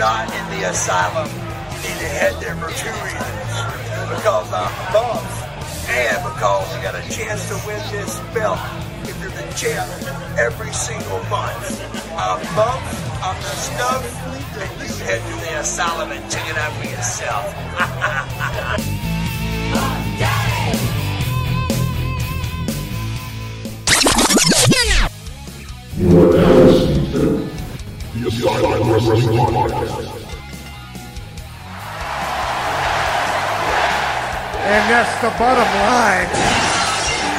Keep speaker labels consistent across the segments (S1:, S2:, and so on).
S1: Oh,
S2: the asylum, you need to head there for two reasons. Because I'm buff, and because you got a chance to win this belt if you're the champ every single month. I'm buff, I'm the stuff, and you head to the asylum and check it out for yourself.
S3: You are now listening to the Asylum Wrestling Podcast.
S4: And that's the bottom line.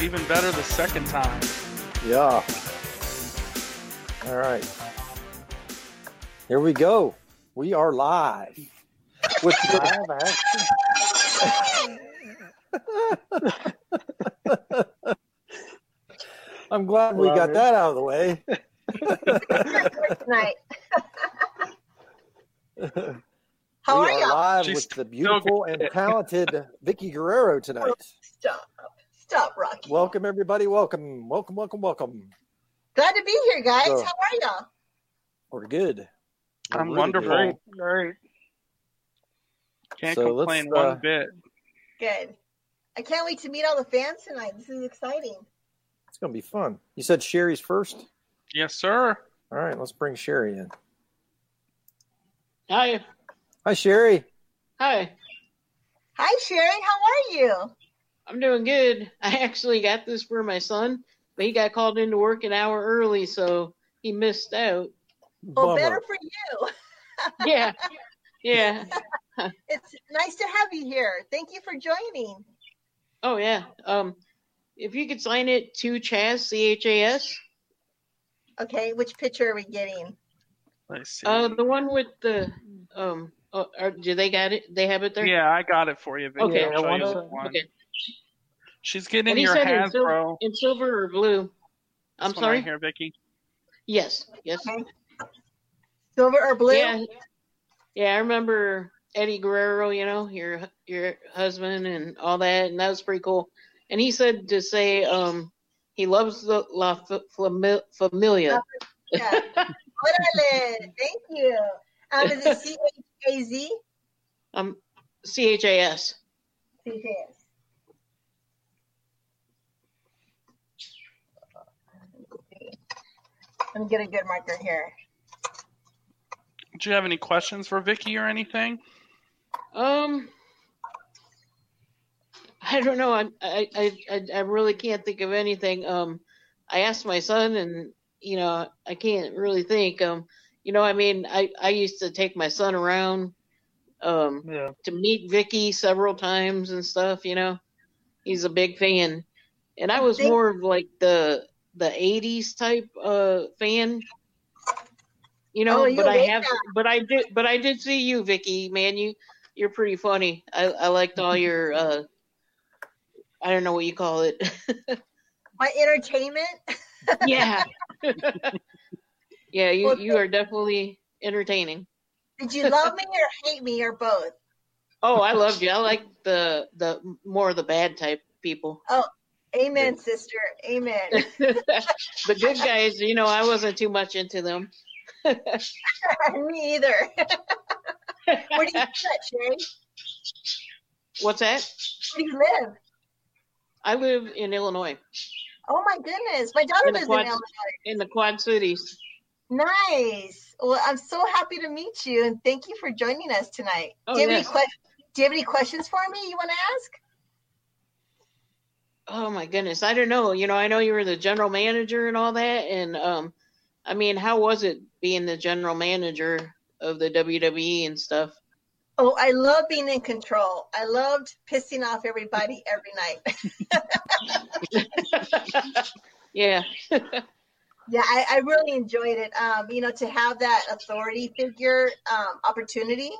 S5: Even better the second time.
S6: Yeah. All right. Here we go. We are live. With live action. I'm glad we got that out of the way.
S1: night. How
S6: we
S1: are y'all?
S6: live
S5: She's
S6: with the beautiful and talented Vicky Guerrero tonight.
S1: Stop. Stop, Rocky.
S6: Welcome everybody. Welcome. Welcome, welcome, welcome.
S1: Glad to be here, guys.
S6: So-
S1: How are y'all?
S6: We're good. We're
S5: I'm
S6: really
S5: wonderful.
S6: good.
S5: Great. Can't
S6: So let's,
S5: complain
S6: uh,
S5: one bit.
S1: Good. I can't wait to meet all the fans tonight. This is exciting.
S6: It's gonna be fun. You said Sherry's first?
S5: Yes, sir.
S6: All right, let's bring Sherry in.
S7: Hi.
S6: Hi Sherry.
S7: Hi.
S1: Hi, Sharon. How are you?
S7: I'm doing good. I actually got this for my son, but he got called into work an hour early, so he missed out.
S1: Well,
S6: Bummer.
S1: Oh, better for you.
S7: Yeah. Yeah.
S1: It's nice to have you here. Thank you for joining.
S7: Oh yeah. Um if you could sign it to Chaz C H A S.
S1: Okay, which picture are we getting?
S5: Let's see.
S7: Uh the one with the um uh, are, do they got it? They have it there?
S5: yeah, I got it for you, Vicky.
S7: Okay.
S5: I'll show
S7: one
S5: you
S7: of-
S5: the one.
S7: okay.
S5: She's getting
S7: And he
S5: your
S7: said in silver,
S5: Hasbro.
S7: in silver or blue. I'm
S5: This one right
S7: sorry.
S5: here, Vicky.
S7: Yes. Yes.
S1: Okay. Silver or blue?
S7: Yeah, yeah. I remember Eddie Guerrero. You know your your husband and all that, and that was pretty cool. And he said to say um he loves the La F- Flami- Familia.
S1: Yeah. Órale. Thank you. Um, is it C H A Z?
S7: Um, C H A S.
S1: Yes. Let me get a good marker here.
S5: Do you have any questions for Vicky or anything?
S7: Um, I don't know. I'm- I I I I really can't think of anything. Um, I asked my son, and you know, I can't really think. Um, you know, I mean, I I used to take my son around. Um,
S5: Yeah.
S7: to meet Vicky several times and stuff. You know, he's a big fan, and I was
S1: Thank-
S7: more of like the the '80s type uh fan. You know,
S1: Oh, you
S7: but I
S1: like
S7: have,
S1: that.
S7: but I did, but I did see you, Vicky. Man, you you're pretty funny. I I liked all your uh, I don't know what you call it.
S1: My entertainment.
S7: yeah, yeah. You
S1: Well,
S7: you are definitely entertaining.
S1: Did you love me or hate me or both?
S7: Oh, I loved you. I like the the more the bad type people.
S1: Oh, Amen, sister. Amen.
S7: the good guys, you know, I wasn't too much into them.
S1: me either. Where do you live, Sherry?
S7: What's that?
S1: Where do you live?
S7: I live in Illinois,
S1: Oh my goodness. My daughter
S7: In the
S1: lives in
S7: quad-
S1: Illinois.
S7: in the Quad Cities.
S1: Nice. Well, I'm so happy to meet you and thank you for joining us tonight.
S7: Oh,
S1: do, you have
S7: yes.
S1: any que- do you have any questions for me you want to ask?
S7: Oh my goodness, I don't know. You know, I know you were the general manager and all that, and um, I mean, how was it being the general manager of the WWE and stuff?
S1: Oh, I love being in control. I loved pissing off everybody every night.
S7: Yeah,
S1: yeah, I, I really enjoyed it. Um, you know, to have that authority figure um, opportunity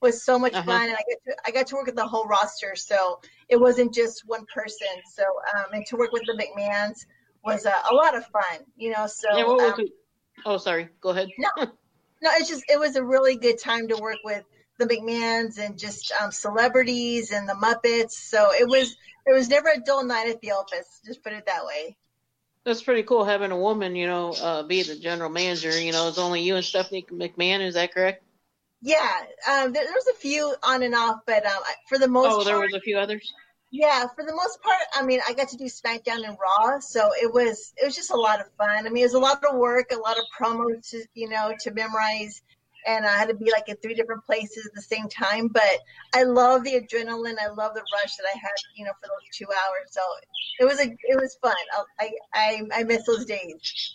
S1: was so much
S7: Uh-huh.
S1: fun, and I got to I got to work with the whole roster, so it wasn't just one person. So, um, and to work with the McMahons was a, a lot of fun. You know, so
S7: yeah. What was
S1: um,
S7: it? Oh, sorry. Go ahead.
S1: no, it's just it was a really good time to work with the McMahons and just um, celebrities and the Muppets. So it was there was never a dull night at the office. Just put it that way.
S7: That's pretty cool having a woman, you know, uh, be the general manager. You know, it's only you and Stephanie McMahon. Is that correct?
S1: Yeah, um, there, there was a few on and off, but um, I- for the most
S7: Oh, there
S1: part,
S7: was a few others.
S1: yeah, for the most part, I mean, I got to do SmackDown and Raw, so it was it was just a lot of fun. I mean, it was a lot of work, a lot of promos to you know to memorize, and I had to be like in three different places at the same time. But I love the adrenaline, I love the rush that I had, you know, for those two hours. So it was a it was fun. I I I miss those days.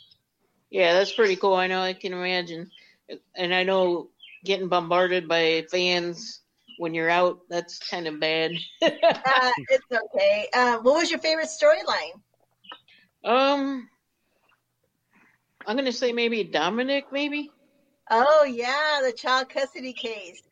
S7: Yeah, that's pretty cool. I know. I can imagine, and I know getting bombarded by fans when you're out. That's kind of bad.
S1: Uh, it's okay. Uh, what was your favorite storyline?
S7: um, I'm gonna say maybe Dominic. Maybe
S1: Oh yeah, the child custody case.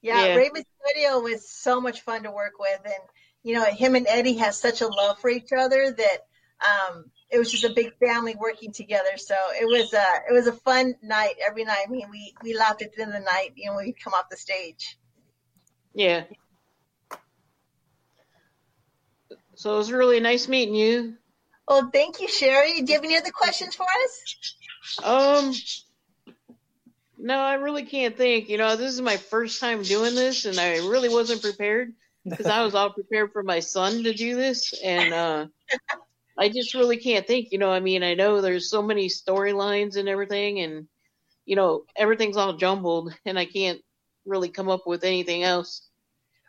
S1: Yeah,
S7: Yeah.
S1: Ray Mysterio was so much fun to work with, and you know him and Eddie have such a love for each other that um, it was just a big family working together. So it was a it was a fun night every night. I mean, we we laughed at the end of the night, you know, when we come off the stage.
S7: Yeah. So it was really nice meeting you.
S1: Well, thank you, Sherry. Do you have any other questions for us?
S7: Um, no, I really can't think. You know, this is my first time doing this, and I really wasn't prepared because I was all prepared for my son to do this, and uh, I just really can't think. You know, I mean, I know there's so many storylines and everything, and you know, everything's all jumbled, and I can't really come up with anything else.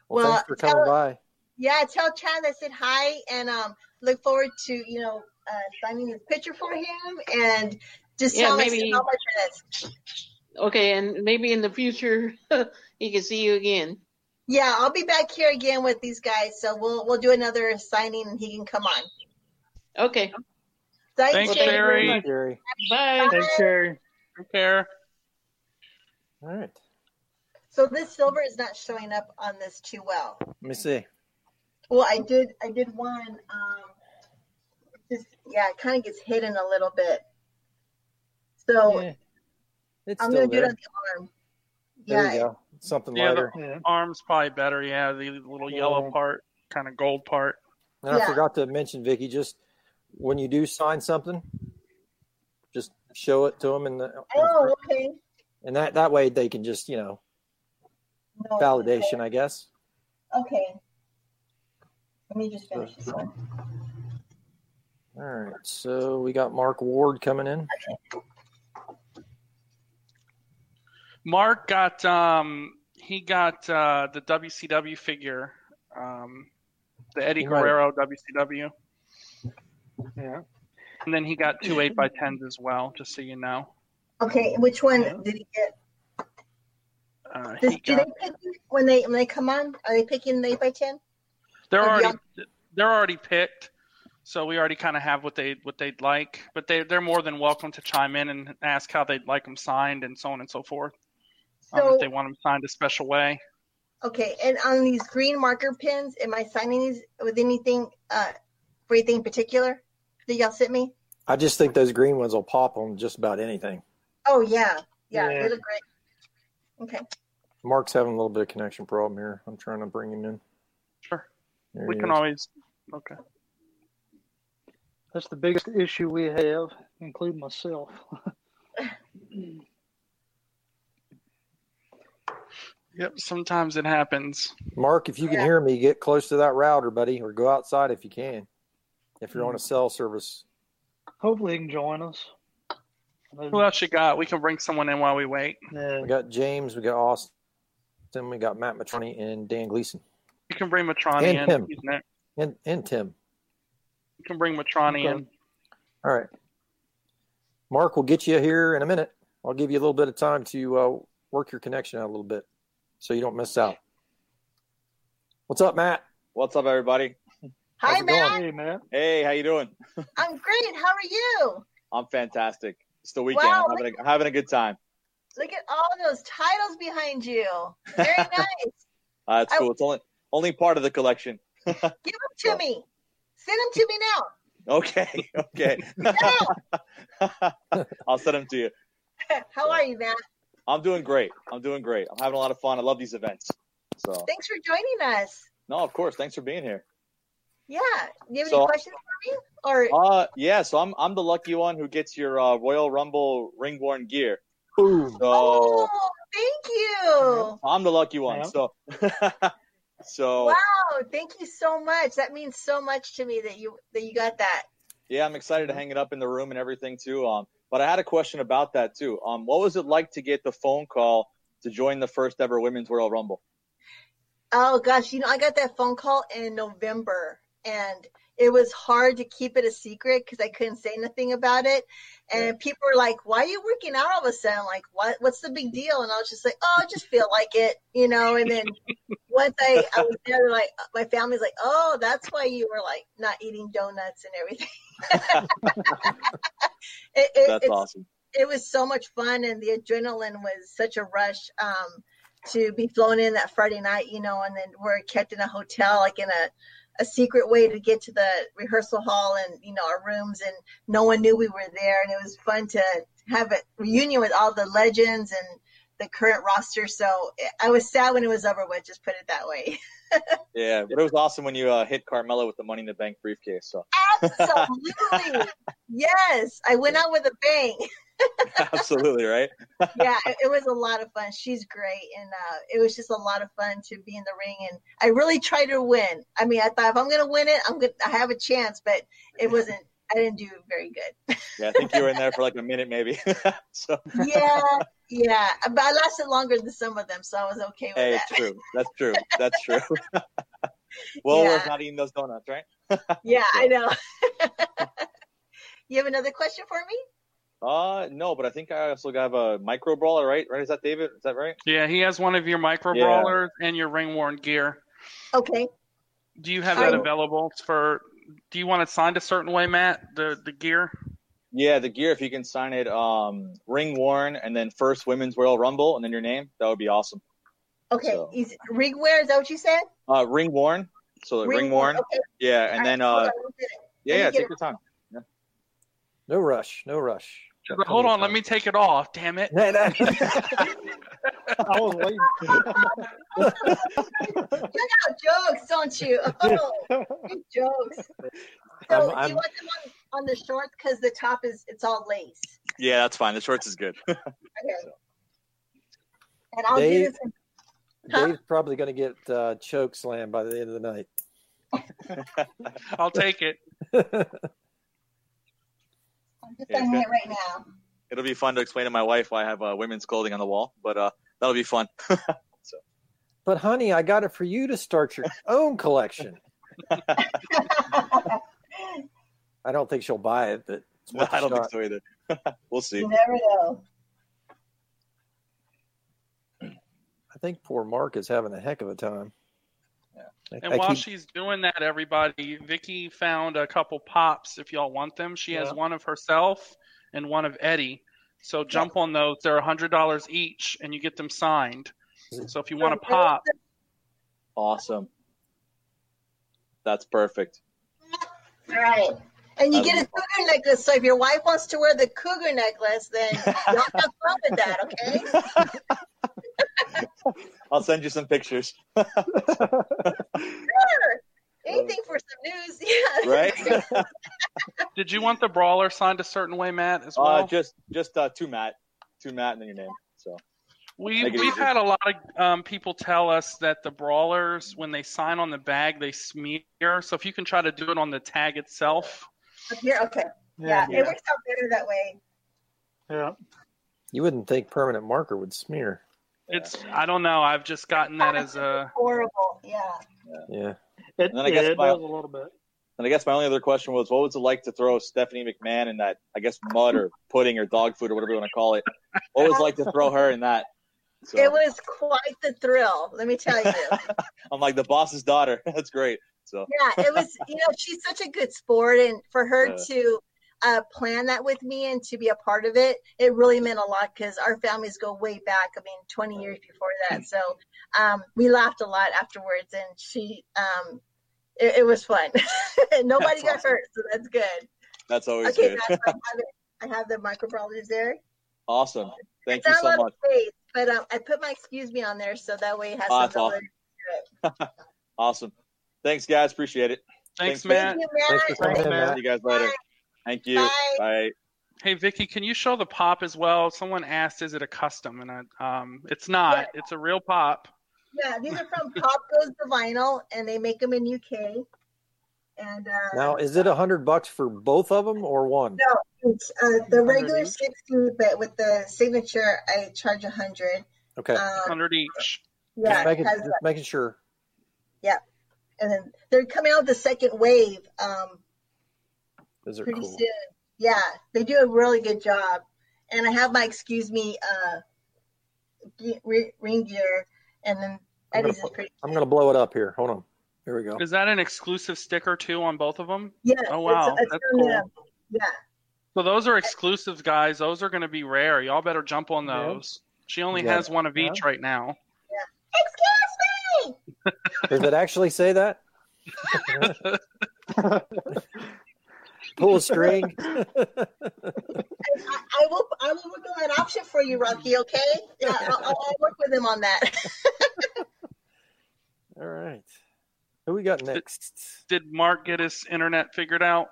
S1: Well,
S6: thanks for coming
S1: tell-
S6: by.
S1: Yeah, tell Chad I said hi and um, look forward to you know uh, signing his picture for him and just
S7: Yeah,
S1: tell us
S7: maybe-
S1: how much it is.
S7: Okay, and maybe in the future he can see you again.
S1: Yeah, I'll be back here again with these guys, so we'll we'll do another signing and he can come on.
S7: Okay.
S5: Thanks,
S6: thank you very
S5: Sherry.
S6: much, Gary.
S7: Bye.
S5: Thanks, Sherry. Take care.
S6: All right.
S1: So this silver is not showing up on this too well.
S6: Let me see.
S1: Well, I did I did one. Um, just yeah, it kind of gets hidden a little bit. So
S6: Yeah. It's
S1: I'm
S6: still
S1: gonna do it
S6: there.
S1: on the arm.
S6: There
S1: Yeah,
S6: you go. Something
S5: Yeah, the-
S6: lighter.
S5: Arm's probably better. Yeah, the little yellow
S6: Yeah.
S5: part, kind of gold part.
S6: And I
S1: Yeah.
S6: forgot to mention, Vicky, just when you do sign something, just show it to them, and the,
S1: Oh, okay.
S6: and that that way they can just you know
S1: No,
S6: validation, I guess.
S1: Okay. Let me just finish this one.
S6: All right, so we got Mark Ward coming in.
S5: Mark got um he got uh the WCW figure, um the Eddie
S6: He might have-
S5: Guerrero WCW,
S8: Yeah.
S5: and then he got two eight by tens as well. Just so you know,
S1: Okay, which one
S8: Yeah.
S1: did he get?
S5: uh,
S1: Does,
S5: he
S1: do
S5: got,
S1: they pick when they when they come on? Are they picking the eight by ten?
S5: they're
S1: Oh,
S5: already they're already picked, so we already kind of have what they what they'd like. But they they're more than welcome to chime in and ask how they'd like them signed and so on and so forth. um,
S1: So
S5: if they want them signed a special way.
S1: okay, and on these green marker pins, am I signing these with anything uh for anything in particular that y'all sent me?
S6: I just think those green ones will pop on just about anything.
S1: Oh yeah, yeah,
S8: Yeah.
S1: they look great. Okay,
S6: Mark's having a little bit of connection problem here. I'm trying to bring him in.
S5: Sure,
S6: There
S5: we
S6: he
S5: can
S6: is.
S5: always. Okay.
S8: That's the biggest issue we have, including myself.
S5: Yep. Sometimes it happens.
S6: Mark, if you can hear me, get close to that router, buddy, or go outside if you can. If you're
S5: Hmm.
S6: on a cell service,
S8: Hopefully, he can join us. But,
S5: Who else you got? We can bring someone in while we wait.
S8: yeah,
S6: we got James, we got Austin, we got Matt Matroni, and Dan Gleason,
S5: You can bring Matrani
S6: And
S5: in.
S6: him.
S5: He's next.
S6: and and Tim.
S5: You can bring Matrani in.
S6: All right. Mark, we'll get you here in a minute. I'll give you a little bit of time to uh, work your connection out a little bit so you don't miss out. What's up, Matt?
S9: What's up, everybody?
S6: How's
S1: hi
S6: it
S1: Matt,
S8: Hey, man.
S9: Hey, how you doing?
S1: I'm great. How are you?
S9: I'm fantastic. It's the weekend.
S1: Wow,
S9: I'm, having a, I'm having a good time.
S1: Look at all those titles behind you. Very nice.
S9: Uh, it's
S1: I-
S9: cool. It's only only part of the collection.
S1: Give them to me. Send them to me now.
S9: Okay, okay.
S1: Now.
S9: I'll send them to you.
S1: How are you, Matt?
S9: I'm doing great. I'm doing great. I'm having a lot of fun. I love these events. So,
S1: Thanks for joining us.
S9: no, of course. Thanks for being here.
S1: Yeah. You have
S9: So-
S1: any questions for me? Or
S9: Uh, yeah. So I'm I'm the lucky one who gets your uh, Royal Rumble ringborn gear.
S6: Boom.
S9: So
S1: oh, thank you.
S9: I'm the lucky one.
S8: Yeah.
S9: So, Mm-hmm. so
S1: Wow, thank you so much. That means so much to me that you that you got that.
S9: yeah, I'm excited to hang it up in the room and everything too. Um, but I had a question about that too. Um, what was it like to get the phone call to join the first ever Women's Royal Rumble?
S1: Oh gosh, you know, I got that phone call in November and it was hard to keep it a secret because I couldn't say nothing about it. And people were like, Why are you working out all of a sudden? Like, what what's the big deal? And I was just like, Oh, I just feel like it, you know, and then once I, I was there like my family's like, Oh, that's why you were like not eating donuts and everything. it, it,
S9: That's
S1: it's-
S9: awesome.
S1: it was so much fun and the adrenaline was such a rush um, to be flown in that Friday night, you know, and then we're kept in a hotel, like in a, a secret way to get to the rehearsal hall and, you know, our rooms and no one knew we were there. And it was fun to have a reunion with all the legends and the current roster. So I was sad when it was over with, just put it that way.
S9: Yeah, but it was awesome when you uh, hit Carmella with the Money in the Bank briefcase. So
S1: Absolutely. yes. I went out with a bang.
S9: absolutely right.
S1: yeah, it, it was a lot of fun. She's great, and uh, it was just a lot of fun to be in the ring. And I really tried to win. I mean, I thought if I'm gonna win it, I'm gonna I have a chance, but it wasn't. I didn't do very good.
S9: Yeah, I think you were in there for like a minute maybe. so
S1: Yeah, yeah, but I lasted longer than some of them, so I was okay with
S9: hey,
S1: that.
S9: it's true. That's true. That's true. well
S1: Yeah.
S9: worth not eating those donuts, right?
S1: Yeah, I know. you have another question for me?
S9: Uh, no, but I think I also have a micro brawler, right? Right? Is that David? Is that right?
S5: Yeah, he has one of your micro
S9: Yeah.
S5: brawlers and your ring worn gear.
S1: Okay.
S5: Do you have that
S1: I-
S5: available for? Do you want it signed a certain way, Matt? The the gear.
S9: Yeah, the gear. If you can sign it, um, ring worn, and then first women's Royal Rumble, and then your name, that would be awesome.
S1: Okay.
S9: So-
S1: Is it ring wear? Is that what you said?
S9: Uh, ring worn. So ring, ring worn.
S1: Okay.
S9: Yeah, and then
S1: All
S9: uh,
S1: right, hold on, we'll get it.
S9: yeah,
S1: Let me
S9: yeah,
S1: get
S9: take
S1: it.
S9: your time.
S6: No rush. No rush.
S5: She's like, Hold on, let me take it off. Damn it!
S8: I was waiting.
S1: You got jokes, don't you? Oh, you jokes.
S6: I'm-
S1: So, do
S6: I'm-
S1: you want them on, on the shorts because the top is it's all lace?
S9: Yeah, that's fine. The shorts is good.
S1: Okay. And I'll
S6: They-
S1: do this. in- Huh?
S6: Dave's probably going to get uh, choke slammed by the end of the night.
S5: I'll take it.
S1: I'm just
S9: Yeah,
S1: signing
S9: good.
S1: it right now.
S9: It'll be fun to explain to my wife why I have uh, women's clothing on the wall, but uh, that'll be fun.
S6: But honey, I got it for you to start your own collection. I don't think she'll buy it, but it's worth a
S9: I don't think
S6: shot.
S9: so either. we'll see.
S1: you never know.
S6: I think poor Mark is having a heck of a time. I-
S5: And
S6: I
S5: while
S6: keep-
S5: she's doing that, everybody, Vicky found a couple pops if y'all want them. She has
S8: Yeah.
S5: one of herself and one of Eddie. So jump on those. They're hundred dollars each, and you get them signed. So if you want a pop,
S9: Awesome. That's perfect.
S1: All right. And you
S6: Um,
S9: That'll
S1: get
S9: be
S1: a cougar necklace. So if your wife wants to wear the cougar necklace, then y'all have fun with that, okay?
S9: I'll send you some pictures.
S1: Sure. Anything for some news, yeah.
S9: Right?
S5: did you want the brawler signed a certain way, Matt? As well,
S9: uh, just just uh, two Matt, two Matt, and then your name. So
S5: We
S9: Make it
S5: we've
S9: easy.
S5: had a lot of um, people tell us that the brawlers, when they sign on the bag, they smear. So if you can try to do it on the tag itself,
S1: Up here, okay. Yeah, it works out better that way.
S8: yeah.
S6: you wouldn't think permanent marker would smear.
S5: it's I don't know. I've just gotten that as a
S1: Horrible, yeah.
S6: Yeah.
S8: It,
S9: then I guess
S8: yeah, it
S9: my-
S8: does a little bit.
S9: And I guess my only other question was, what was it like to throw Stephanie McMahon in that? I guess mud or pudding or dog food or whatever you want to call it. What was it like to throw her in that? So,
S1: It was quite the thrill, let me tell you.
S9: I'm like the boss's daughter. That's great. So
S1: yeah, it was. You know, she's such a good sport, and for her
S9: Yeah.
S1: to uh, plan that with me and to be a part of it, it really meant a lot because our families go way back. I mean, 20 years before
S9: Mm.
S1: that. So um, we laughed a lot afterwards, and she, um, it, it was fun. Nobody
S9: That's
S1: got
S9: awesome.
S1: hurt, so that's good.
S9: that's always
S1: Okay,
S9: good.
S1: guys, I have it. I have the micro brawlers there.
S9: Awesome. Thank
S1: It's
S9: you
S1: not a
S9: so
S1: lot
S9: much.
S1: of space, but um, I put my excuse me on there so that way it has
S9: Oh,
S1: some
S9: that's awesome.
S1: validity.
S9: Awesome. Thanks, guys. Appreciate it.
S5: Thanks,
S9: Thanks,
S5: Matt.
S9: man.
S1: Thank you,
S6: Thanks for
S1: Matt.
S6: coming in, Matt.
S9: See you guys later. Thank you.
S1: Bye.
S9: Bye.
S5: Hey Vicky, can you show the pop as well? Someone asked, "Is it a custom?" And I, um, it's not. It's a real pop.
S1: Yeah, these are from Pop Goes the Vinyl, and they make them in UK. And uh,
S6: Now, is it a hundred bucks for both of them or one?
S1: it's, uh, the regular
S5: Underneath.
S1: sixty, but with the signature, I charge a hundred.
S6: Okay,
S1: Um,
S5: Hundred each.
S1: yeah,
S6: just, making,
S1: it has
S6: just making sure.
S1: and then they're coming out with the second wave um,
S6: Those are
S1: pretty
S6: cool.
S1: soon. Yeah, they do a really good job. And I have my excuse me uh, ge- re- ring gear, and then
S6: I'm gonna
S1: Eddie's is
S6: put-
S1: pretty.
S6: I'm gonna blow it up here. Hold on. Here we go.
S5: Is that an exclusive sticker too on both of them?
S1: Yeah.
S5: Oh, wow, that's
S1: on
S5: cool.
S1: them. Yeah.
S5: So those are exclusive, guys. Those are going to be rare. Y'all better jump on
S8: Yeah.
S5: those. She only
S6: Yeah.
S5: has one of each right now.
S1: Excuse me.
S6: Does it actually say that? Pull a string.
S1: I, I will. I will work on that option for you, Rocky. Okay? Yeah, I'll, I'll, I'll work with him on that.
S6: All right. Who we got next?
S5: Did Mark get his internet figured out?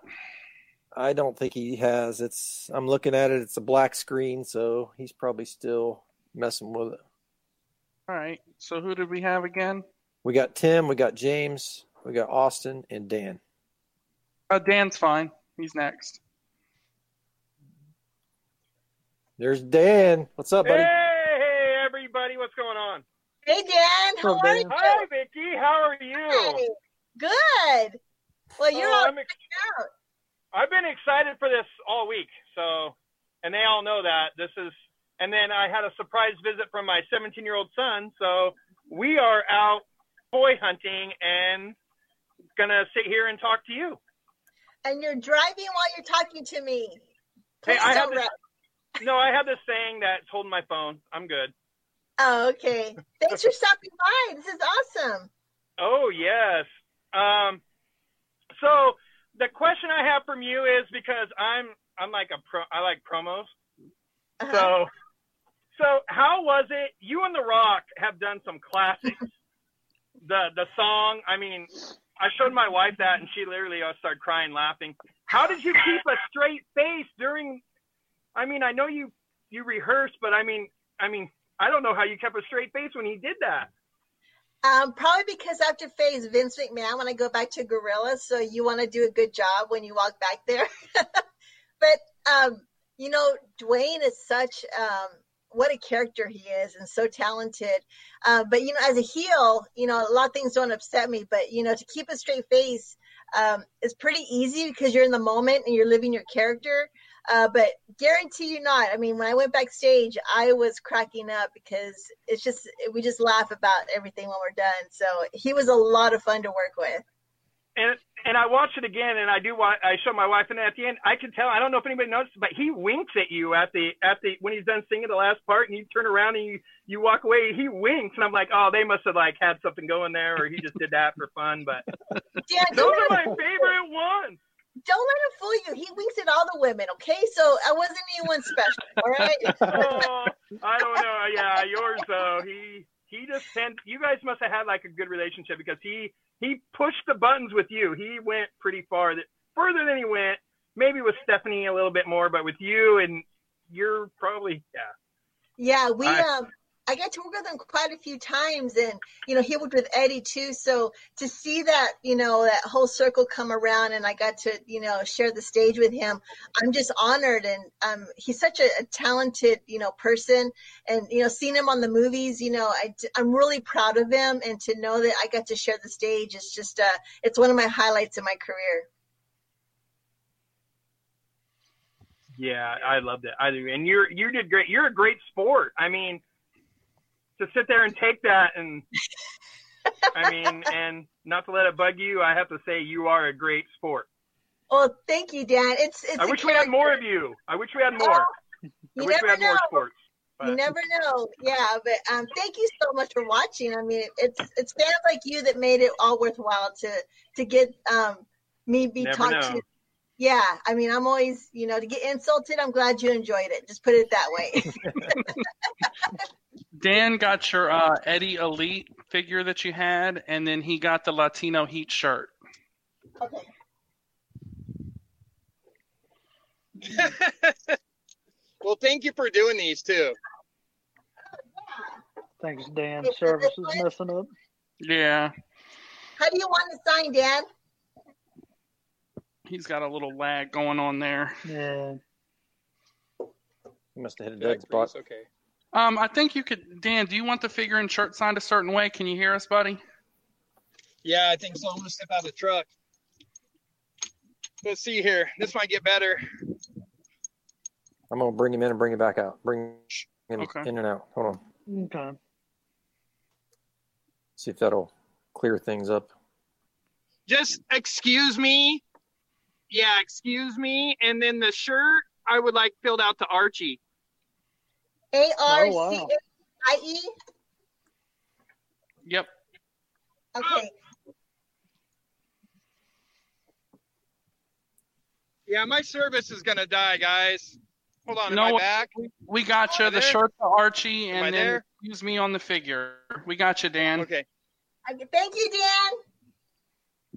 S6: I don't think he has. It's I'm looking at it. It's a black screen, so he's probably still messing with it.
S5: All right. So who did we have again?
S6: We got Tim, we got James, we got Austin and Dan.
S5: Uh, Dan's fine. He's next.
S6: There's Dan. What's up, buddy?
S10: Hey, hey, everybody, what's going on?
S1: Hey, Dan. How are you?
S10: Hi, Vicky, how are you?
S1: Good. Well, you're
S10: Oh,
S1: all
S10: I'm ex-
S1: out.
S10: I've been excited for this all week, so, and they all know that. This is, and then I had a surprise visit from my 17 year old son, so we are out boy hunting and gonna sit here and talk to you.
S1: and you're driving while you're talking to me.
S10: Hey,
S1: Please
S10: I have
S1: don't
S10: this-
S1: rap.
S10: No, I have this thing that's holding my phone. I'm good.
S1: Oh, okay. Thanks for stopping by. This is awesome.
S10: Oh yes. Um, so the question I have from you is because I'm I'm like a pro I like promos.
S1: Uh-huh.
S10: So so how was it? You and The Rock have done some classics. the the song. I mean, I showed my wife that and she literally uh, started crying laughing. How did you keep a straight face during? I mean, I know you you rehearsed, but I mean, I mean, I don't know how you kept a straight face when he did that.
S1: Um, probably because I have to face Vince McMahon when I go back to Gorilla, so you want to do a good job when you walk back there. but um, you know, Dwayne is such um, what a character he is, and so talented. Uh, but you know, as a heel, you know, a lot of things don't upset me. But you know, to keep a straight face um, is pretty easy because you're in the moment and you're living your character. Uh, but guarantee you not. I mean, when I went backstage, I was cracking up because it's just we just laugh about everything when we're done. So he was a lot of fun to work with.
S10: and and I watched it again, and I do. wa I show my wife, and at the end, I can tell. I don't know if anybody noticed, but he winks at you at the at the when he's done singing the last part, and you turn around and you you walk away. He winks, and I'm like, oh, they must have like had something going there, or he just did that for fun. But
S1: Yeah,
S10: those
S1: don't
S10: are
S1: let,
S10: my
S1: him,
S10: favorite ones.
S1: don't let him fool you. He winks at all the women, okay? So I wasn't anyone special, all right?
S10: Oh, I don't know. Yeah, yours though. He he just tend. You guys must have had like a good relationship because he he pushed the buttons with you. He went pretty far, that, further than he went. Maybe with Stephanie a little bit more, but with you and you're probably yeah.
S1: Yeah, we
S10: I-
S1: um I got to work with him quite a few times and you know, he worked with Eddie too, so to see that, you know, that whole circle come around and I got to, you know, share the stage with him, I'm just honored and um he's such a, a talented, you know, person and you know, seeing him on the movies, you know, I am really proud of him and to know that I got to share the stage is just uh it's one of my highlights in my career.
S10: Yeah, I loved it. I do, and you're you did great. You're a great sport. I mean, to sit there and take that, and I mean, and not to let it bug you, I have to say you are a great sport.
S1: Well, thank you, Dan. It's it's
S10: I
S1: a
S10: wish we had more
S1: character.
S10: of you. I wish we had more. I
S1: You
S10: wish we
S1: never
S10: had
S1: know.
S10: more sports.
S1: You
S10: But-
S1: never know. Yeah, but um, thank you so much for watching. I mean, it's it's fans like you that made it all worthwhile to to get um me be
S10: Never
S1: talked
S10: know.
S1: to yeah, I mean, I'm always, you know, to get insulted, I'm glad you enjoyed it. Just put it that way.
S5: Dan got your uh, Eddie Elite figure that you had, and then he got the Latino Heat shirt.
S1: okay.
S11: well, thank you for doing these too.
S8: Thanks, Dan. Service is messing up.
S5: Yeah,
S1: How do you want to sign, Dan?
S5: he's got a little lag going on there.
S8: Yeah.
S6: He must have hit a dead spot.
S11: okay.
S5: Um, I think you could, Dan. Do you want the figure and shirt signed a certain way? Can you hear us, buddy?
S11: Yeah, I think so. I'm gonna step out of the truck. Let's see here. This might get better.
S6: I'm gonna bring him in and bring him back out. Bring him
S5: Okay.
S6: in and out. Hold on.
S8: Okay.
S6: See if that'll clear things up.
S11: Just excuse me. Yeah, excuse me. And then the shirt I would like filled out to Archie.
S1: A R
S8: Oh,
S1: C
S8: wow.
S1: H I E.
S5: Yep.
S1: Okay.
S11: Yeah, my service is gonna die, guys. Hold on,
S5: No,
S11: am I back?
S5: We got you
S11: Am I
S5: the
S11: there?
S5: shirt to Archie,
S11: I
S5: and
S11: there?
S5: then use me on the figure. We got you, Dan.
S11: Okay.
S1: Okay, Thank you, Dan.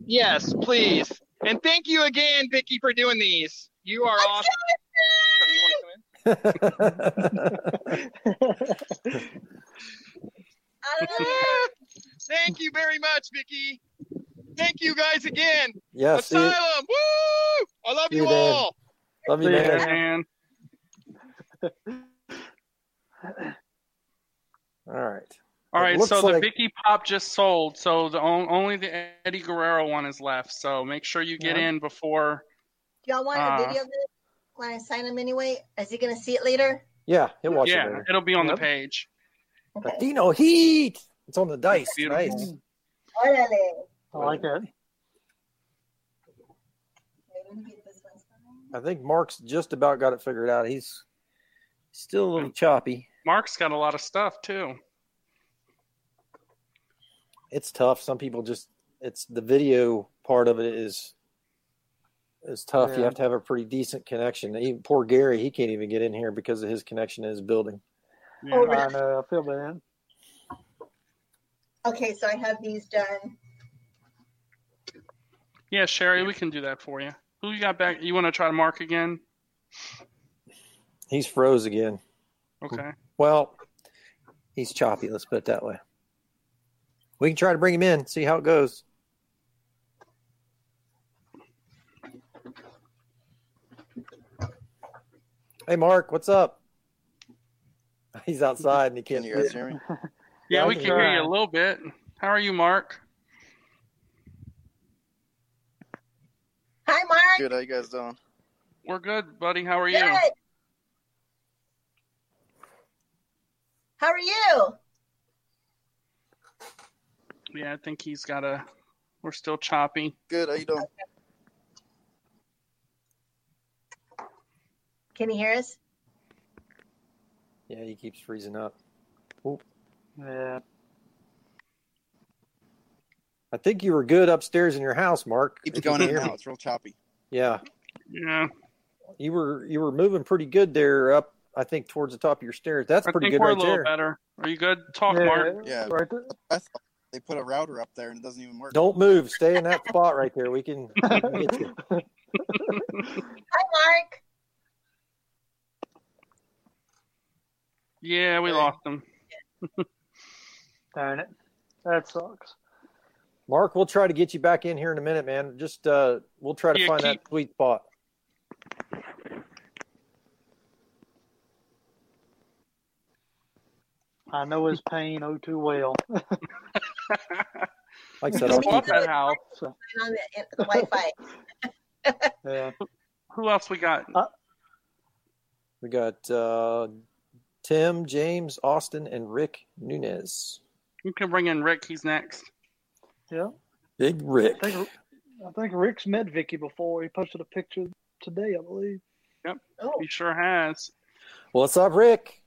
S11: Yes, please. And thank you again, Vicky, for doing these. You are
S1: I'm
S11: awesome. You wanna come in?
S1: I don't know.
S11: Thank you very much, Vicky. Thank you guys again.
S6: yeah, see, you.
S11: Asylum. Woo! I love
S6: See
S11: you
S6: you then.
S11: all.
S6: love you,
S8: See you,
S6: man.
S5: Dan.
S6: All right.
S5: All
S6: It
S5: right,
S6: looks
S5: so the
S6: like-
S5: Vicky Pop just sold, so the on, only the Eddie Guerrero one is left. So make sure you get
S8: Yeah.
S5: in before.
S1: Y'all want
S10: Ah.
S1: a
S5: Uh,
S1: video of this? When I sign him anyway, is he gonna see it later?
S6: Yeah, he'll watch
S5: yeah,
S6: it later.
S5: it'll be on
S8: Yep.
S5: the page.
S6: Latino Heat. It's on the dice.
S5: Beautiful.
S6: Nice.
S1: Orale.
S8: I like that.
S1: Wait, let me get this one signed.
S6: I think Mark's just about got it figured out. He's still a little choppy.
S5: Mark's got a lot of stuff too.
S6: It's tough. Some people just it's the video part of it is is tough. You
S8: Yeah.
S6: have to have a pretty decent connection. Even poor Gary, he can't even get in here because of his connection in his building.
S5: Yeah.
S1: Oh,
S8: I know. I feel bad.
S1: Okay, so I have these done.
S5: Yeah, Sherry, we can do that for you. Who you got back? You want to try to mark again?
S6: He's froze again.
S5: Okay.
S6: Well, he's choppy. Let's put it that way. We can try to bring him in, see how it goes. Hey, Mark, what's up? He's outside and he can't hear us.
S9: hear me?
S5: Yeah,
S6: I
S5: we
S6: can
S5: can
S6: try.
S5: hear you a little bit. How are you, Mark?
S1: Hi, Mark.
S11: Good. How you guys doing?
S5: We're good, buddy. How are you?
S1: Good. How are you?
S5: Yeah, I think he's got a. We're still choppy.
S11: Good. How you doing?
S1: Can you hear us?
S6: Yeah, he keeps freezing up.
S8: Yeah.
S6: I think you were good upstairs in your house, Mark. if you can hear me.
S11: It's real choppy.
S6: Yeah,
S5: Yeah,
S6: you were you were moving pretty good there up. I think towards the top of your stairs. That's
S5: I
S6: pretty
S5: think
S6: good
S5: we're
S6: right
S5: a little
S6: there.
S5: better. Are you good? Talk,
S8: yeah.
S5: Mark.
S11: Yeah.
S8: Right there.
S11: They put a router up there and it doesn't even work.
S6: Don't move. Stay in that spot right there. We can, we can get you.
S1: Hi, Mark.
S5: Yeah, we
S11: Hey.
S5: lost him.
S8: Darn it. That sucks.
S6: Mark, we'll try to get you back in here in a minute, man. Just uh, we'll try to
S5: Yeah,
S6: find
S5: keep-
S6: that sweet spot.
S8: I know his pain oh too well.
S6: Like I said, I'll
S5: Just bought
S6: keep,
S5: that house.
S1: Turn On the, the Wi-Fi.
S8: Yeah.
S5: Who else we got?
S6: Uh, we got uh, Tim, James, Austin, and Rick Nunez.
S5: You can bring in Rick. He's next.
S8: Yeah.
S6: Big Rick.
S8: I think, I think Rick's met Vicky before. He posted a picture today, I believe.
S1: Oh.
S5: He sure has.
S6: What's up, Rick?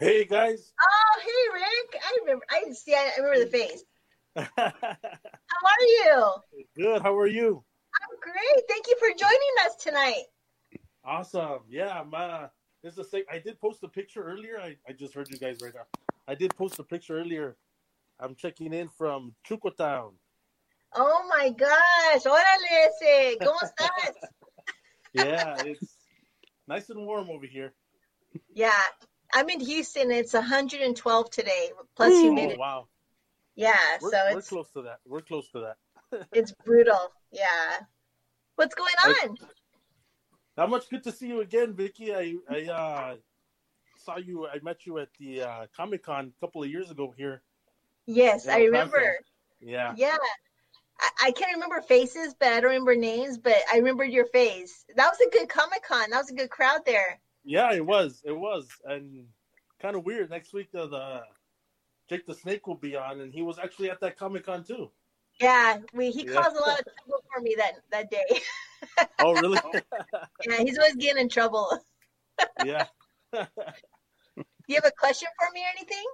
S12: Hey guys.
S1: oh, hey, Rick. I remember. I see. I remember the face. How are you?
S12: Good. How are you?
S1: I'm great. Thank you for joining us tonight.
S12: Awesome. Yeah, my it's the same. I did post a picture earlier. I, I just heard you guys right now. I did post a picture earlier. I'm checking in from Chukotown.
S1: Oh my gosh. Órale, ese. ¿Cómo estás?
S12: Yeah, it's nice and warm over here.
S1: yeah. I'm in Houston. It's 112 today, plus humidity.
S12: Oh, wow.
S1: Yeah.
S12: We're,
S1: so
S12: we're
S1: it's
S12: close to that. We're close to that.
S1: it's brutal. Yeah. What's going on?
S12: Not much good to see you again, Vicky. I I uh, saw you. I met you at the uh, Comic Con a couple of years ago here.
S1: Yes,
S12: Yeah,
S1: I remember.
S12: Pantheon. Yeah.
S1: Yeah. I, I can't remember faces, but I don't remember names, but I remembered your face. That was a good Comic Con. That was a good crowd there.
S12: Yeah, it was. It was, and kind of weird. Next week, the, the Jake the Snake will be on, and he was actually at that Comic Con too.
S1: Yeah, we, he
S12: Yeah.
S1: caused a lot of trouble for me that, that day.
S12: Oh, really?
S1: yeah, he's always getting in trouble.
S12: yeah.
S1: Do you have a question for me or anything?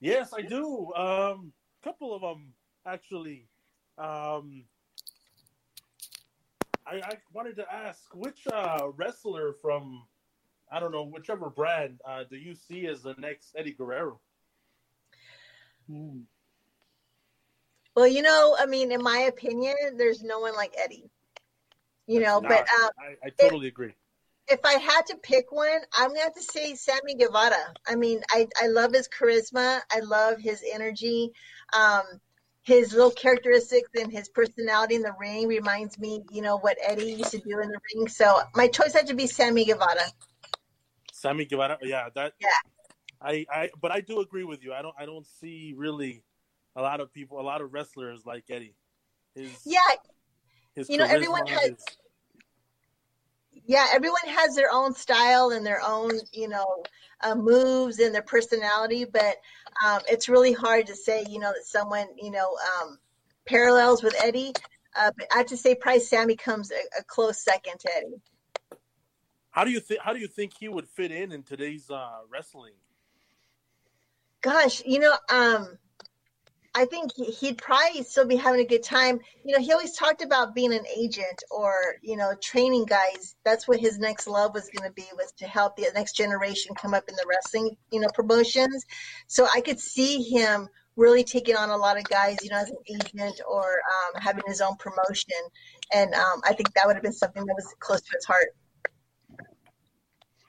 S12: Yes, I do. Um, couple of them actually. Um, I, I wanted to ask which uh, wrestler from I don't know whichever brand uh, do you see as the next Eddie Guerrero?
S1: Well, you know, I mean, in my opinion, there's no one like Eddie. You know,
S12: Nah,
S1: but um,
S12: I, I totally agree.
S1: if I had to pick one, I'm gonna have to say Sammy Guevara. I mean, I, I love his charisma. I love his energy. Um, his little characteristics and his personality in the ring reminds me, you know, what Eddie used to do in the ring. So my choice had to be Sammy Guevara.
S12: Sammy Guevara. Yeah, that.
S1: Yeah.
S12: I, I but I do agree with you. I don't I don't see really a lot of people, a lot of wrestlers like Eddie. His
S1: Yeah,
S12: his
S1: you know, everyone
S12: charisma,
S1: has-
S12: his-
S1: yeah everyone has their own style and their own you know uh, moves and their personality but um, it's really hard to say you know that someone you know um, parallels with eddie uh, but i have to say probably sammy comes a, a close second to eddie
S12: How do you think? How do you think he would fit in in today's uh, wrestling?
S1: gosh you know um i think he- he'd probably still be having a good time you know he always talked about being an agent or you know training guys that's what his next love was going to be was to help the next generation come up in the wrestling you know promotions so i could see him really taking on a lot of guys you know as an agent or um, having his own promotion and um, i think that would have been something that was close to his heart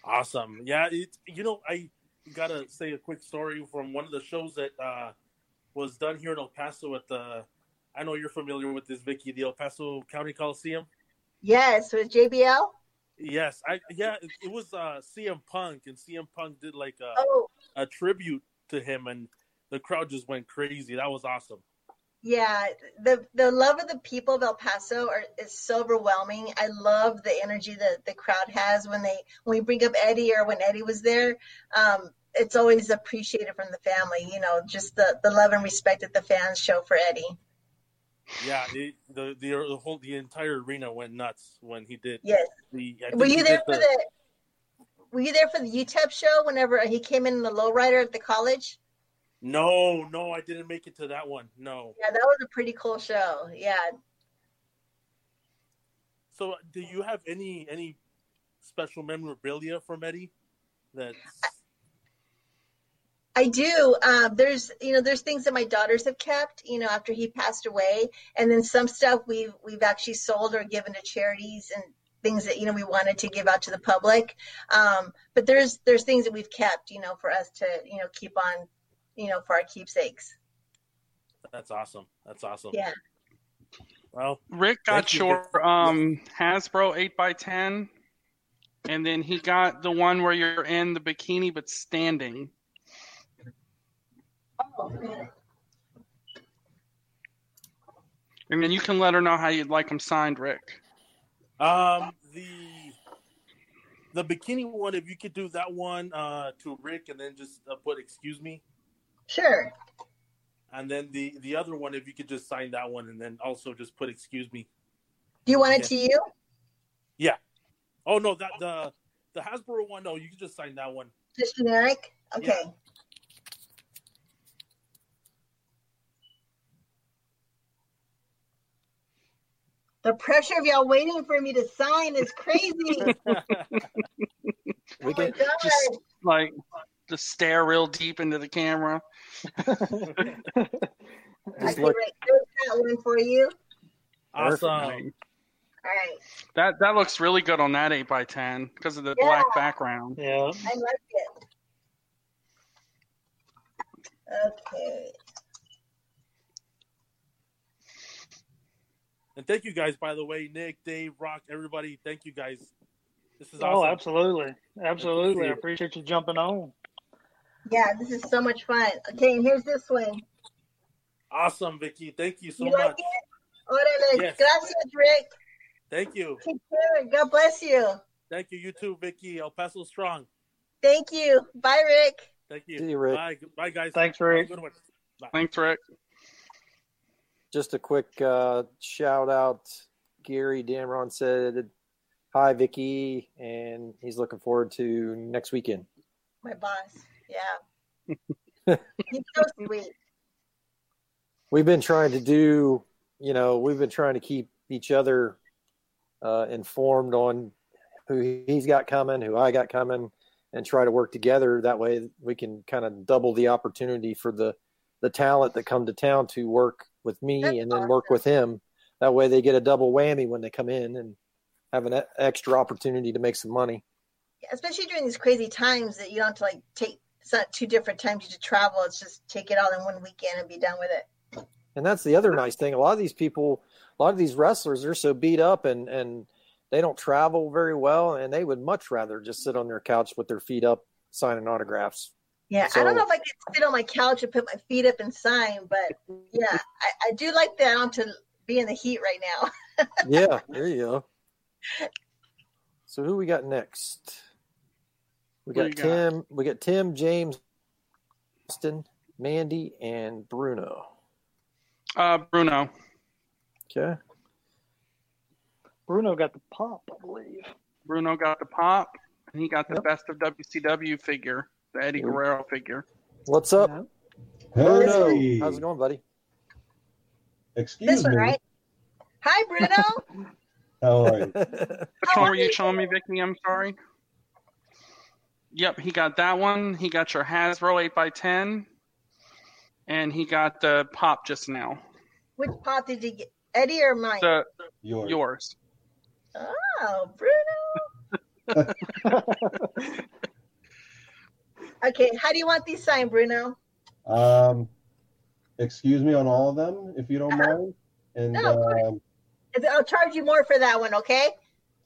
S12: Awesome. Yeah, it, you know, I gotta say a quick story from one of the shows that uh, was done here in El Paso at the. I know you're familiar with this, Vicky, the El Paso County Coliseum.
S1: yes with jbl
S12: Yes, I yeah, it, it was uh, CM Punk, and CM Punk did like a,
S1: Oh.
S12: a tribute to him, and the crowd just went crazy. That was awesome.
S1: Yeah, the the love of the people of El Paso are is so overwhelming. I love the energy that the crowd has when they when we bring up Eddie or when Eddie was there. Um, it's always appreciated from the family. You know, just the the love and respect that the fans show for Eddie.
S12: Yeah, it, the, the the whole the entire arena went nuts when he did.
S1: Yes.
S12: the, I think
S1: Were
S12: he
S1: you
S12: did
S1: there for the Were you there for the UTEP show whenever he came in the lowrider at the college?
S12: No, no, I didn't make it to that one. No.
S1: Yeah, that was a pretty cool show. Yeah,
S12: So, do you have any any special memorabilia from Eddie? That
S1: I do. Um, there's, you know, there's things that my daughters have kept, you know, after he passed away, and then some stuff we've we've actually sold or given to charities and things that you know we wanted to give out to the public. Um, but there's there's things that we've kept, you know, for us to you know keep on, you know, for our keepsakes.
S12: that's awesome. That's awesome.
S1: Yeah.
S12: Well,
S5: Rick got
S12: thank you,
S5: your um, Hasbro eight x ten, and then he got the one where you're in the bikini but standing. And then you can let her know how you'd like them signed, Rick.
S12: Um, the the bikini one, if you could do that one uh, to Rick, and then just uh, put "excuse me,"
S1: Sure.
S12: and then the the other one, if you could just sign that one, and then also just put "excuse me."
S1: Do you want it to
S12: Yeah.
S1: you?
S12: Yeah. Oh no, that the the Hasbro one. No, you can just sign that one.
S1: Just generic. Okay. The pressure of y'all waiting for me to sign is crazy.
S5: We
S1: can
S5: just like just stare real deep into the camera.
S1: I see right there's that one for you.
S5: Awesome.
S1: All right.
S5: That that looks really good on that eight by ten because of the
S1: Yeah.
S5: black background.
S1: I like it. Okay.
S12: And thank you guys, by the way, Nick, Dave, Rock, everybody. Thank you guys. This is
S8: Oh,
S12: awesome.
S8: absolutely, absolutely. I appreciate you jumping on.
S1: Yeah, this is so much fun. Okay, and here's this one.
S12: Awesome, Vicky. Thank you so
S1: you like
S12: much.
S1: it? Órale.
S12: Yes.
S1: Gracias, Rick.
S12: Thank you.
S1: Take care. God bless you.
S12: Thank you. You too, Vicky. El Paso strong.
S1: Thank you. Bye, Rick.
S12: Thank you.
S6: See you, Rick.
S12: Bye, bye, guys.
S8: Thanks,
S12: Have a
S8: Rick.
S12: good one. Bye.
S5: Thanks, Rick.
S6: Just a quick uh, shout out. Gary Damron said, "Hi, Vicky," and he's looking forward to next weekend.
S1: My boss. Yeah. He's so sweet.
S6: We've been trying to do, you know, we've been trying to keep each other uh, informed on who he's got coming, who I got coming, and try to work together. That way, we can kind of double the opportunity for the the talent that come to town to work with me and then work with him. That way, they get a double whammy when they come in and have an e- extra opportunity to make some money.
S1: Yeah, especially during these crazy times that you don't have to like take. It's not two different times you to travel. It's just take it all in one weekend and be done with it.
S6: And that's the other nice thing. A lot of these people, a lot of these wrestlers, they're so beat up and and they don't travel very well, and they would much rather just sit on their couch with their feet up, signing autographs.
S1: Yeah, I don't know if I could sit on my couch and put my feet up and sign, but yeah, I, I do like that. I don't have to be in the heat right now.
S6: yeah, there you go. So who we got next? We got
S1: Who you got?
S6: Tim. We got Tim, James, Austin, Mandy, and Bruno.
S5: Uh, Bruno.
S6: Okay.
S8: Bruno got the pop, I believe.
S5: Bruno got the pop, and he got the best of WCW figure, the Eddie
S6: Yep.
S5: Guerrero figure.
S6: What's up, Bruno?
S13: Hey.
S6: How's it going, buddy?
S13: Excuse
S1: This one,
S13: me.
S1: right? Hi, Bruno.
S13: How are you?
S5: Which one were you showing me, Vicky? I'm sorry. Yep, he got that one. He got your Hasbro 8x10, and he got the pop just now.
S1: Which pop did you get, Eddie or mine?
S5: The
S13: yours.
S5: yours.
S1: Oh, Bruno. okay, how do you want these signed, Bruno?
S13: Um, excuse me on all of them, if you don't mind. And
S1: No, of course.
S13: um,
S1: I'll charge you more for that one, okay?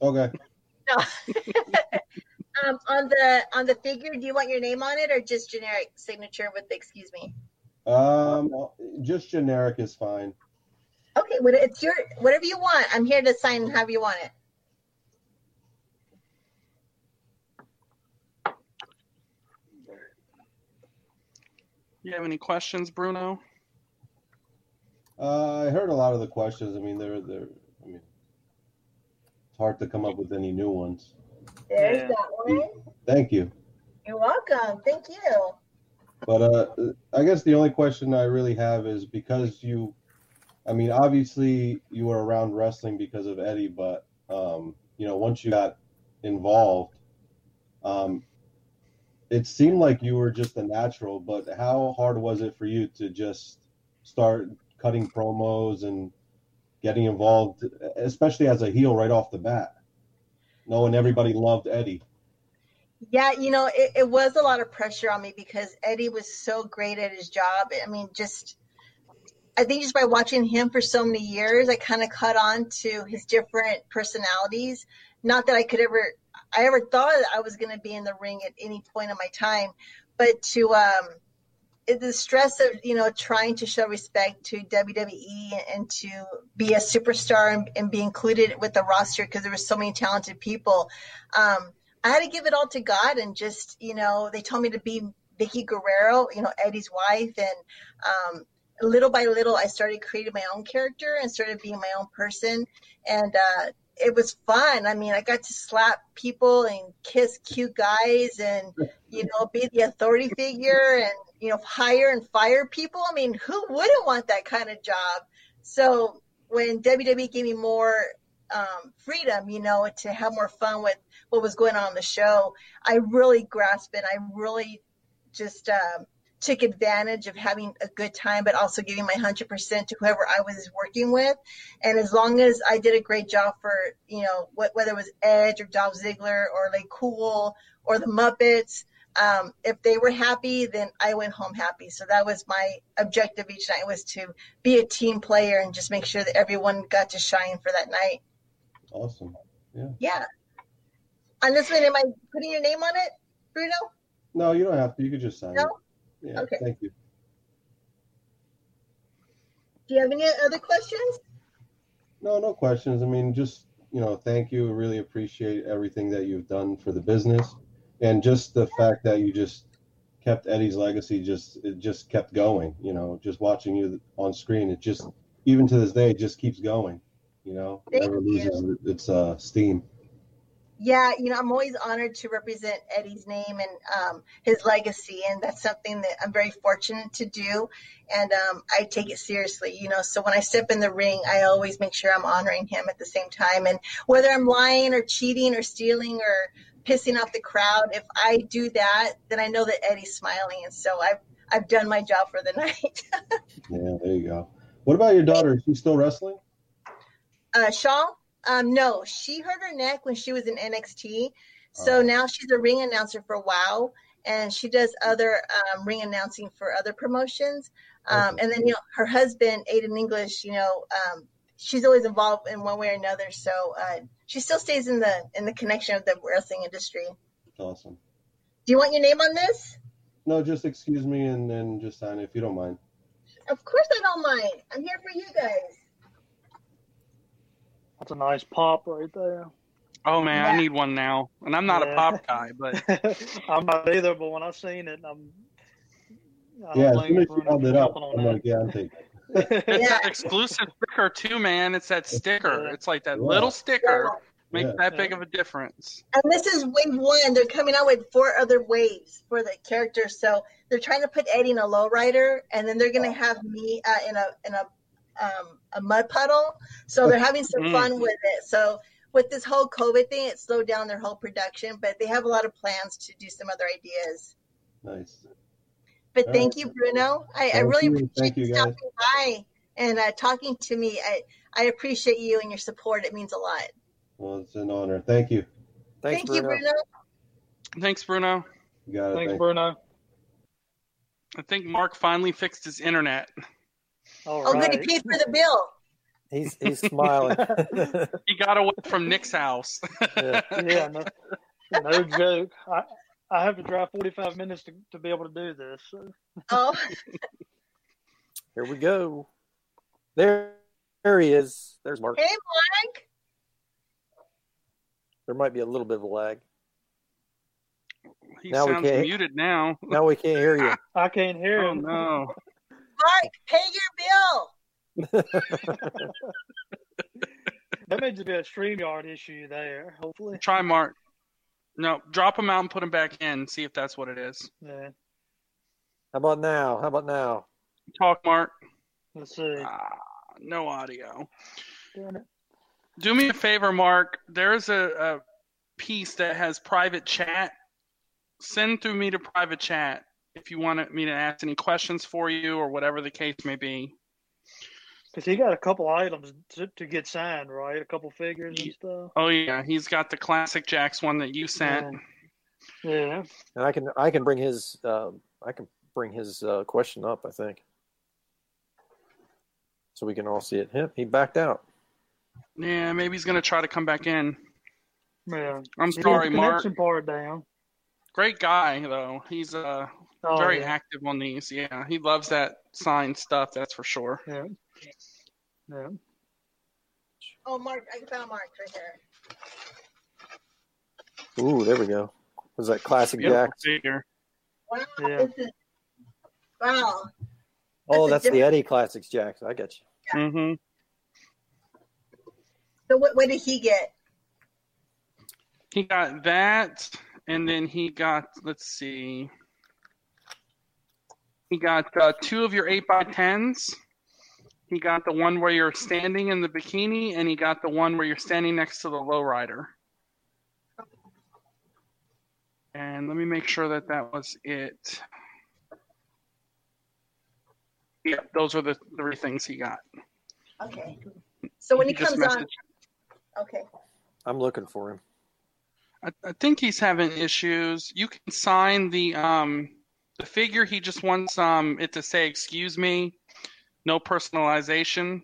S13: okay,
S1: No. um, on the on the figure, do you want your name on it or just generic signature with the excuse me?
S13: um, just generic is fine.
S1: Okay, what, it's your whatever you want. I'm here to sign however you want it.
S5: You have any questions, Bruno?
S13: Uh, I heard a lot of the questions. I mean, they're they're. I mean, it's hard to come up with any new ones.
S1: There's that one.
S13: Thank you.
S1: You're welcome. Thank you.
S13: But uh, I guess the only question I really have is because you, I mean, obviously you were around wrestling because of Eddie, but um, you know, once you got involved, um, it seemed like you were just a natural. But how hard was it for you to just start cutting promos and getting involved, especially as a heel right off the bat, knowing everybody loved Eddie?
S1: Yeah, you know, it, it was a lot of pressure on me because Eddie was so great at his job. I mean, just I think just by watching him for so many years, I kind of caught on to his different personalities. Not that I could ever, I ever thought that I was going to be in the ring at any point in my time, but to um, it, the stress of you know trying to show respect to WWE and to be a superstar and, and be included with the roster because there were so many talented people. Um, I had to give it all to God and just you know they told me to be Vicky Guerrero, you know Eddie's wife, and um, little by little I started creating my own character and started being my own person, and uh, it was fun. I mean, I got to slap people and kiss cute guys and you know, be the authority figure and, you know, hire and fire people. I mean, who wouldn't want that kind of job? So when WWE gave me more um, freedom, you know, to have more fun with what was going on in the show, I really grasped it. I really just um, took advantage of having a good time, but also giving my 100% to whoever I was working with. And as long as I did a great job for, you know, wh- whether it was Edge or Dolph Ziggler or like Cool or the Muppets, um, if they were happy, then I went home happy. So that was my objective each night was to be a team player and just make sure that everyone got to shine for that night.
S13: Awesome. Yeah.
S1: Yeah. On this one, am I putting your name on it, Bruno?
S13: No, you don't have to. You could just sign
S1: No?
S13: it. Yeah.
S1: Okay.
S13: Thank you.
S1: Do you have any other questions?
S13: No, no questions. I mean, just you know, thank you. Really appreciate everything that you've done for the business, and just the fact that you just kept Eddie's legacy. Just it just kept going. You know, just watching you on screen, it just even to this day it just keeps going. You know,
S1: Thank
S13: never
S1: you.
S13: loses its uh, steam.
S1: Yeah, you know, I'm always honored to represent Eddie's name and um, his legacy, and that's something that I'm very fortunate to do, and um, I take it seriously, you know. So when I step in the ring, I always make sure I'm honoring him at the same time, and whether I'm lying or cheating or stealing or pissing off the crowd, if I do that, then I know that Eddie's smiling, and so I've I've done my job for the night.
S13: Yeah, there you go. What about your daughter? Is she still wrestling?
S1: uh, Shaw. Um, no, she hurt her neck when she was in NXT, so now she's a ring announcer for WOW, and she does other um, ring announcing for other promotions. Um, And then you know her husband Aiden English, you know, um, she's always involved in one way or another. So uh, she still stays in the in the connection of the wrestling industry.
S13: Awesome.
S1: Do you want your name on this?
S13: No, just excuse me and then just sign it if you don't mind.
S1: Of course, I don't mind. I'm here for you guys.
S8: That's a nice pop right there.
S5: Oh man, I need one now, and I'm not a
S8: Yeah.
S5: pop guy, but
S8: I'm not either, but when I seen it, I'm. I don't
S13: Yeah, as
S8: blame
S13: soon
S8: you
S13: as
S8: for
S13: she held it up,
S8: jumping on
S13: I'm
S8: that.
S13: like, yeah, I'm taking it.
S5: it's that exclusive sticker too, man. It's that sticker. It's like that
S13: Yeah.
S5: little sticker makes
S13: Yeah.
S5: that big of a difference.
S1: And this is wave one. They're coming out with four other waves for the characters. So they're trying to put Eddie in a lowrider, and then they're gonna have me uh, in a in a um, a mud puddle. So they're having some
S14: Mm.
S1: fun with it. So with this whole COVID thing, it slowed down their whole production, but they have a lot of plans to do some other ideas.
S13: Nice.
S1: But
S13: All
S1: thank
S13: right.
S1: you, Bruno. I, I
S13: Thank
S1: really
S13: you.
S1: appreciate
S13: Thank you,
S1: you
S13: guys.
S1: stopping by and uh, talking to me. I I appreciate you and your support. It means a lot.
S13: Well, it's an honor. Thank you.
S1: Thank you, Bruno.
S5: Thanks, Bruno.
S13: You got it.
S8: Thanks,
S13: Thank-
S8: Bruno.
S5: I think Mark finally fixed his internet.
S8: All
S1: Oh, good. He paid for the bill.
S6: He's he's smiling.
S5: he got away from Nick's house.
S8: yeah, no, no joke. I, I have to drive 45 minutes to, to be able to do this. so.
S1: Oh.
S6: Here we go. There, there he is. There's Mark.
S1: Hey, Mark.
S6: There might be a little bit of a lag.
S5: He
S6: Now we
S5: sounds
S6: can't-
S5: muted now.
S6: Now we can't hear you.
S8: I can't hear
S5: him. Oh, no.
S1: Mark, pay your bill.
S8: That may just be a StreamYard issue there, hopefully.
S5: Try Mark. No, drop him out and put him back in. See if that's what it is.
S8: Yeah.
S6: How about now? How about now?
S5: Talk, Mark.
S8: Let's see.
S5: Ah, no audio.
S8: Damn it.
S5: Do me a favor, Mark. There's a, a piece that has private chat. Send through me to private chat if you want me to ask any questions for you or whatever the case may be.
S8: Because he got a couple items to, to get signed, right? A couple figures and stuff.
S5: Oh yeah, he's got the classic Jax one that you sent.
S8: Yeah.
S6: And I can I can bring his um, I can bring his uh, question up. I think so we can all see it. Yep, he backed out.
S5: Yeah, maybe he's gonna try to come back in.
S8: Yeah.
S5: I'm
S8: He got
S5: sorry,
S8: the
S5: Mark.
S8: Connection part down.
S5: Great guy though. He's uh
S8: Oh,
S5: very
S8: yeah.
S5: active on these. Yeah, he loves that sign stuff. That's for sure.
S8: Yeah. Yeah.
S1: Oh, Mark, I found Mark right here.
S6: Ooh, there we go. Was that classic
S5: Beautiful
S6: Jack?
S5: figure.
S1: Wow,
S8: Yeah.
S1: this is wow.
S6: Oh,
S1: That's
S6: that's
S1: a
S6: the Eddie Classics Jacks. I got you.
S5: Mm-hmm.
S1: So what, what did he get?
S5: He got that, and then he got. Let's see. He got uh, two of your eight by tens, He got the one where you're standing in the bikini, and he got the one where you're standing next to the lowrider. And let me make sure that that was it. Yeah, those are the three things he got.
S1: Okay. So when he,
S5: He just
S1: comes on,
S5: messaged.
S1: okay.
S6: I'm looking for him.
S5: I, I think he's having issues. You can sign the um the figure. He just wants um it to say "Excuse me," no personalization,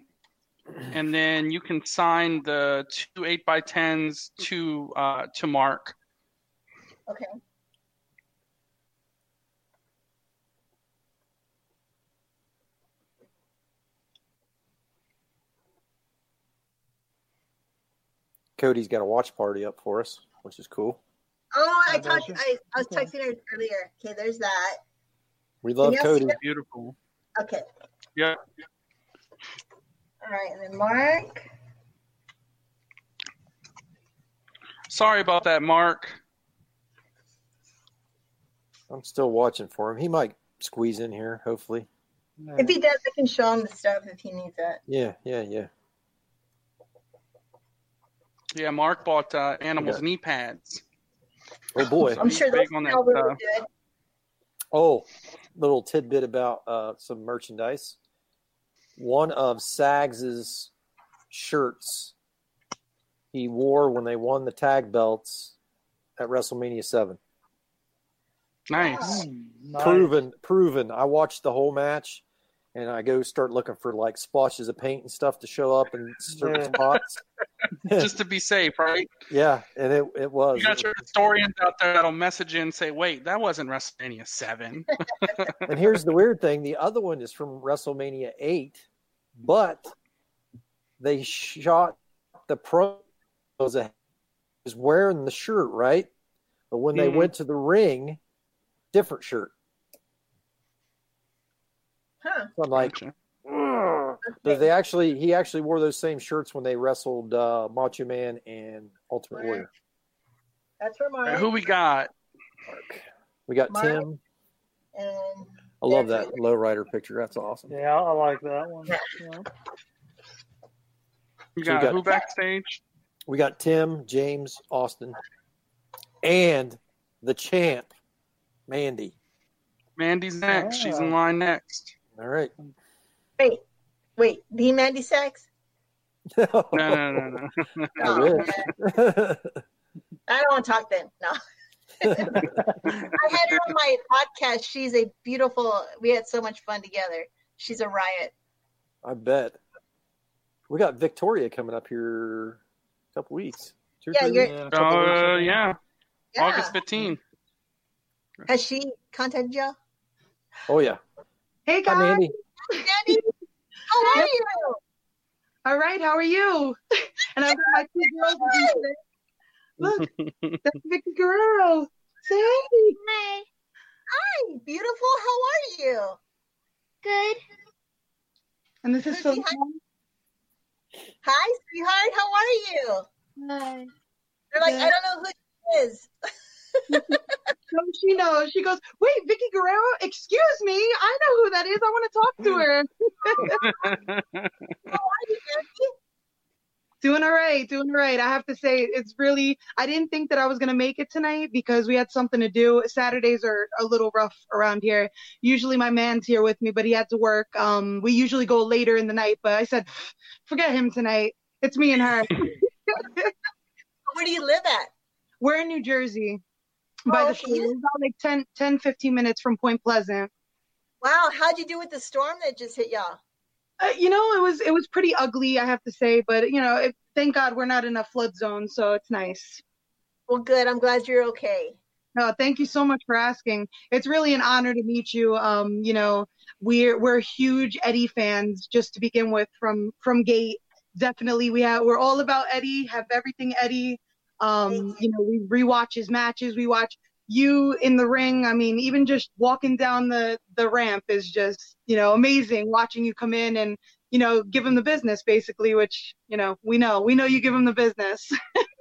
S5: and then you can sign the two eight by tens to uh to Mark.
S1: Okay.
S6: Cody's got a watch party up for us, which is cool.
S1: Oh, I talked. I, I was texting her earlier. Okay, there's that.
S6: We love
S1: Yes.
S6: Cody.
S5: Beautiful.
S1: Okay.
S5: Yeah.
S1: All right, and then Mark.
S5: Sorry about that, Mark.
S6: I'm still watching for him. He might squeeze in here, hopefully.
S1: If he does, I can show him the stuff if he needs it.
S6: Yeah, yeah, yeah.
S5: Yeah, Mark bought uh, animals
S6: Okay.
S5: knee pads.
S6: Oh boy.
S5: So I'm sure he's those big on that, smell really uh,
S1: good.
S6: Oh, little tidbit about uh, some merchandise. One of Sags's shirts he wore when they won the tag belts at WrestleMania Seven.
S5: Nice.
S8: Mm,
S6: Proven, proven. I watched the whole match, and I go start looking for like splashes of paint and stuff to show up in certain
S5: Yeah.
S6: spots.
S5: Just to be safe, right?
S6: Yeah, and it it was.
S5: You got your historians out there that'll message in and say, wait, that wasn't WrestleMania 7.
S6: and here's the weird thing: the other one is from WrestleMania Eight, but they shot the promos. ahead. He Was wearing the shirt, right? But when they
S5: Mhm.
S6: went to the ring, different shirt.
S1: Huh.
S6: So I'm like, "Ugh." but they actually he actually wore those same shirts when they wrestled uh, Macho Man and Ultimate Warrior.
S1: That's where Mark.
S5: Who we got?
S6: We got
S1: Mark.
S6: Tim.
S1: And
S6: I love that lowrider picture. That's awesome.
S8: Yeah, I I like that one. Yeah.
S5: We
S6: So
S5: got,
S6: we got-
S5: who backstage?
S6: We got Tim, James, Austin, and the champ, Mandy.
S5: Mandy's next. She's
S1: Oh.
S5: in line next.
S6: All right.
S1: wait, wait, the Mandy Sex?
S6: No,
S5: no, no, no. no.
S6: I wish.
S1: I don't want to talk then. No. I had her on my podcast. She's a beautiful. We had so much fun together. She's a riot.
S6: I bet. We got Victoria coming up here a couple weeks. Two or
S1: Yeah,
S6: three
S1: you're-
S6: weeks?
S1: Yeah, a
S5: couple weeks, I Uh, think. yeah.
S1: Yeah.
S5: August 15.
S1: Has she contacted you?
S6: Oh yeah.
S14: Hey guys.
S6: Mandy.
S1: Mandy, how are you?
S14: All right, how are you? And I've got my two girls with me today. Look, that's Vicky Guerrero. Say
S1: Hi. Hi, beautiful. How are you? Good.
S14: And this is so
S1: Hi, sweetheart. How are you? Hi. They're like, I don't know who she is.
S14: so she knows. She goes, Wait, Vicky Guerrero, excuse me. I know who that is. I want to talk to her. Oh, Doing all right, doing all right. I have to say, it's really, I didn't think that I was going to make it tonight because we had something to do. Saturdays are a little rough around here. Usually my man's here with me, but he had to work. Um, we usually go later in the night, but I said, forget him tonight. It's me and her.
S1: Where do you live at?
S14: We're in New Jersey by the shore. We're about like 10, 10, 15 minutes from Point Pleasant.
S1: Wow, how'd you do with the storm that just hit y'all?
S14: Uh, you know, it was it was pretty ugly, I have to say, but you know, it, thank God we're not in a flood zone, so it's nice.
S1: Well, good. I'm glad you're okay.
S14: No, thank you so much for asking. It's really an honor to meet you. Um, you know, we're we're huge Eddie fans just to begin with from from Gate. Definitely, we have we're all about Eddie. Have everything Eddie. Um, you know, we rewatch his matches. We watch you in the ring. I mean, even just walking down the the ramp is just you know amazing. Watching you come in and you know give him the business basically, which you know we know we know you give him the business.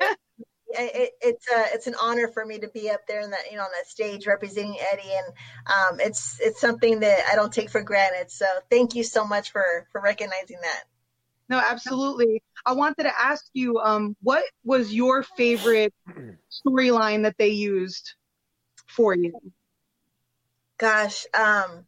S1: I- it, it's a it's an honor for me to be up there in that you know on that stage representing Eddie, and um, it's it's something that I don't take for granted. So thank you so much for for recognizing that.
S14: No, absolutely. I wanted to ask you, um, what was your favorite storyline that they used for you?
S1: Gosh, um,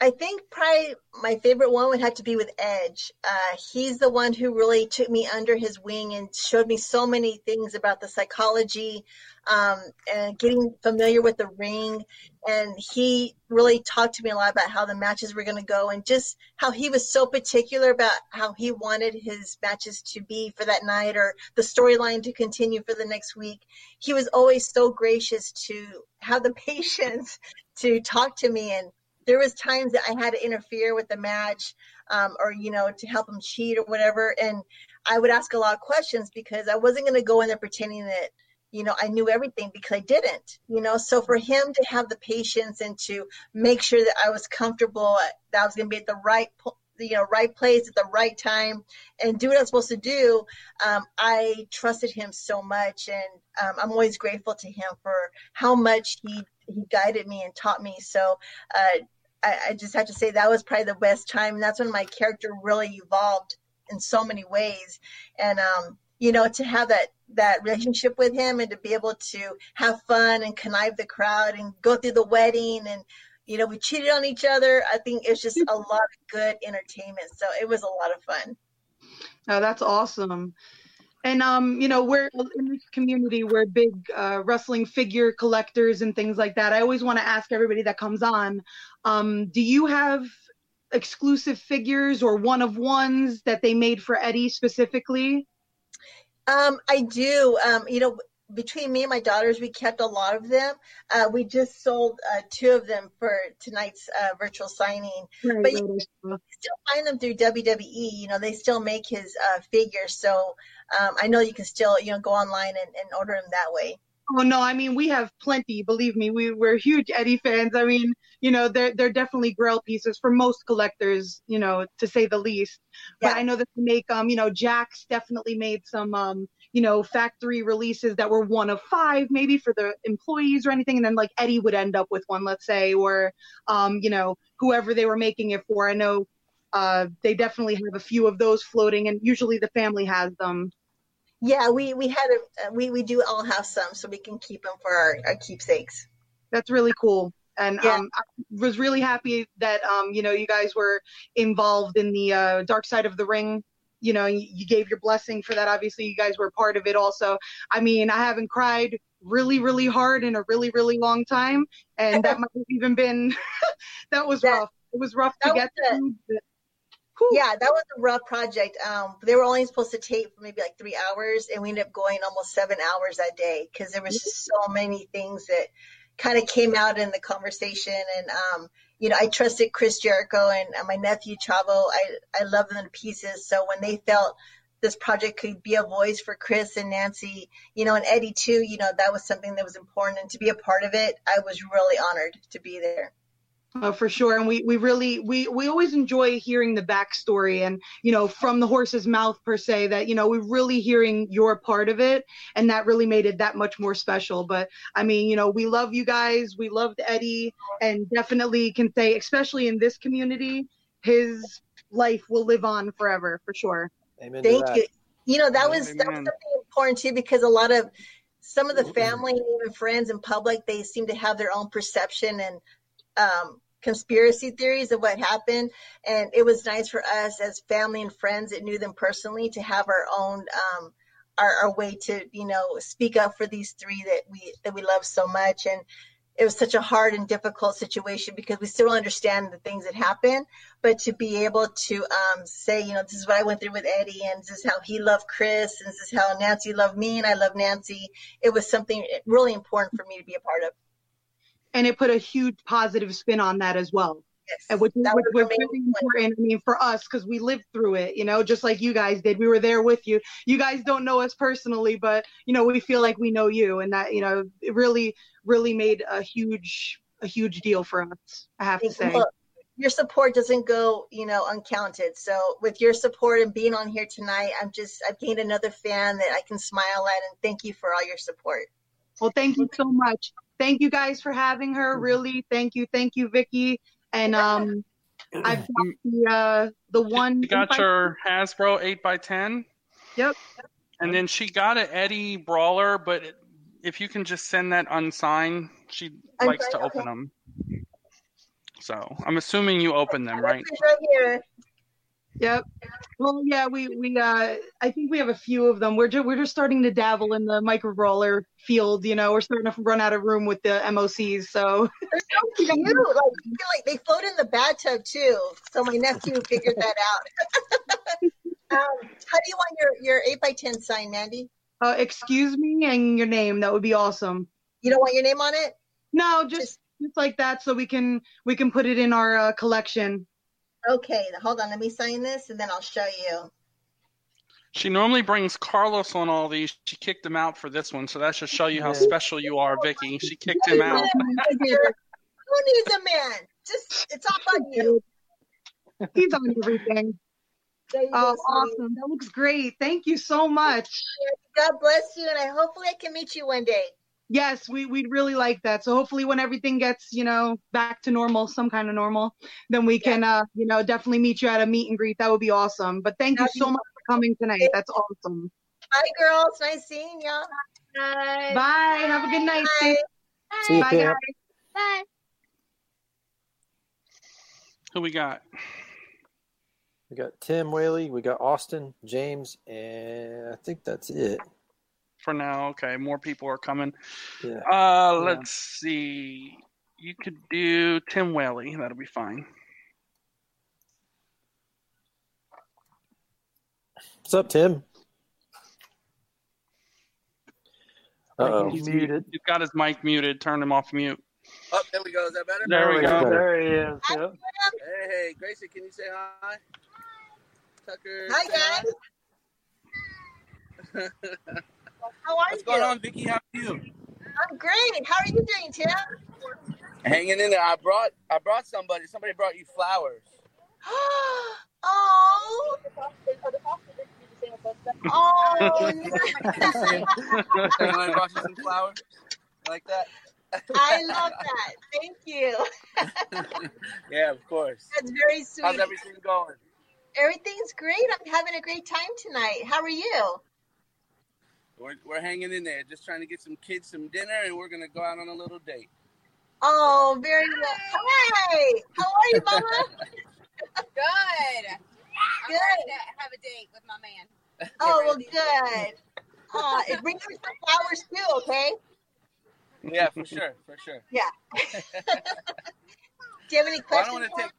S1: I think probably my favorite one would have to be with Edge. Uh, he's the one who really took me under his wing and showed me so many things about the psychology um, and getting familiar with the ring. And he really talked to me a lot about how the matches were going to go and just how he was so particular about how he wanted his matches to be for that night or the storyline to continue for the next week. He was always so gracious to have the patience to talk to me and there was times that I had to interfere with the match, um, or you know, to help him cheat or whatever. And I would ask a lot of questions because I wasn't going to go in there pretending that you know I knew everything because I didn't. You know, so for him to have the patience and to make sure that I was comfortable, that I was going to be at the right po- you know right place at the right time and do what i was supposed to do um, i trusted him so much and um, i'm always grateful to him for how much he he guided me and taught me so uh, I, I just have to say that was probably the best time that's when my character really evolved in so many ways and um, you know to have that that relationship with him and to be able to have fun and connive the crowd and go through the wedding and you know, we cheated on each other. I think it's just a lot of good entertainment. So it was a lot of fun.
S14: No, Oh, that's awesome. And um, you know, we're in this community, we're big uh, wrestling figure collectors and things like that. I always want to ask everybody that comes on, um, do you have exclusive figures or one of ones that they made for Eddie specifically?
S1: Um, I do. Um, you know, between me and my daughters, we kept a lot of them. Uh, we just sold uh, two of them for tonight's uh, virtual signing.
S14: Right,
S1: but
S14: right,
S1: you
S14: I saw.
S1: still find them through WWE. You know, they still make his uh, figures. So um, I know you can still, you know, go online and, and order them that way.
S14: Oh no, I mean we have plenty. Believe me, we we're huge Eddie fans. I mean, you know, they're they're definitely grail pieces for most collectors, you know, to say the least. But I know that they make um, you know, Jack's definitely made some um, you know, factory releases that were one of five, maybe for the employees or anything, and then like Eddie would end up with one, let's say, or um, you know, whoever they were making it for. I know uh they definitely have a few of those floating and usually the family has them.
S1: Yeah, we, we had a, uh, we, we do all have some so we can keep them for our, our keepsakes.
S14: That's really cool. And um, I was really happy that um, you know you guys were involved in the uh, dark side of the ring. You know, you, you gave your blessing for that. Obviously, you guys were part of it. Also, I mean, I haven't cried really, really hard in a really, really long time, and that might have even been that was rough. It was rough to get through. but-
S1: Yeah, that was a rough project. Um, they were only supposed to tape for maybe like three hours, and we ended up going almost seven hours that day because there was just so many things that kind of came out in the conversation. And um, you know, I trusted Chris Jericho and uh, my nephew Chavo. I I love them to pieces. So when they felt this project could be a voice for Chris and Nancy, you know, and Eddie too, you know, that was something that was important, and to be a part of it, I was really honored to be there.
S14: Uh, for sure, and we we really we we always enjoy hearing the backstory and you know from the horse's mouth per se that you know we're really hearing your part of it and that really made it that much more special. But I mean, you know, we love you guys, we loved Eddie, and definitely can say, especially in this community, his life will live on forever for sure.
S6: Amen.
S1: Thank you. You know, that was, that was something important too because a lot of some of the family and even friends in public, they seem to have their own perception and um, conspiracy theories of what happened. And it was nice for us as family and friends that knew them personally to have our own um, our, our way to you know speak up for these three that we that we love so much. And it was such a hard and difficult situation because we still understand the things that happened, but to be able to um, say, you know, this is what I went through with Eddie, and this is how he loved Chris, and this is how Nancy loved me, and I love Nancy. It was something really important for me to be a part of.
S14: and it put a huge positive spin on that as well.
S1: And
S14: which, which was really important, I mean, for us because we lived through it, you know, just like you guys did. We were there with you. You guys don't know us personally, but you know, we feel like we know you, and that you know, it really, really made a huge, a huge deal for us. I have to say.
S1: Well, your support doesn't go, you know, uncounted. So with your support and being on here tonight, I'm just I've gained another fan that I can smile at and thank you for all your support.
S14: Well, thank you so much. Thank you guys for having her. Really, thank you, thank you, Vicky. And um, I've got the uh, the one.
S5: You got your Hasbro 8x10,
S14: Yep.
S5: and then she got an Eddie Brawler, but it- if you can just send that unsigned, she likes to open them. So I'm assuming you open them, right?
S1: Right here.
S14: Yep. Well, yeah, we we uh, I think we have a few of them. We're just we're just starting to dabble in the micro roller field. You know, we're starting to run out of room with the MOCs. So
S1: They're so cute. Like, I feel like they float in the bathtub too. So my nephew figured that out. um, how do you want your your eight by ten sign, Mandy?
S14: uh, excuse me and your name. That would be awesome.
S1: You don't want your name on it?
S14: No, just just like that, so we can we can put it in our uh, collection.
S1: Okay, hold on. Let me sign this, and then I'll show you.
S5: She normally brings Carlos on all these. She kicked him out for this one, so that should show you how special you are, Vicky. She kicked him out.
S1: Who needs a man? Just it's all on you.
S14: He's on everything.
S1: There you
S14: Oh,
S1: go, sweetie.
S14: awesome! That looks great. Thank you so much.
S1: God bless you, and I hopefully I can meet you one day.
S14: Yes, we we'd really like that. So hopefully, when everything gets you know back to normal, some kind of normal, then we can uh you know definitely meet you at a meet and greet. That would be awesome. But thank you so much for coming tonight. That's awesome.
S1: Bye, girls. Nice seeing y'all. Bye.
S14: Bye. Have a good night.
S1: Bye.
S14: See you, Bye, Pam.
S5: guys. Who we got?
S6: We got Tim Whaley, we got Austin, James, and I think that's it.
S5: for now. Okay, more people are coming.
S6: Yeah.
S5: Uh, let's see. You could do Tim Whaley. That'll be fine.
S6: What's up, Tim?
S5: Uh-oh. He's muted. He's got his mic muted. Turn him off mute.
S15: Oh, there we go. Is that better?
S5: There we go.
S8: he is.
S15: Hey, hey, Gracie, can you say hi? Tucker.
S1: Hi, guys. How are
S15: What's
S1: you?
S15: going on, Vicky? How are you?
S1: I'm great. How are you doing, Tim?
S15: Hanging in there. I brought I brought somebody. Somebody brought you flowers.
S1: oh. Oh, nice.
S15: Somebody brought you some flowers. You Like that?
S1: I love that. Thank you.
S15: Yeah, of course.
S1: That's very sweet.
S15: How's everything going?
S1: Everything's great. I'm having a great time tonight. How are you?
S15: We're, we're hanging in there. Just trying to get some kids some dinner, and we're gonna go out on a little date.
S1: Oh, very well. Hi. How are you, Mama?
S16: Good. I'm ready to uh, have a date with my man.
S1: Oh, well, good. Uh, and bring her some flowers too, okay?
S15: Yeah, for sure, for sure.
S1: Yeah. Do you
S15: Well,
S1: have any
S15: I don't
S1: questions?
S15: want to
S1: for
S15: take.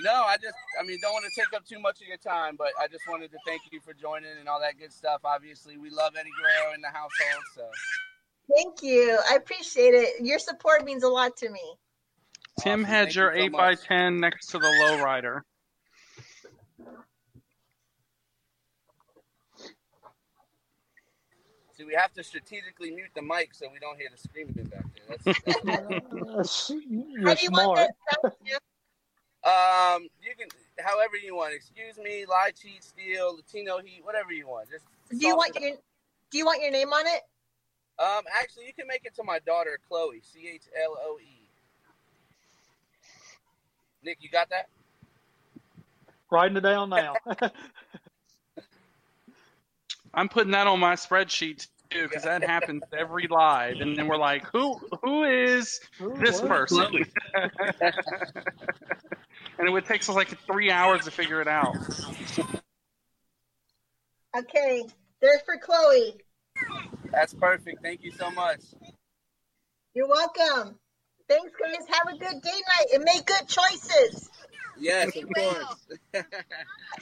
S15: No, I just, I mean, don't want to take up too much of your time, but I just wanted to thank you for joining and all that good stuff. Obviously, we love Eddie Guerrero in the household, so
S1: me? Thank you. I appreciate it. Your support means a lot to me.
S5: Tim had your eight by ten next to the lowrider.
S15: see, we have to strategically mute the mic so we don't hear the screaming back there. That's, that's
S8: You're smart.
S15: um, you can, however you want. Excuse me, lie, cheat, steal, Latino heat, whatever you want. Just
S1: Do you want your Do you want your name on it?
S15: um, actually, you can make it to my daughter Chloe, C H L O E. Nick, you got that?
S8: Riding it down now.
S5: I'm putting that on my spreadsheet too because that happens every live, and then we're like, who who is this
S8: what?
S5: person? and it would take us like three hours to figure it out.
S1: Okay. There's for Chloe.
S15: That's perfect. Thank you so much.
S1: You're welcome. Thanks, guys. Have a good day night and make good choices.
S15: Yes, of course.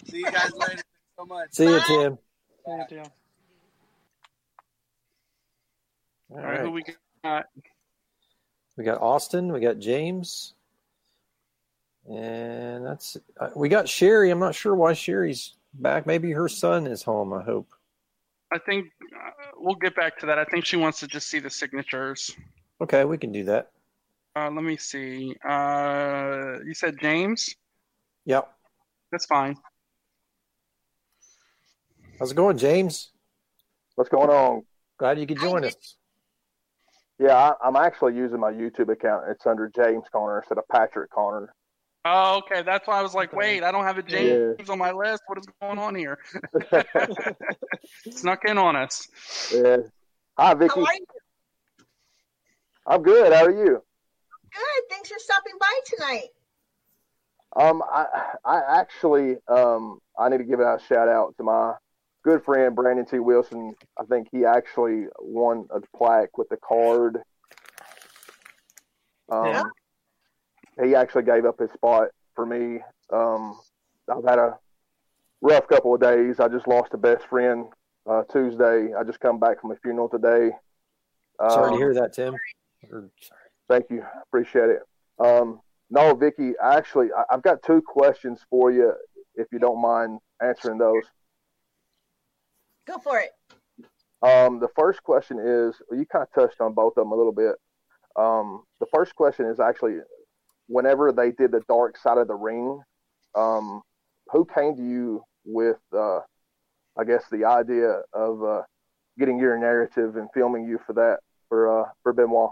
S15: See you guys later. Thanks so much.
S6: See you, Tim.
S15: Bye. Tim.
S5: All right, who we got?
S6: We got Austin, we got James, and that's uh, we got Sherry. I'm not sure why Sherry's back. Maybe her son is home. I hope.
S5: I think uh, we'll get back to that. I think she wants to just see the signatures.
S6: Okay, we can do that.
S5: Uh, let me see. Uh, you said James.
S6: Yep.
S5: That's fine.
S6: How's it going, James?
S17: What's going on?
S6: Glad you could join us.
S17: Yeah, I, I'm actually using my YouTube account. It's under James Connor instead of Patrick Connor.
S5: Oh, okay. That's why I was like, wait, I don't have a James on my list. What is going on here? Snuck in on us.
S17: Yeah. Hi, Vicky. I'm good. How are you?
S1: Good. Thanks for stopping by tonight.
S17: Um, I I actually um I need to give a shout out to my good friend Brandon T. Wilson. I think he actually won a plaque with the card. Um,
S1: Yeah.
S17: he actually gave up his spot for me. Um, I've had a rough couple of days. I just lost a best friend uh, Tuesday. I just come back from a funeral today.
S6: Sorry to
S17: Um,
S6: hear that, Tim. Or-
S17: Thank you. Appreciate it. Um, no, Vicky, actually, I, I've got two questions for you, if you don't mind answering those.
S1: Go for it.
S17: Um, the first question is well, you kind of touched on both of them a little bit. Um, the first question is actually whenever they did the dark side of the ring, um, who came to you with, uh, I guess, the idea of uh, getting your narrative and filming you for that for uh, for Benoit?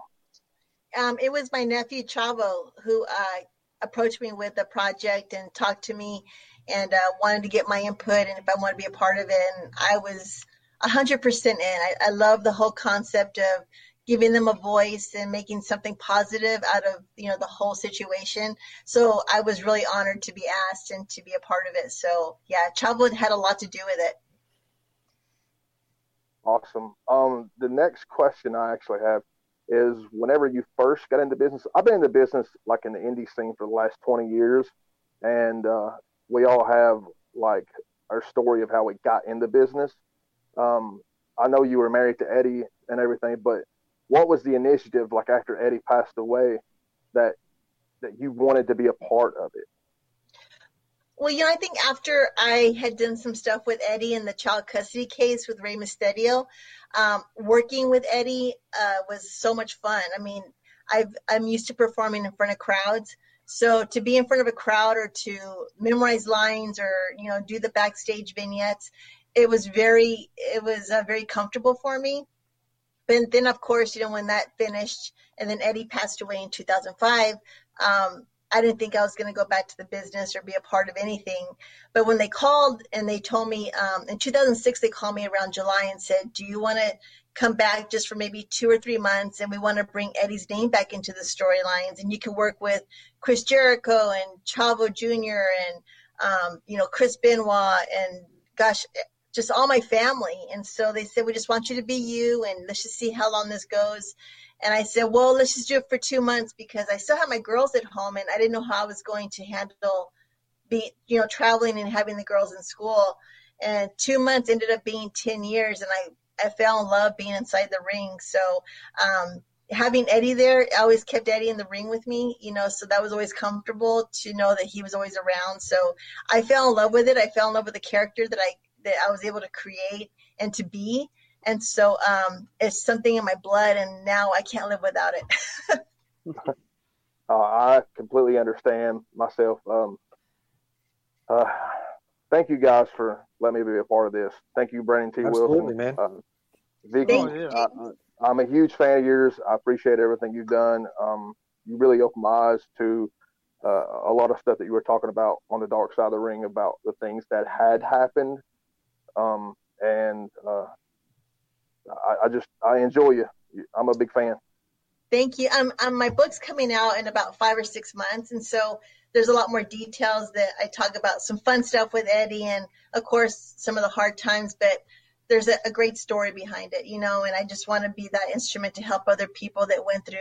S1: um, it was my nephew Chavo who uh, approached me with the project and talked to me and uh, wanted to get my input and if I wanted to be a part of it. And I was 100% in. I, I love the whole concept of giving them a voice and making something positive out of you know the whole situation. So I was really honored to be asked and to be a part of it. So yeah, Chavo had a lot to do with it.
S17: Awesome. Um, the next question I actually have is whenever you first got into business, I've been in the business like in the indie scene for the last 20 years, and uh, we all have like our story of how we got into business. Um, I know you were married to Eddie and everything, but what was the initiative like after Eddie passed away that that you wanted to be a part of it?
S1: Well, you know, I think after I had done some stuff with Eddie in the child custody case with Ray Mysterio, um, working with Eddie uh, was so much fun. I mean, I've, I'm used to performing in front of crowds. So to be in front of a crowd or to memorize lines or, you know, do the backstage vignettes, it was very, it was uh, very comfortable for me. But then, of course, you know, when that finished and then Eddie passed away in 2005, um, I didn't think I was going to go back to the business or be a part of anything. But when they called and they told me um, in 2006, they called me around July and said, Do you want to come back just for maybe two or three months? And we want to bring Eddie's name back into the storylines. And you can work with Chris Jericho and Chavo Jr. and, um, you know, Chris Benoit and gosh, just all my family. And so they said, We just want you to be you and let's just see how long this goes. And I said, well, let's just do it for two months because I still had my girls at home and I didn't know how I was going to handle be, you know, traveling and having the girls in school. And two months ended up being 10 years and I, I fell in love being inside the ring. So, um, having Eddie there, I always kept Eddie in the ring with me, you know, so that was always comfortable to know that he was always around. So I fell in love with it. I fell in love with the character that I, that I was able to create and to be. And so um, it's something in my blood, and now I can't live without it.
S17: Uh, I completely understand myself. Um, uh, thank you guys for letting me be a part of this. Thank you, Brandon T.
S6: Absolutely,
S17: Wilson.
S6: man.
S17: Uh, Vicky,
S6: Thank you.
S17: I,
S9: Uh,
S17: I- I'm a huge fan of yours. I appreciate everything you've done. Um, you really opened my eyes to uh, a lot of stuff that you were talking about on the dark side of the ring about the things that had happened. Um, and uh, I, I just, I enjoy you. I'm a big fan.
S1: Thank you. Um, um, my book's coming out in about five or six months, and so there's a lot more details that I talk about some fun stuff with Eddie, and of course some of the hard times. But there's a, a great story behind it, you know. And I just want to be that instrument to help other people that went through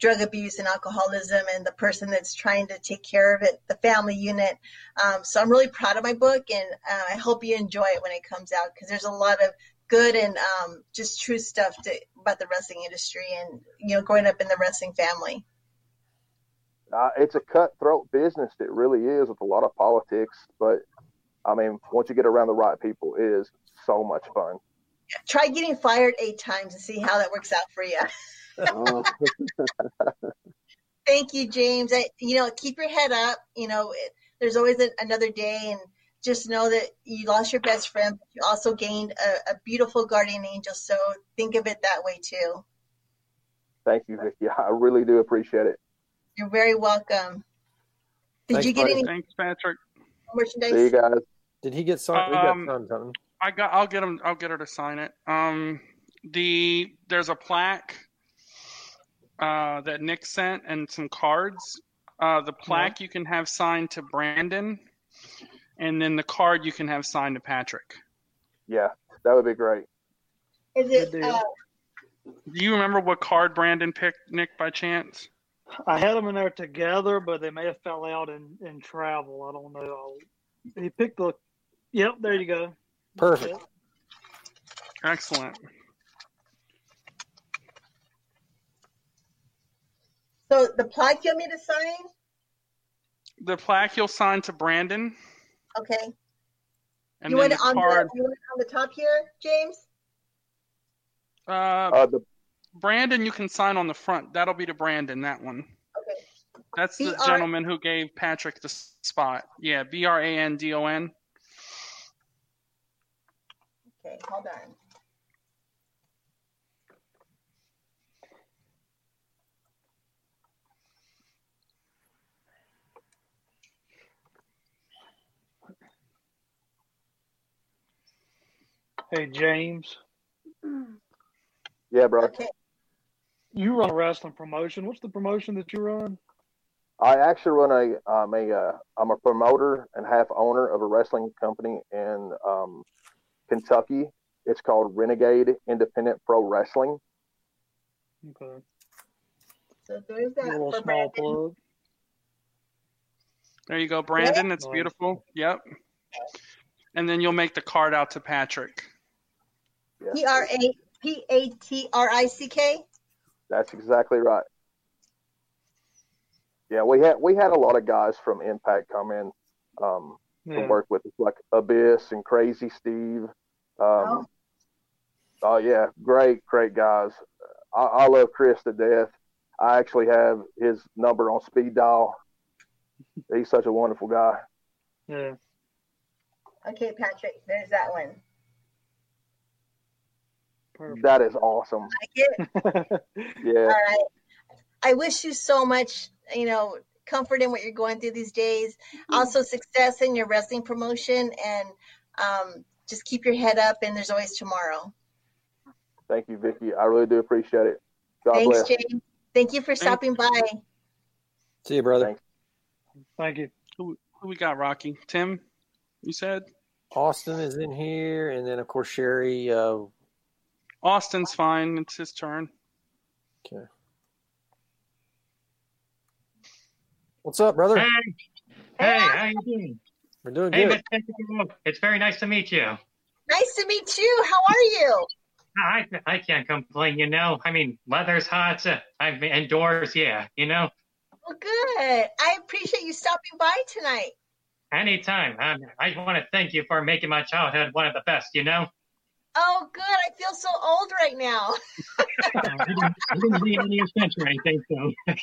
S1: drug abuse and alcoholism, and the person that's trying to take care of it, the family unit. Um, so I'm really proud of my book, and uh, I hope you enjoy it when it comes out because there's a lot of good and um, just true stuff to, about the wrestling industry and you know growing up in the wrestling family.
S17: uh, it's a cutthroat business. It really is with a lot of politics, but I mean, once you get around the right people, it is so much fun.
S1: Try getting
S9: uh,
S1: fired eight times and see how that works out for you. Thank you, James. I, you know, keep your head up. You know, it, there's always a, another day, and just know that you lost your best friend, but you also gained a, a beautiful guardian angel. So think of it that way too.
S17: Thank you, Vicky. I really do appreciate it.
S1: You're very welcome. Did
S6: Thanks,
S1: you get
S6: buddy.
S1: any
S5: Thanks, Patrick.
S1: merchandise?
S17: See you guys.
S6: Did he get signed? he
S5: Um,
S6: got signed something.
S5: I got. I'll get him. I'll get her to sign it. Um, the there's a plaque uh, that Nick sent and some cards. Uh,
S17: Uh-huh.
S5: the plaque you can have signed to Brandon, and then the card you can have signed to Patrick.
S17: Yeah, that would be great.
S1: Is it? Uh,
S5: Do you remember what card Brandon picked, Nick, by chance?
S8: I had them in there together, but they may have fell out in, in travel. I don't know. He picked the. Yep, there you go.
S6: Perfect.
S5: Excellent.
S1: so the plaque you want me to sign?
S5: The plaque you'll sign to Brandon,
S1: Okay.
S5: and
S1: you
S5: then
S1: want
S5: the
S1: it on
S5: card.
S1: the you want it on the top here, James?
S5: Uh,
S17: Uh, the
S5: Brandon, you can sign on the front. That'll be to Brandon. That one.
S1: Okay.
S5: That's the
S1: B.R.
S5: gentleman who gave Patrick the s- spot. Yeah, B R A N D O N.
S1: Okay, hold on.
S8: Hey, James,
S17: Yeah, bro.
S8: you run a wrestling promotion. What's the promotion that you run?
S17: I actually run a I'm a uh, I'm a promoter and half owner of a wrestling company in um, Kentucky. It's called Renegade Independent Pro Wrestling.
S8: Okay.
S1: So there's
S8: A
S1: that
S8: little
S1: for
S8: small
S1: Brandon.
S8: plug.
S5: There you go, Brandon. It's
S8: Nice.
S5: beautiful. Yep. And then you'll make the card out to Patrick.
S1: P R A P A T R I C K.
S17: That's exactly right. Yeah, we had we had a lot of guys from Impact come in um, to
S8: Yeah.
S17: work with us, like Abyss and Crazy Steve. Um, oh. yeah, great, great guys. I, I love Chris to death. I actually have his number on speed dial. He's such a wonderful guy.
S8: Yeah.
S1: Okay, Patrick. There's that one.
S17: That is awesome.
S1: I get it. All
S17: Yeah.
S1: right. I wish you so much, you know, comfort in what you're going through these days. Also, success in your wrestling promotion, and um, just keep your head up. And there's always tomorrow.
S17: Thank you, Vicky. I really do appreciate it. God
S1: Thanks,
S17: bless.
S1: James. Thank you for stopping by.
S6: See you, brother.
S8: Thank you.
S5: Who, who we got, Rocky? Tim, you said?
S6: Austin is in here, and then of course Sherry. Uh,
S5: Austin's fine. It's his turn.
S6: okay. What's up, brother?
S18: Hey, hey, how you doing?
S6: We're doing
S18: Hey,
S6: good.
S18: Miss Tentacle, it's very nice to meet you.
S1: Nice to meet you. How are you?
S18: I I can't complain, you know. I mean, weather's hot. uh, I'm indoors, yeah, you know.
S1: Well, good. I appreciate you stopping by tonight.
S18: Anytime. Um, I want to thank you for making my childhood one of the best, you know.
S1: Oh, good. I feel so old right now.
S18: I didn't, I didn't leave any offense or anything, so.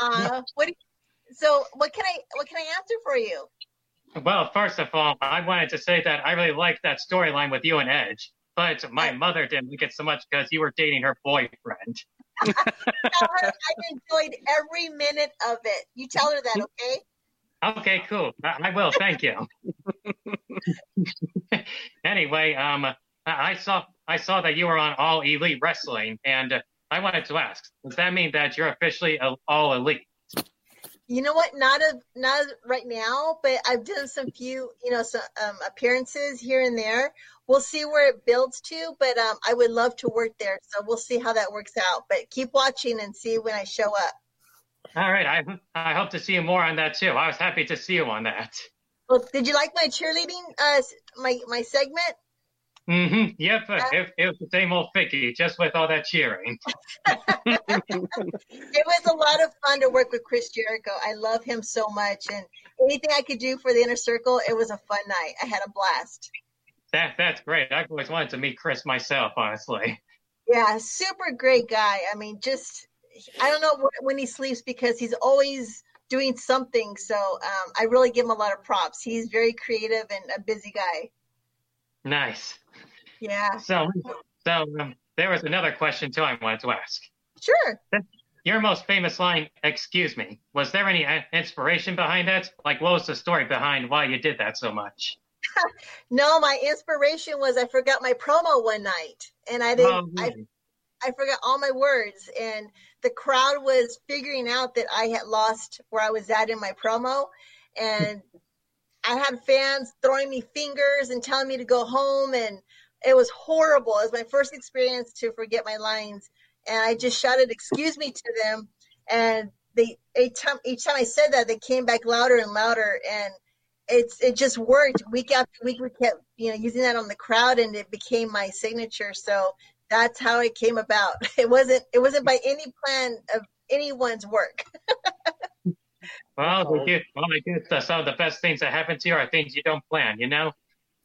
S1: Uh, what? do you- so, what can I what can I answer for you?
S18: Well, first of all, I wanted to say that I really liked that storyline with you and Edge, but my mother didn't like it so much because you were dating her boyfriend.
S1: Tell her I enjoyed every minute of it. You tell her that, okay?
S18: Okay, cool. I, I will. Thank you. anyway, um, I- I saw I saw that you were on All Elite Wrestling, and uh, I wanted to ask: Does that mean that you're officially a- All Elite?
S1: You know what? Not a not right now, but I've done some few, you know, some um, appearances here and there. We'll see where it builds to, but um, I would love to work there, so we'll see how that works out. But keep watching and see when I show up.
S18: All right, I I hope to see you more on that too. I was happy to see you on that.
S1: Well, did you like my cheerleading? Uh, s- my my segment.
S18: hmm Yep, it, it was the same old Vicky, just with all that cheering.
S1: It was a lot of fun to work with Chris Jericho. I love him so much, and anything I could do for the inner circle, it was a fun night. I had a blast.
S18: That that's great. I've always wanted to meet Chris myself, honestly.
S1: Yeah, super great guy. I mean, just I don't know wh- when he sleeps because he's always doing something. So um, I really give him a lot of props. He's very creative and a busy guy.
S18: Nice.
S1: Yeah.
S18: So, so um, there was another question too I wanted to ask.
S1: Sure.
S18: Your most famous line, "Excuse me," was there any uh, inspiration behind that? Like, what was the story behind why you did that so much?
S1: No, my inspiration was I forgot my promo one night and I didn't.
S18: Oh,
S1: I, I forgot all my words, and the crowd was figuring out that I had lost where I was at in my promo, and I had fans throwing me fingers and telling me to go home, and it was horrible. It was my first experience to forget my lines, and I just shouted "Excuse me" to them, and they each time each time I said that, they came back louder and louder, and it's it just worked week after week. We kept you know using that on the crowd, and it became my signature. So that's how it came about. It wasn't it wasn't by any plan of anyone's work.
S18: Well, they do, well, they do. so- Some of the best things that happen to you are things you don't plan. You know.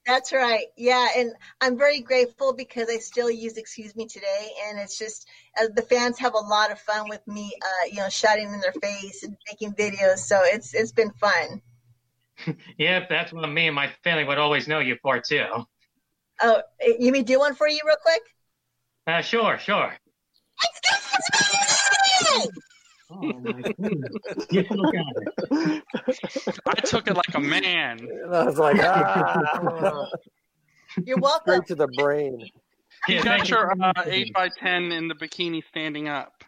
S1: That's right. Yeah, and I'm very grateful because I still use "excuse me" today, and it's just uh, the fans have a lot of fun with me, uh, you know, shouting in their face and making videos. So it's it's been fun.
S18: Yep, that's what me and my family would always know you for too.
S1: Oh, you mean do one for you real quick?
S18: Uh, sure, sure. Oh,
S5: I took it like a man.
S6: And I was like, ah.
S1: You're welcome.
S6: Straight to the brain.
S5: You got your uh, eight by ten in the bikini standing up.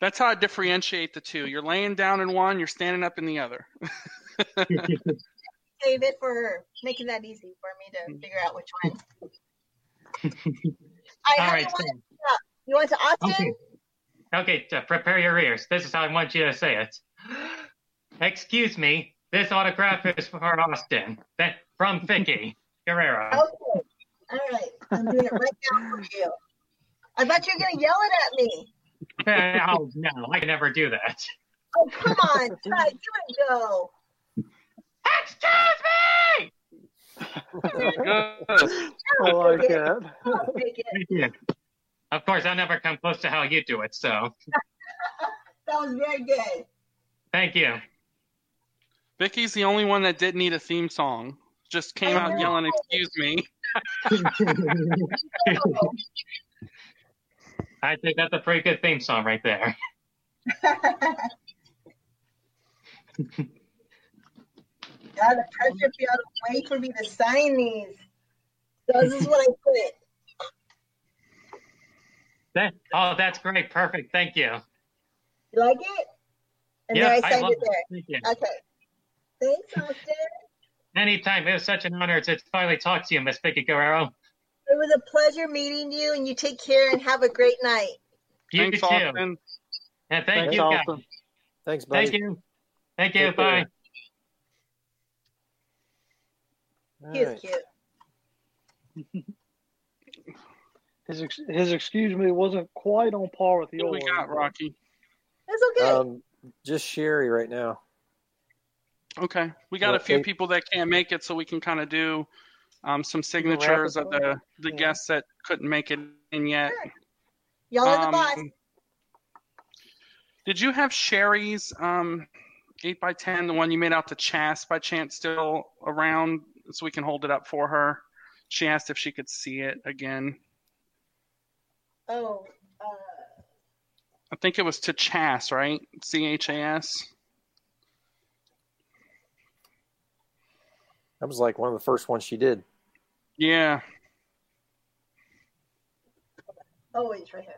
S5: That's how I differentiate the two. You're laying down in one, you're standing up in the other.
S1: David for her, making that easy for me to figure out which one. I,
S18: All
S1: how do
S18: right,
S1: you, want it? Yeah. you want it to Austin?
S18: Okay, t- prepare your ears. This is how I want you to say it. Excuse me, this autograph is for Austin. That from Vicky Guerrero.
S1: Okay. All right. I'm doing it right now for you. I thought you were going to yell it at me.
S18: Eh, oh no, I can never do that.
S1: Oh, come on. Ty, give it a go. Excuse
S18: I
S1: like
S18: that.
S1: Take it.
S18: Of course, I'll never come close to how you do it. So,
S1: That was very good.
S18: thank you.
S5: Vicky's the only one that didn't need a theme song. Just came out yelling, "Excuse me."
S18: I think that's a pretty good theme song right there.
S1: God, the pressure be out of way for me to sign these. So this is what I put.
S18: That, oh, that's great. Perfect. Thank you.
S1: You like it? And
S18: Yeah,
S1: then I
S18: I
S1: signed
S18: love
S1: it
S18: it.
S1: there.
S18: Thank you.
S1: Okay. Thanks, Austin.
S18: Anytime. It was such an honor to finally talk to you, Miss Vicky Guerrero.
S1: It was a pleasure meeting you, and you take care and have a great night.
S18: You
S5: Thanks,
S18: too.
S5: Austin.
S18: And thank
S6: Thanks,
S18: you, guys.
S6: Austin. Thanks, buddy.
S18: Thank you. Thank you.
S6: Take
S18: Bye.
S6: care.
S1: He is cute.
S8: His ex- his excuse me wasn't quite on par with yours.
S5: we got, Rocky?
S1: That's okay.
S6: Um, just Sherry right now.
S5: Okay, we got a
S6: Well,
S5: few
S6: they-
S5: people that can't make it, so we can kind of do um, some signatures of the the guests that couldn't make it in yet.
S1: Y'all are the
S5: Um,
S1: boss.
S5: Did you have Sherry's um, eight by ten, the one you made out to Chas by chance, still around, so we can hold it up for her? She asked if she could see it again.
S1: Oh, uh,
S5: I think it was to Chas, right? C H A S.
S6: That was like one of the first ones she did.
S5: Yeah.
S1: oh, wait, it's right here.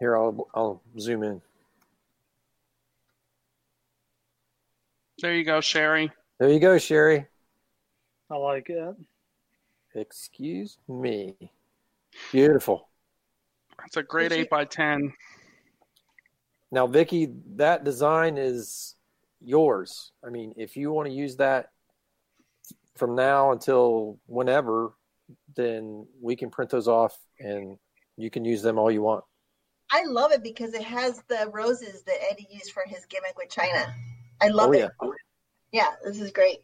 S6: Here, I'll I'll zoom in.
S5: There you go, Sherry.
S6: There you go, Sherry.
S8: I like it.
S6: Excuse me. Beautiful.
S5: It's a great eight by ten.
S6: Now, Vicky, that design is yours. I mean, if you want to use that from now until whenever, then we can print those off and you can use them all you want.
S1: I love it because it has the roses that Eddie used for his gimmick with China. I love
S6: oh
S1: it.
S6: yeah.
S1: Yeah, this is great.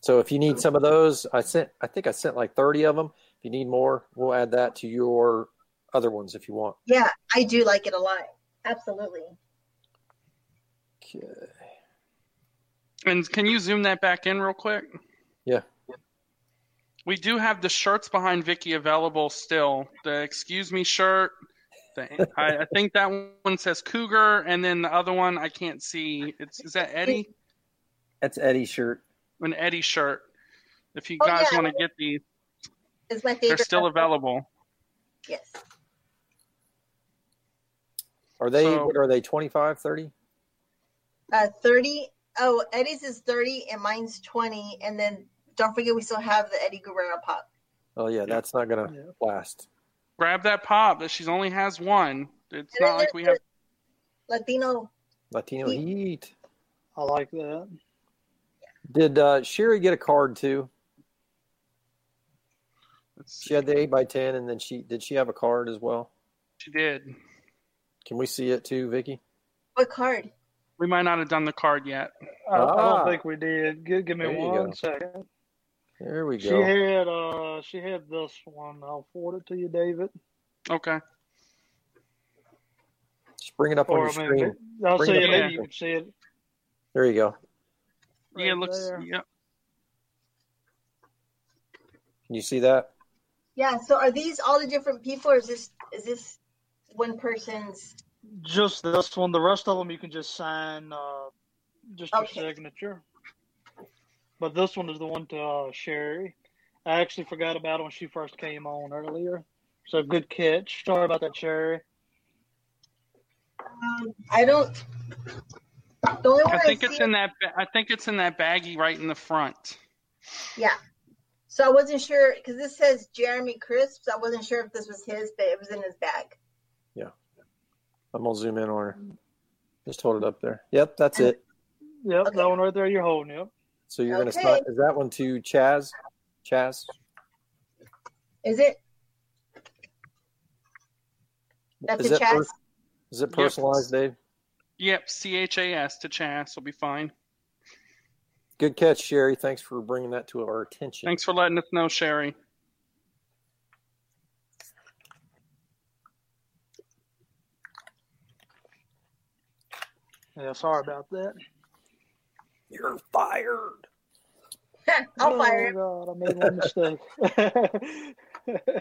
S6: So if you need some of those, I sent I think I sent like 30 of them. If you need more, we'll add that to your other ones if you want.
S1: Yeah, I do like it a lot. Absolutely.
S6: Okay.
S5: And can you zoom that back in real quick?
S6: Yeah.
S5: We do have the shirts behind Vicky available still. The excuse me shirt. The, I, I think that one says Cougar, and then the other one I can't see. It's is that Eddie?
S6: That's Eddie's shirt.
S5: An Eddie shirt. If you
S1: Oh,
S5: guys
S1: yeah.
S5: want to get these,
S1: It's my favorite.
S5: they're still
S1: episode.
S5: available.
S1: Yes.
S6: Are they
S5: So-
S6: what are they 25, 30?
S1: Uh, 30. Oh, Eddie's is 30 and mine's 20. And then don't forget, we still have the Eddie Guerrero pop.
S6: Oh yeah, that's not gonna last.
S5: Grab that pop. That she's only has one. It's
S1: And
S5: not
S1: then
S5: like we have.
S1: Latino.
S6: Latino Heat.
S8: I like that.
S6: Did uh, Sherry get a card too? She had the eight by ten, and then she did she have a card as well?
S5: She did.
S6: Can we see it too, Vicky?
S1: What card?
S5: We might not have done the card yet.
S8: I, I
S6: Ah.
S8: don't think we did. Give, give me
S6: There you go.
S8: one second.
S6: There we
S8: She
S6: go.
S8: had uh she had this one. I'll forward it to you, David.
S5: Okay.
S6: Just bring it up on your
S8: Or I
S6: screen.
S8: mean, I'll
S6: Bring
S8: see
S6: it
S8: it
S6: up
S8: later.
S6: on
S8: You
S6: your-
S8: can see it.
S6: There you go.
S5: yeah, it looks. Yeah.
S6: Can you see that?
S1: Yeah. So are these all the different people or is this, is this one person's?
S8: Just this one. The rest of them you can just sign uh just your signature. But this one is the one to uh, Sherry. I actually forgot about it when she first came on earlier. So good catch. Sorry about that, Sherry.
S1: Um, I don't. The only one
S5: I
S1: I,
S5: think
S1: see
S5: it's in that. ba- I think it's in that baggie right in the front.
S1: Yeah. So I wasn't sure because this says Jeremy Crisp. So I wasn't sure if this was his, but it was in his bag.
S6: I'm gonna zoom in on her. Just hold it up there. Yep, that's it.
S8: Yep, that one right there you're holding, yep.
S6: So you're gonna
S8: Okay.
S6: start is that one to Chaz? Chaz?
S1: Is it? That's
S6: is
S1: a
S6: that
S1: Chaz.
S6: per- is it personalized, Dave?
S5: Yep, C H A S to Chas will be fine.
S6: Good catch, Sherry. Thanks for bringing that to our attention.
S5: Thanks for letting us know, Sherry.
S8: Yeah, sorry about that.
S6: You're fired.
S1: I'll fire him.
S8: God, I made one mistake.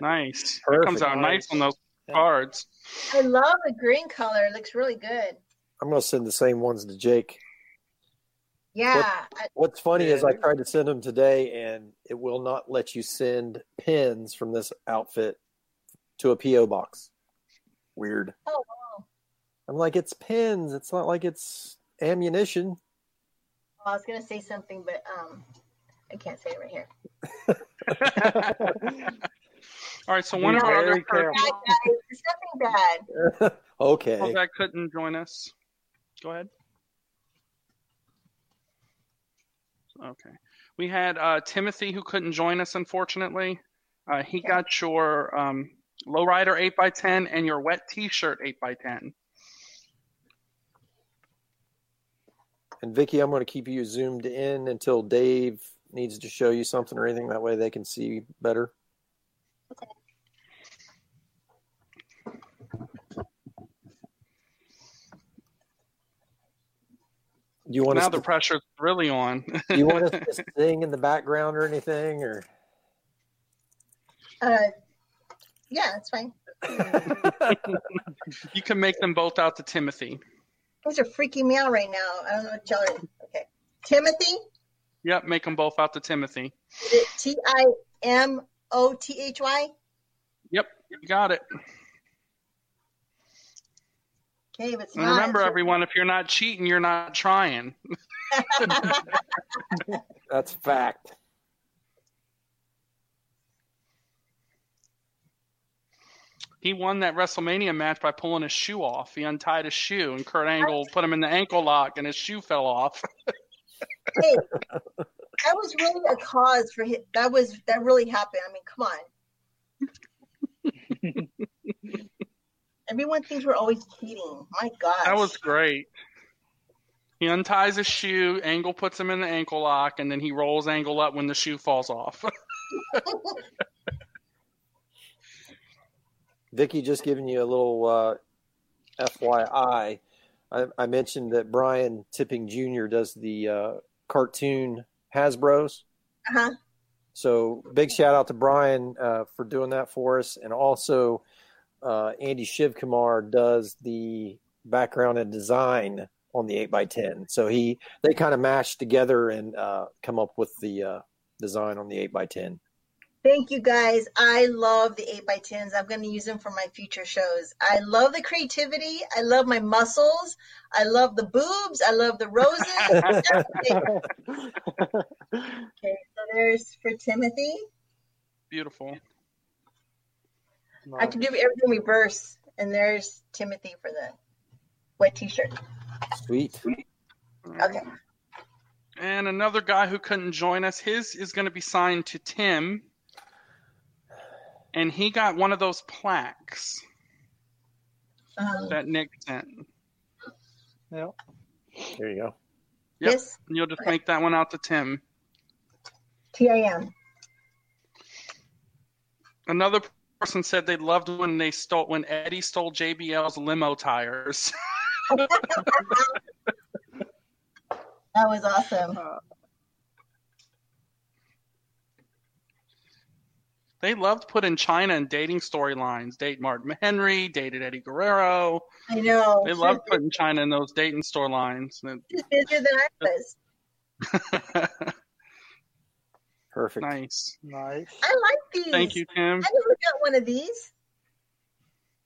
S5: Nice. It
S6: Perfect.
S5: comes out nice on those cards.
S1: I love the green color. It looks really good.
S6: I'm gonna send the same ones to Jake.
S1: Yeah. I- oh,
S6: What's funny is I tried to send them today, and it will not let you send pins from this outfit to a PO box. Weird.
S1: oh, wow.
S6: I'm like, it's pins. It's not like it's ammunition.
S1: Well, I was going to say something, but um, I can't say it right here.
S5: All right, so
S8: Be
S5: one of our
S8: very
S5: other
S8: careful.
S1: Bad guys. It's nothing bad.
S6: okay.
S5: people that couldn't join us. Go ahead. Okay. We had uh, Timothy who couldn't join us, unfortunately. Uh, he got your um, Lowrider 8x10 and your wet t shirt 8x10.
S6: And Vicky, I'm going to keep you zoomed in until Dave needs to show you something or anything. That way they can see better. Do you want
S5: Now
S6: us
S5: the
S6: to,
S5: pressure's really on.
S6: do you want us to sing in the background or anything or
S1: Uh, yeah, that's fine.
S5: you can make them both out to Timothy.
S1: Those are freaking me out right now. I don't know what y'all are. Okay. Timothy?
S5: Yep, make them both out to Timothy.
S1: Is it T I M O T H Y?
S5: Yep, you got it.
S1: Okay, if it's
S5: And
S1: not.
S5: remember,
S1: it's-
S5: everyone, if you're not cheating, you're not trying.
S6: That's fact.
S5: He won that WrestleMania match by pulling his shoe off. He untied his shoe, and Kurt Angle put him in the ankle lock, and his shoe fell off.
S1: hey, that was really a cause for him. That was that really happened. I mean, come on. Everyone thinks we're always cheating. My God.
S5: That was great. He unties his shoe, Angle puts him in the ankle lock, and then he rolls Angle up when the shoe falls off.
S6: Vicky, just giving you a little uh, FYI. I, I mentioned that Brian Tipping Jr. does the uh, cartoon Hasbro's.
S1: Uh-huh.
S6: So big shout out to Brian uh, for doing that for us, and also uh, Andy Shivkumar does the background and design on the eight by ten. So he they kind of mashed together and uh, come up with the uh, design on the eight by ten.
S1: Thank you guys. I love the 8x10s. I'm going to use them for my future shows. I love the creativity. I love my muscles. I love the boobs. I love the roses. everything. okay, so there's for Timothy.
S5: Beautiful.
S1: I can do everything reverse, and there's Timothy for the wet t shirt.
S6: Sweet.
S1: Okay.
S5: And another guy who couldn't join us, his is going to be signed to Tim. And he got one of those plaques
S1: Um,
S5: that Nick sent.
S8: Yeah.
S6: There you go.
S5: Yep.
S1: Yes.
S5: And You'll just make that one out to Tim.
S1: TIM.
S5: Another person said they loved when they stole when Eddie stole JBL's limo tires.
S1: That was awesome.
S5: Uh, they loved putting China in dating storylines. Date Martin Henry, dated Eddie Guerrero.
S1: I know.
S5: They
S1: She
S5: loved putting China in those dating storylines. And
S1: was busier than I was.
S6: Perfect.
S5: Nice.
S8: Nice.
S1: I like these.
S5: Thank you,
S1: I
S5: Tim.
S1: never got one of these.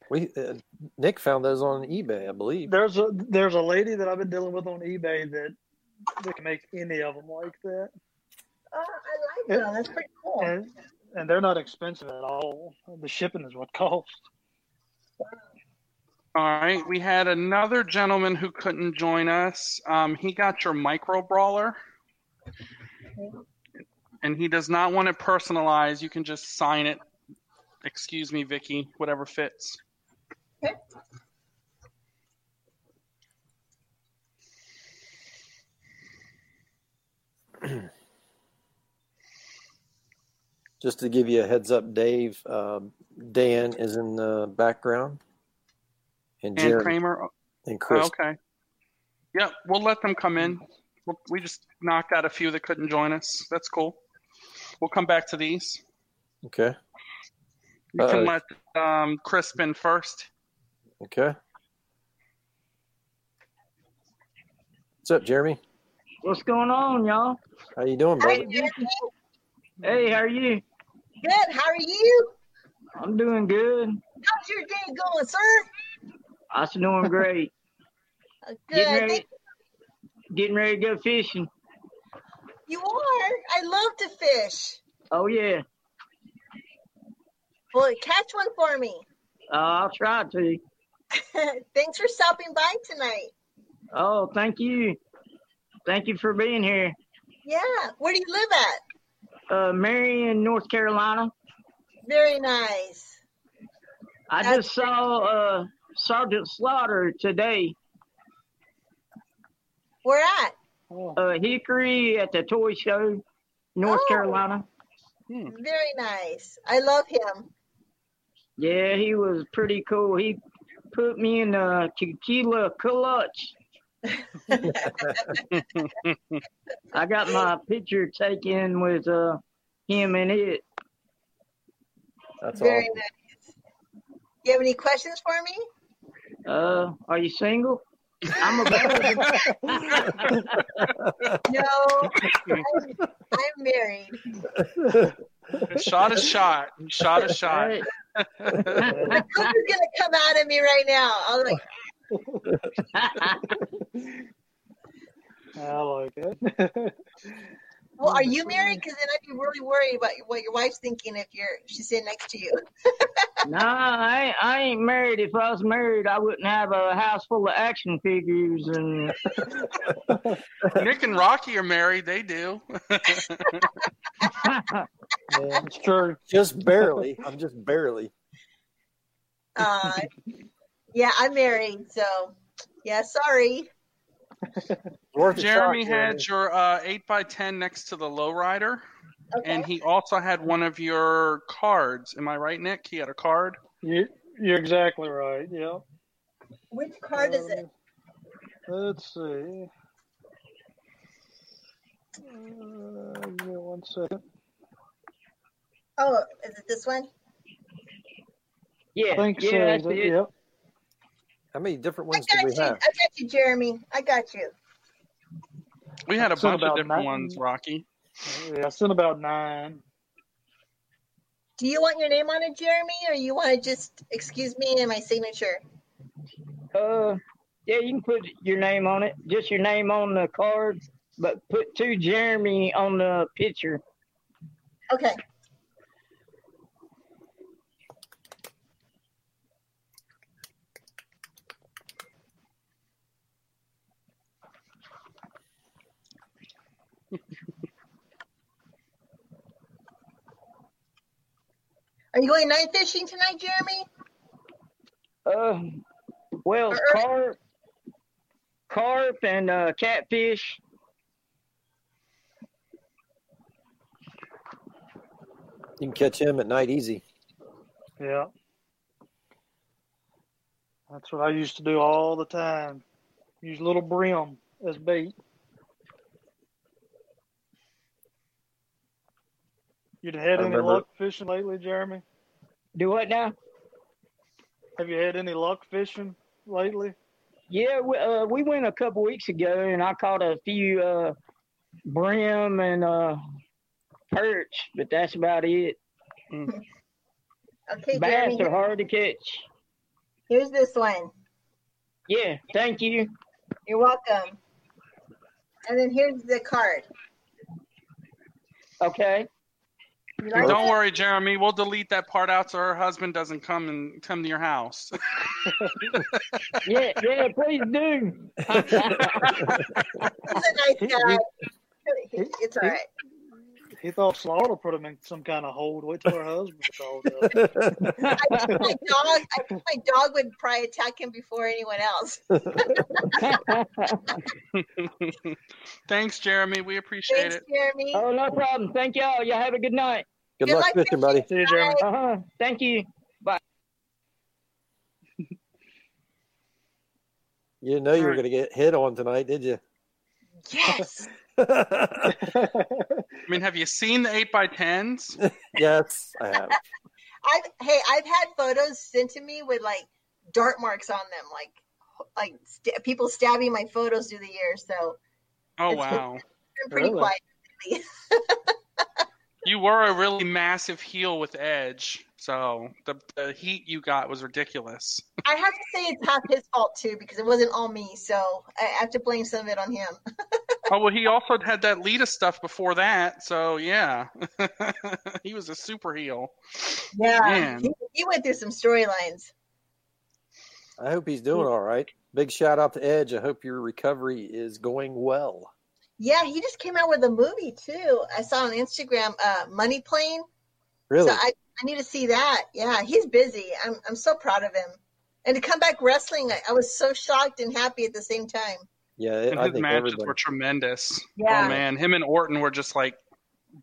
S6: We uh, Nick found those on eBay, I believe.
S8: There's a there's a lady that I've been dealing with on eBay that that can make any of them like that.
S1: Oh, I like them. That's pretty cool.
S8: And, and they're not expensive at all. The shipping is what costs.
S5: All right. We had another gentleman who couldn't join us. Um, he got your micro brawler, and he does not want it personalized. You can just sign it. Excuse me, Vicky. Whatever fits.
S6: Just to give you a heads up, Dave, um, Dan is in the background, and
S5: And
S6: Jerry
S5: Kramer.
S6: and Chris.
S5: Oh, okay. Yep. We'll let them come in. We'll, we just knocked out a few that couldn't join us. That's cool. We'll come back to these.
S6: Okay.
S5: Oh, You can
S6: Uh,
S5: let um, Chris in first.
S6: okay. What's up, Jeremy?
S19: What's going on, y'all?
S6: How you doing, brother?
S19: Hey, how are you?
S1: Good. How are you?
S19: I'm doing good.
S1: How's your day going, sir?
S19: I'm doing great.
S1: Good.
S19: Getting ready,
S1: Thank-
S19: getting ready to go fishing.
S1: you are. I love to fish.
S19: Oh yeah,
S1: Well, catch one for me.
S19: uh, I'll try to.
S1: Thanks for stopping by tonight.
S19: Oh, thank you, thank you for being here.
S1: Yeah. Where do you live at?
S19: Uh, Marion, North Carolina.
S1: Very nice.
S19: I just saw uh, Sergeant Slaughter today.
S1: Where at?
S19: Uh, Hickory at the toy show, North
S1: Oh.
S19: Carolina.
S1: Very nice. I love him.
S19: Yeah, he was pretty cool. He put me in a tequila clutch. I got my picture taken with uh, him and it.
S6: That's
S1: Very nice. You have any questions for me?
S19: Uh, are you single? I'm available.
S1: No. I'm, I'm married.
S5: Shot a shot. Shot a shot.
S1: My cougar's gonna come out at me right now. I was like,
S8: I like it.
S1: "Well, are you married? Because then I'd be really worried about what your wife's thinking if you're she's sitting next to you."
S19: nah, I ain't, I ain't married. If I was married, I wouldn't have a house full of action figures and
S5: Nick and Rocky are married. They do.
S8: yeah, it's true.
S6: Just barely. I'm just barely.
S1: Uh, yeah, I'm married, so yeah. Sorry.
S6: Worth a shot,
S5: Jeremy
S6: Jeremy.
S5: had your uh, 8x10 next to the lowrider,
S1: Okay.
S5: and he also had one of your cards. Am I right, Nick? He had a card?
S8: You, You're exactly right. Yeah.
S1: Which card is it?
S8: Let's see. Uh, give me one second.
S1: Oh, is it this one?
S19: Yeah.
S8: Thanks.
S19: yeah, that's
S8: uh,
S19: it.
S8: yeah.
S6: How many different
S1: I
S6: ones
S1: got
S6: do we
S1: you. I
S6: have?
S1: got you, Jeremy. I got you.
S5: We had a
S8: I sent
S5: bunch of
S8: about
S5: different
S8: nine-
S5: ones, Rocky.
S8: Yeah, I sent about nine.
S1: Do you want your name on it, Jeremy, or you want to just excuse me and my signature?
S19: Uh, yeah, you can put your name on it. Just your name on the card, but put two Jeremy on the picture.
S1: Okay. Are you going night fishing tonight, Jeremy?
S19: Uh, well, carp, carp, and uh, catfish.
S6: You can catch him at night easy.
S8: Yeah. That's what I used to do all the time. Use little brim as bait. You'd had
S19: I
S8: any
S19: remember-
S8: luck fishing lately, Jeremy?
S19: Do what now?
S8: Have you had any luck fishing lately?
S19: Yeah, we, uh, we went a couple weeks ago, and I caught a few uh, brim and uh, perch, but that's about it.
S1: Okay,
S19: Bass
S1: Jeremy.
S19: are hard to catch.
S1: Here's this one.
S19: Yeah, thank you.
S1: You're welcome. And then here's the card.
S19: Okay.
S1: You like
S5: Don't
S1: it?
S5: worry, Jeremy. We'll delete that part out so her husband doesn't come and come to your house.
S19: yeah, yeah, please do.
S1: He's a nice guy. It's all right.
S8: He thought Slaughter put him in some kind of hold. Wait till her husband calls
S1: I think my
S8: up.
S1: dog. I think my dog would probably attack him before anyone else.
S5: Thanks, Jeremy. We appreciate it.
S1: Jeremy.
S19: Oh, no problem. Thank y'all. Y'all have a good night.
S6: Good Good luck luck fishing, fishing, buddy.
S19: See you, Jeremy. Uh-huh. Thank you. Bye.
S6: You didn't know you were going to get hit on tonight, did you?
S1: Yes.
S5: I mean, have you seen the eight by tens?
S6: yes, I have.
S1: I've hey, I've had photos sent to me with like dart marks on them, like like st- people stabbing my photos through the year. So
S5: Oh
S1: It's-
S5: wow.
S1: I'm pretty
S5: Really?
S1: quiet.
S5: You were a really massive heel with Edge, so the, the heat you got was ridiculous.
S1: I have to say it's half his fault too because it wasn't all me. So I have to blame some of it on him.
S5: Oh well, he also had that Lita stuff before that, so yeah, he was a super heel.
S1: Yeah,
S5: Man.
S1: he, he went through some storylines.
S6: I hope he's doing all right. Big shout out to Edge. I hope your recovery is going well.
S1: Yeah, he just came out with a movie too. I saw on Instagram, uh, Money Plane.
S6: Really?
S1: So I, I need to see that. Yeah, he's busy. I'm I'm so proud of him. And to come back wrestling, I, I was so shocked and happy at the same time.
S6: yeah,
S5: And
S6: I
S5: his
S6: think
S5: matches
S6: everybody.
S5: were tremendous.
S1: Yeah.
S5: Oh man, him and Orton were just like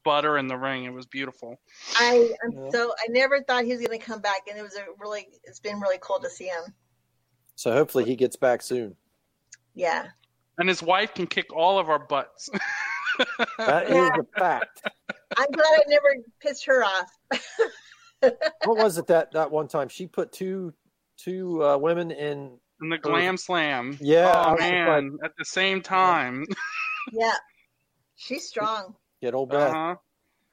S5: butter in the ring. It was beautiful.
S1: I I'm
S5: Yeah.
S1: so I never thought he was going to come back, and it was a really it's been really cool to see him.
S6: So hopefully he gets back soon.
S1: Yeah.
S5: And his wife can kick all of our butts.
S6: That is a fact.
S1: I'm glad I never pissed her off.
S6: What was it that that one time she put two two uh, women in
S5: And the glam slam.
S6: Yeah, I
S5: Oh
S6: was just
S5: man, at the same time.
S1: Yeah. She's strong.
S6: Get old Beth.
S5: Uh-huh.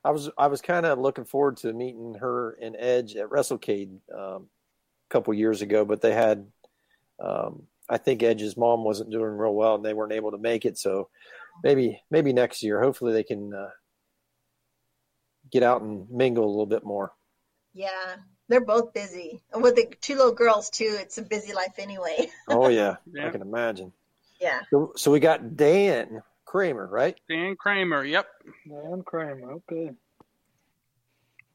S6: I was I was kind of looking forward to meeting her and Edge at WrestleCade um, a couple years ago, but they had um, I think Edge's mom wasn't doing real well and they weren't able to make it. So maybe maybe next year, hopefully they can uh, get out and mingle a little bit more.
S1: Yeah. They're both busy. And with the two little girls too, it's a busy life anyway.
S6: Oh yeah, I
S5: Yeah.
S6: can imagine.
S1: Yeah.
S6: So, so we got Dan Kramer, right?
S5: Dan Kramer. Yep.
S8: Dan Kramer. Okay.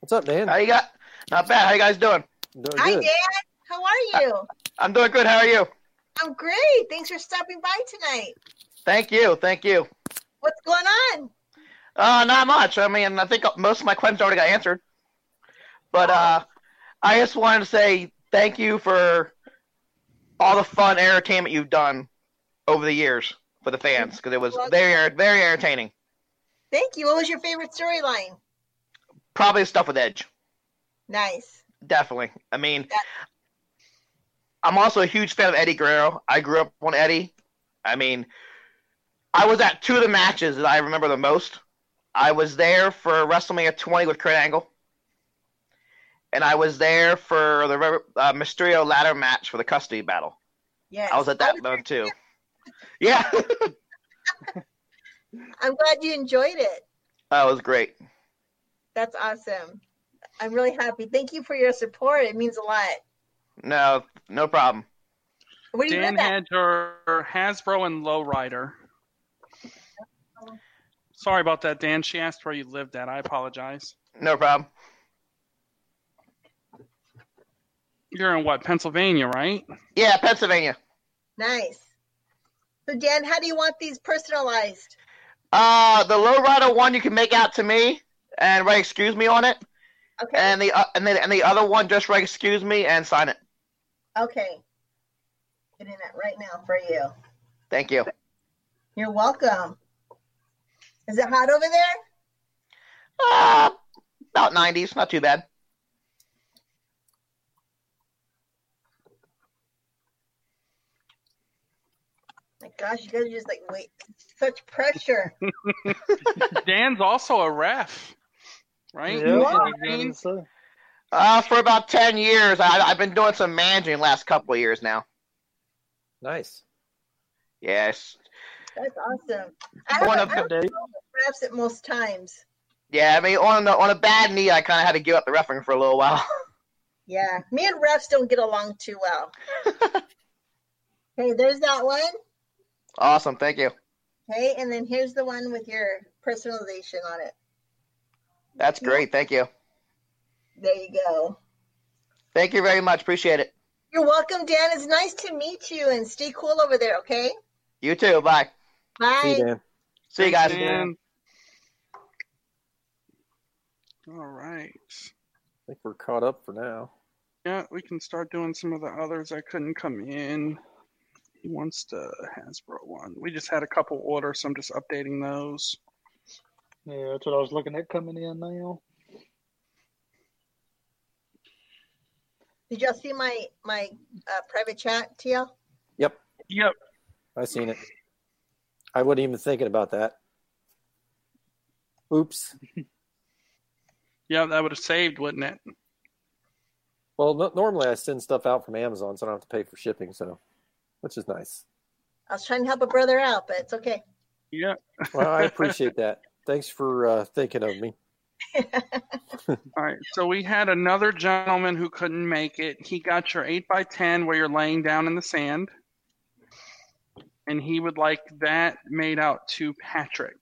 S6: What's up, Dan?
S20: How you got? Not bad. How you guys doing?
S6: Doing
S1: Hi, Dan. How are you?
S20: I'm doing good. How are you?
S1: I'm great. Thanks for stopping by tonight.
S20: Thank you. Thank you.
S1: What's going on?
S20: Uh, not much. I mean, I think most of my questions already got answered. But uh, I just wanted to say thank you for all the fun entertainment you've done over the years for the fans because it was very very entertaining.
S1: Thank you. What was your favorite storyline?
S20: Probably the stuff with Edge.
S1: Nice.
S20: Definitely. I mean, I'm also a huge fan of Eddie Guerrero. I grew up on Eddie. I mean, I was at two of the matches that I remember the most. I was there for WrestleMania 20 with Kurt Angle, and I was there for the uh, Mysterio ladder match for the custody battle.
S1: Yes.
S20: I was at that one too. Yeah,
S1: I'm glad you enjoyed it.
S20: that was great.
S1: That's awesome. I'm really happy. Thank you for your support. It means a lot.
S20: No, no problem.
S1: What do you
S5: Dan
S1: live at?
S5: Hedger, Hasbro, and Lowrider. Sorry about that, Dan. She asked where you lived at. I apologize.
S20: No problem.
S5: You're in what, Pennsylvania, right?
S20: Yeah, Pennsylvania.
S1: Nice. So Dan, how do you want these personalized?
S20: Uh, the lowrider one you can make out to me and write "excuse me" on it.
S1: Okay.
S20: And the uh, and then and the other one just write "excuse me" and sign it.
S1: Okay. Getting that right now for you.
S20: Thank you.
S1: You're welcome. Is it hot over there?
S20: Uh, about 90s, not too bad.
S1: My gosh, you guys are just like wait, such pressure.
S5: Dan's also a ref, right?
S20: Yeah, Uh, for about 10 years, I, I've been doing some managing the last couple of years now.
S6: Nice.
S20: Yes.
S1: That's awesome. I
S20: One
S1: have,
S20: of
S1: I have
S20: the-
S1: refs at most times.
S20: Yeah, I mean, on the, on a bad knee, I kind of had to give up the wrestling for a little while.
S1: Yeah, me and refs don't get along too well. hey, there's that one.
S20: awesome, thank you.
S1: Okay, and then here's the one with your personalization on it.
S20: That's great, thank you.
S1: There you go.
S20: Thank you very much, appreciate it.
S1: You're welcome, Dan. It's nice to meet you and stay cool over there, okay?
S20: You too, bye.
S1: Bye.
S20: See you, Dan. See you guys.
S5: All right.
S6: I think we're caught up for now.
S5: Yeah, we can start doing some of the others that couldn't come in. He wants the Hasbro one. We just had a couple orders, so I'm just updating those.
S8: Yeah, that's what I was looking at coming in now.
S1: Did y'all see my my uh, private chat, TL?
S6: Yep.
S5: Yep.
S6: I seen it. I wasn't even thinking about that. Oops.
S5: Yeah, that would have saved, wouldn't it?
S6: Well, no, normally I send stuff out from Amazon, so I don't have to pay for shipping, so which is nice.
S1: I was trying to help a brother out, but it's okay.
S5: Yeah.
S6: Well, I appreciate that. Thanks for uh, thinking of me.
S5: All right, so we had another gentleman who couldn't make it. He got your 8 by 10 where you're laying down in the sand. And he would like that made out to Patrick.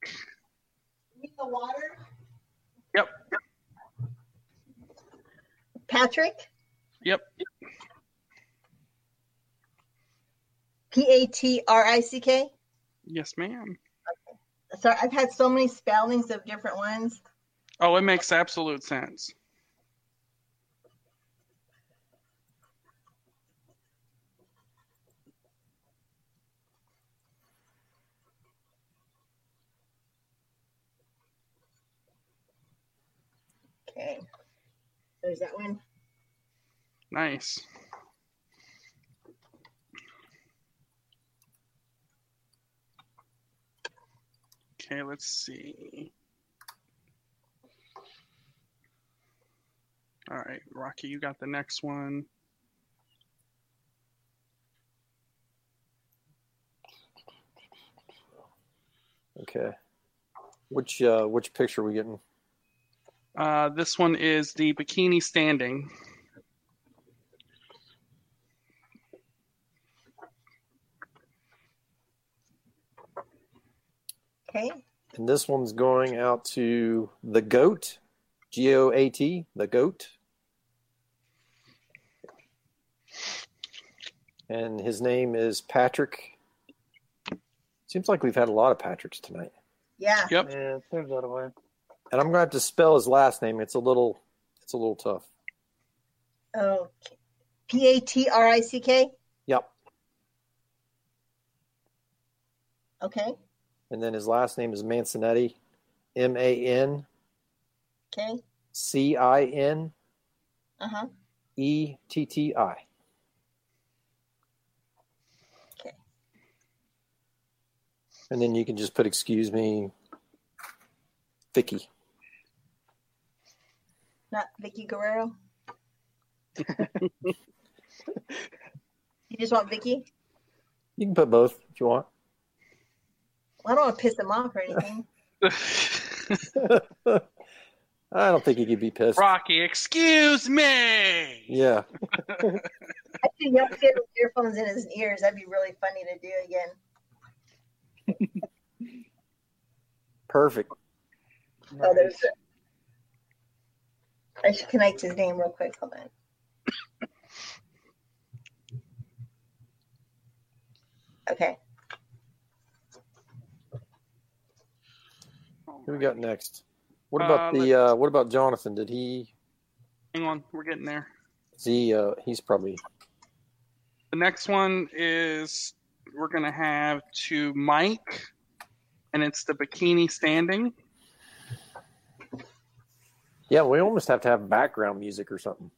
S1: In the water.
S5: Yep.
S1: Patrick,
S5: Yep.
S1: P A T R I C K.
S5: Yes, ma'am.
S1: Sorry, I've had so many spellings of different ones.
S5: Oh, it makes absolute sense.
S1: Okay. There's that one.
S5: Nice. Okay, let's see. All right, Rocky, you got the next one.
S6: Okay. Which uh, which picture are we getting?
S5: Uh, this one is the bikini standing.
S1: Okay.
S6: And this one's going out to the goat, G O A T, the goat. And his name is Patrick. Seems like we've had a lot of Patricks tonight.
S1: Yeah.
S5: Yep.
S8: Yeah, it seems that way.
S6: And I'm gonna have to spell his last name. It's a little it's a little tough.
S1: Okay. Oh, P A T R I C K.
S6: Yep.
S1: Okay.
S6: And then his last name is Mansonetti, M A N
S1: Okay.
S6: C I N
S1: Uh huh.
S6: E T T I.
S1: Okay.
S6: And then you can just put, excuse me, Vicky.
S1: Not Vicky Guerrero. You just want Vicky?
S6: You can put both if you want.
S1: Well, I don't want to piss him off or anything.
S6: I don't think you could be pissed.
S5: Rocky, excuse me.
S6: Yeah.
S1: I think you have to get with earphones in his ears. That'd be really funny to do again.
S6: Perfect.
S1: Oh, there's. I should connect his name real quick. Hold on. Okay.
S6: Who we got next? What about
S5: Uh,
S6: the uh, what about Jonathan? Did he
S5: Hang on, we're getting there.
S6: is he uh, he's probably
S5: The next one is we're gonna have to Mike, and it's the bikini standing.
S6: yeah, we almost have to have background music or something.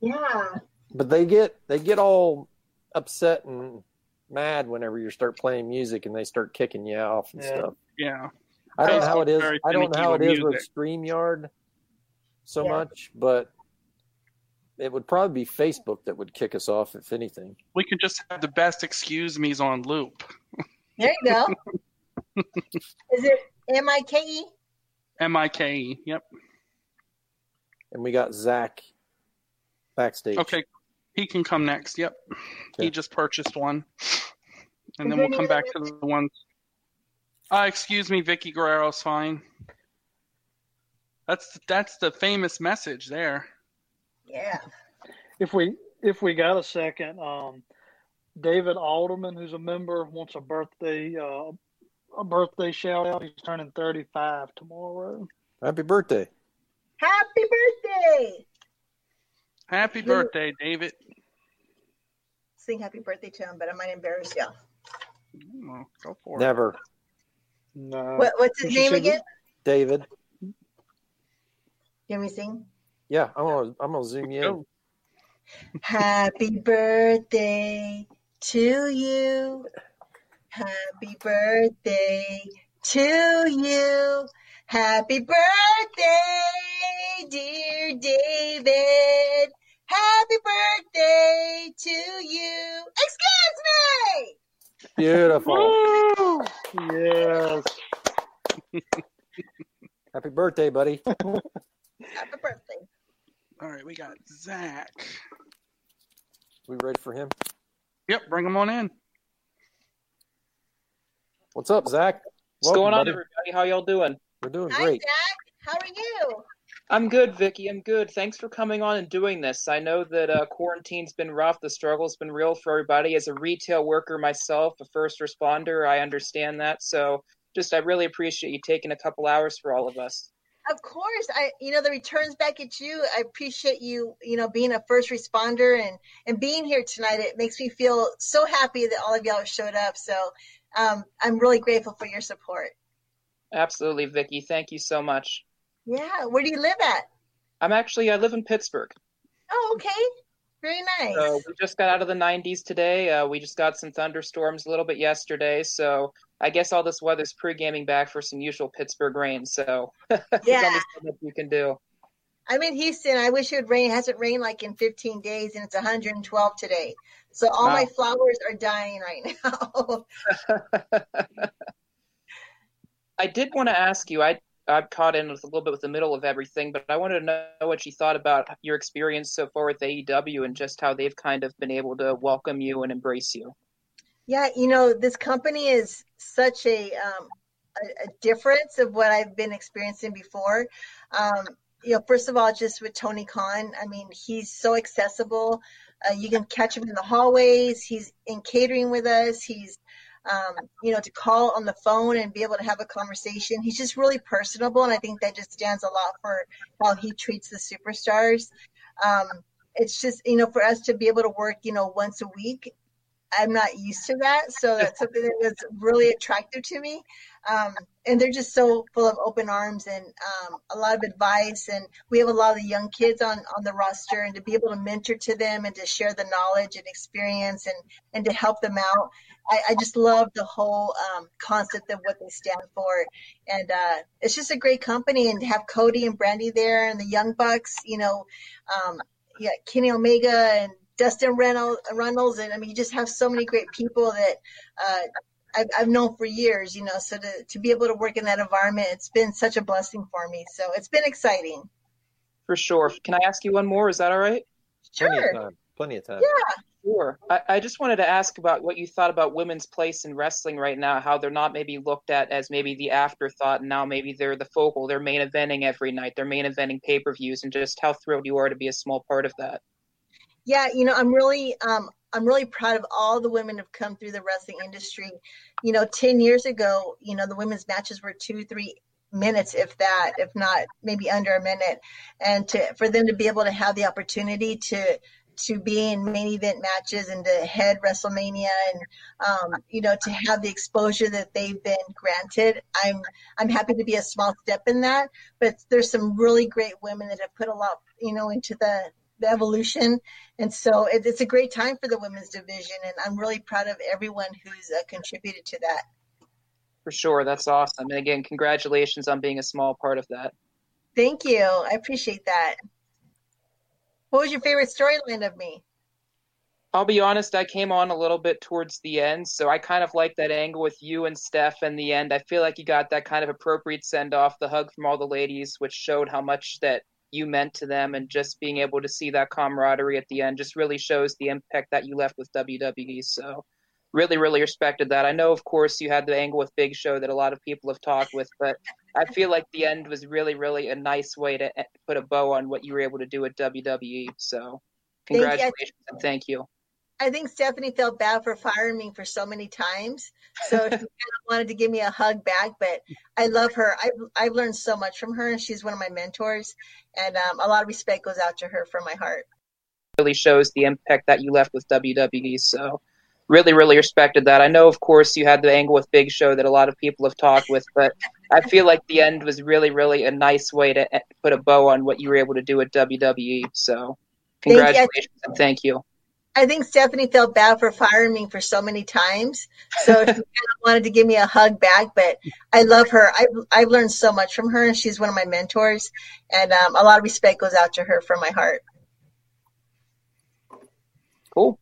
S1: Yeah.
S6: But they get they get all upset and mad whenever you start playing music and they start kicking you off and stuff.
S5: Yeah.
S6: I don't know how
S5: Facebook's
S6: it is.
S5: very
S6: I don't know
S5: finicky
S6: how it is with
S5: music.
S6: StreamYard so
S5: Yeah.
S6: much, but it would probably be Facebook that would kick us off if anything.
S5: We could just have the best excuse me's on loop.
S1: There you go. Is it M I K E?
S5: M I K E. Yep.
S6: And we got Zach backstage.
S5: Okay. He can come next. Yep. He just purchased one. And
S6: Is
S5: then
S6: there
S5: we'll come
S6: any
S5: back to the ones. Uh, excuse me, Vicky Guerrero's fine. That's that's the famous message there.
S1: Yeah.
S8: If we if we got a second, um, David Alderman, who's a member, wants a birthday uh, a birthday shout out. He's turning thirty five tomorrow.
S6: Happy birthday.
S1: Happy birthday!
S5: Happy birthday, David.
S1: Sing happy birthday to him, but I might embarrass y'all.
S5: Oh, Go for it.
S6: Never. Uh,
S8: No.
S1: What, what's his name again?
S6: David.
S1: Can we sing?
S6: Yeah, I'm gonna I'm gonna zoom you in.
S1: Happy birthday to you. Happy birthday to you. Happy birthday, dear David. Happy birthday to you. Excuse me.
S6: Beautiful.
S8: yes.
S6: Happy birthday, buddy.
S1: Happy birthday.
S5: All right, we got Zach.
S6: we ready for him?
S5: Yep, bring him on in.
S6: What's up, Zach?
S21: What's going on,
S6: buddy.
S21: everybody? How y'all doing?
S6: We're doing
S1: Hi,
S21: great.
S1: Zach. How are you?
S21: I'm good, Vicky. I'm good. Thanks for coming on and doing this. I know that uh, quarantine's been rough. The struggle's been real for everybody. As a retail worker myself, a first responder, I understand that. So, just I really appreciate you taking a couple hours for all of us.
S1: Of course, I you know the returns back at you. I appreciate you you know being a first responder and and being here tonight. It makes me feel so happy that all of y'all showed up. So um, I'm really grateful for your support.
S21: Absolutely, Vicky. Thank you so much.
S1: Yeah, where do you live at?
S21: I'm actually I live in Pittsburgh.
S1: Oh, okay, very nice.
S21: So we just got out of the 90s today. Uh, we just got some thunderstorms a little bit yesterday. So I guess all this weather's pre-gaming back for some usual Pittsburgh rain. So there's
S1: Yeah.
S21: only so much you can do.
S1: I'm in Houston. I wish it would rain. It hasn't rained like in 15 days, and it's 112 today. So all my
S21: Wow.
S1: flowers are dying right now.
S21: I did want to ask you. I I caught in with a little bit with the middle of everything, but I wanted to know what you thought about your experience so far with AEW and just how they've kind of been able to welcome you and embrace you.
S1: Yeah, you know, this company is such a um, a, a difference of what I've been experiencing before. Um, you know, first of all, just with Tony Khan, I mean, he's so accessible. Uh, you can catch him in the hallways. He's in catering with us. He's, um, you know, to call on the phone and be able to have a conversation. He's just really personable, and I think that just stands a lot for how he treats the superstars. Um, it's just you know for us to be able to work you know once a week i'm not used to that so that's something that was really attractive to me um, and they're just so full of open arms and um, a lot of advice and we have a lot of the young kids on on the roster and to be able to mentor to them and to share the knowledge and experience and and to help them out i, I just love the whole um, concept of what they stand for and uh, it's just a great company and to have cody and brandy there and the young bucks you know um, yeah, Kenny Omega and Dustin Reynolds, Reynolds, and I mean, you just have so many great people that uh, I've, I've known for years, you know. So to, to be able to work in that environment, it's been such a blessing for me. So it's been exciting.
S21: for sure. Can I ask you one more? Is that all right?
S6: Plenty of time. Plenty of time.
S21: Sure. I, I just wanted to ask about what you thought about women's place in wrestling right now, how they're not maybe looked at as maybe the afterthought, and now maybe they're the focal. They're main eventing every night, they're main eventing pay per views, and just how thrilled you are to be a small part of that.
S1: Yeah, you know, I'm really um I'm really proud of all the women who've come through the wrestling industry. You know, ten years ago, you know, the women's matches were two, three minutes, if that, if not maybe under a minute. And to for them to be able to have the opportunity to to be in main event matches and to head WrestleMania and um, you know, to have the exposure that they've been granted. I'm I'm happy to be a small step in that. But there's some really great women that have put a lot, you know, into the the evolution. And so it, it's a great time for the women's division. And I'm really proud of everyone who's uh, contributed to that.
S21: For sure. That's awesome. And again, congratulations on being a small part of that.
S1: Thank you. I appreciate that. What was your favorite storyline of me?
S21: I'll be honest, I came on a little bit towards the end, so I kind of like that angle with you and Steph in the end. I feel like you got that kind of appropriate send off, the hug from all the ladies, which showed how much that you meant to them, and just being able to see that camaraderie at the end just really shows the impact that you left with WWE. So, really, really respected that. I know, of course, you had the angle with Big Show that a lot of people have talked with, but I feel like the end was really, really a nice way to eh, put a bow on what you were able to do at WWE. So,
S1: Thank you. I-
S21: congratulations and thank you.
S1: I think Stephanie felt bad for firing me for so many times. So she kind of wanted to give me a hug back, but I love her. I've, I've learned so much from her, and she's one of my mentors. And um, a lot of respect goes out to her from my heart.
S21: really shows the impact that you left with WWE. So, really, really respected that. I know, of course, you had the angle with Big Show that a lot of people have talked with, but I feel like the end was really, really a nice way to eh, put a bow on what you were able to do at WWE. So,
S1: Thank you. I-
S21: congratulations and thank you.
S1: I think Stephanie felt bad for firing me for so many times. So she kind of wanted to give me a hug back, but I love her. I've, I've learned so much from her, and she's one of my mentors. And um, a lot of respect goes out to her from my heart.
S21: Cool.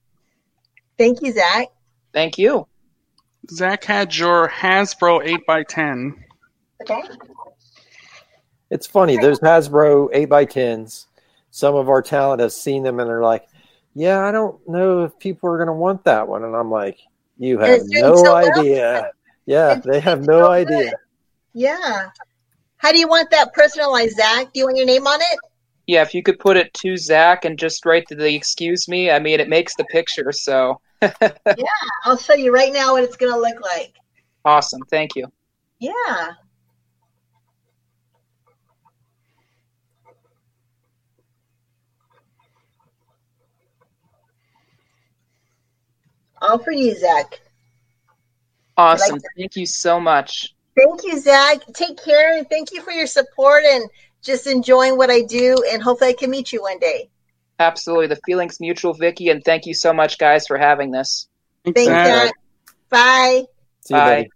S1: Thank you, Zach.
S21: Thank you.
S5: Zach had your Hasbro 8x10.
S1: Okay.
S6: It's funny. Those Hasbro eight by tens. Some of our talent has seen them and they're like, "Yeah, I don't know if people are going to want that one." And I'm like, "You
S1: And
S6: have
S1: it's doing
S6: no
S1: so well.
S6: idea." Yeah, they have no idea.
S1: Yeah. How do you want that personalized, Zach? Do you want your name on it?
S21: Yeah, if you could put it to Zach and just write the excuse me, I mean, it makes the picture. So,
S1: Yeah. I'll show you right now what it's going to look like.
S21: awesome. Thank you.
S1: Yeah. All for you, Zach.
S21: Awesome. Thank you so much.
S1: Thank you, Zach. Take care and thank you for your support and just enjoying what I do. And hopefully, I can meet you one day.
S21: Absolutely. The feeling's mutual, Vicky, and thank you so much, guys, for having this.
S1: Thanks, Zach. Bye.
S6: See you,
S21: Bye.
S6: buddy.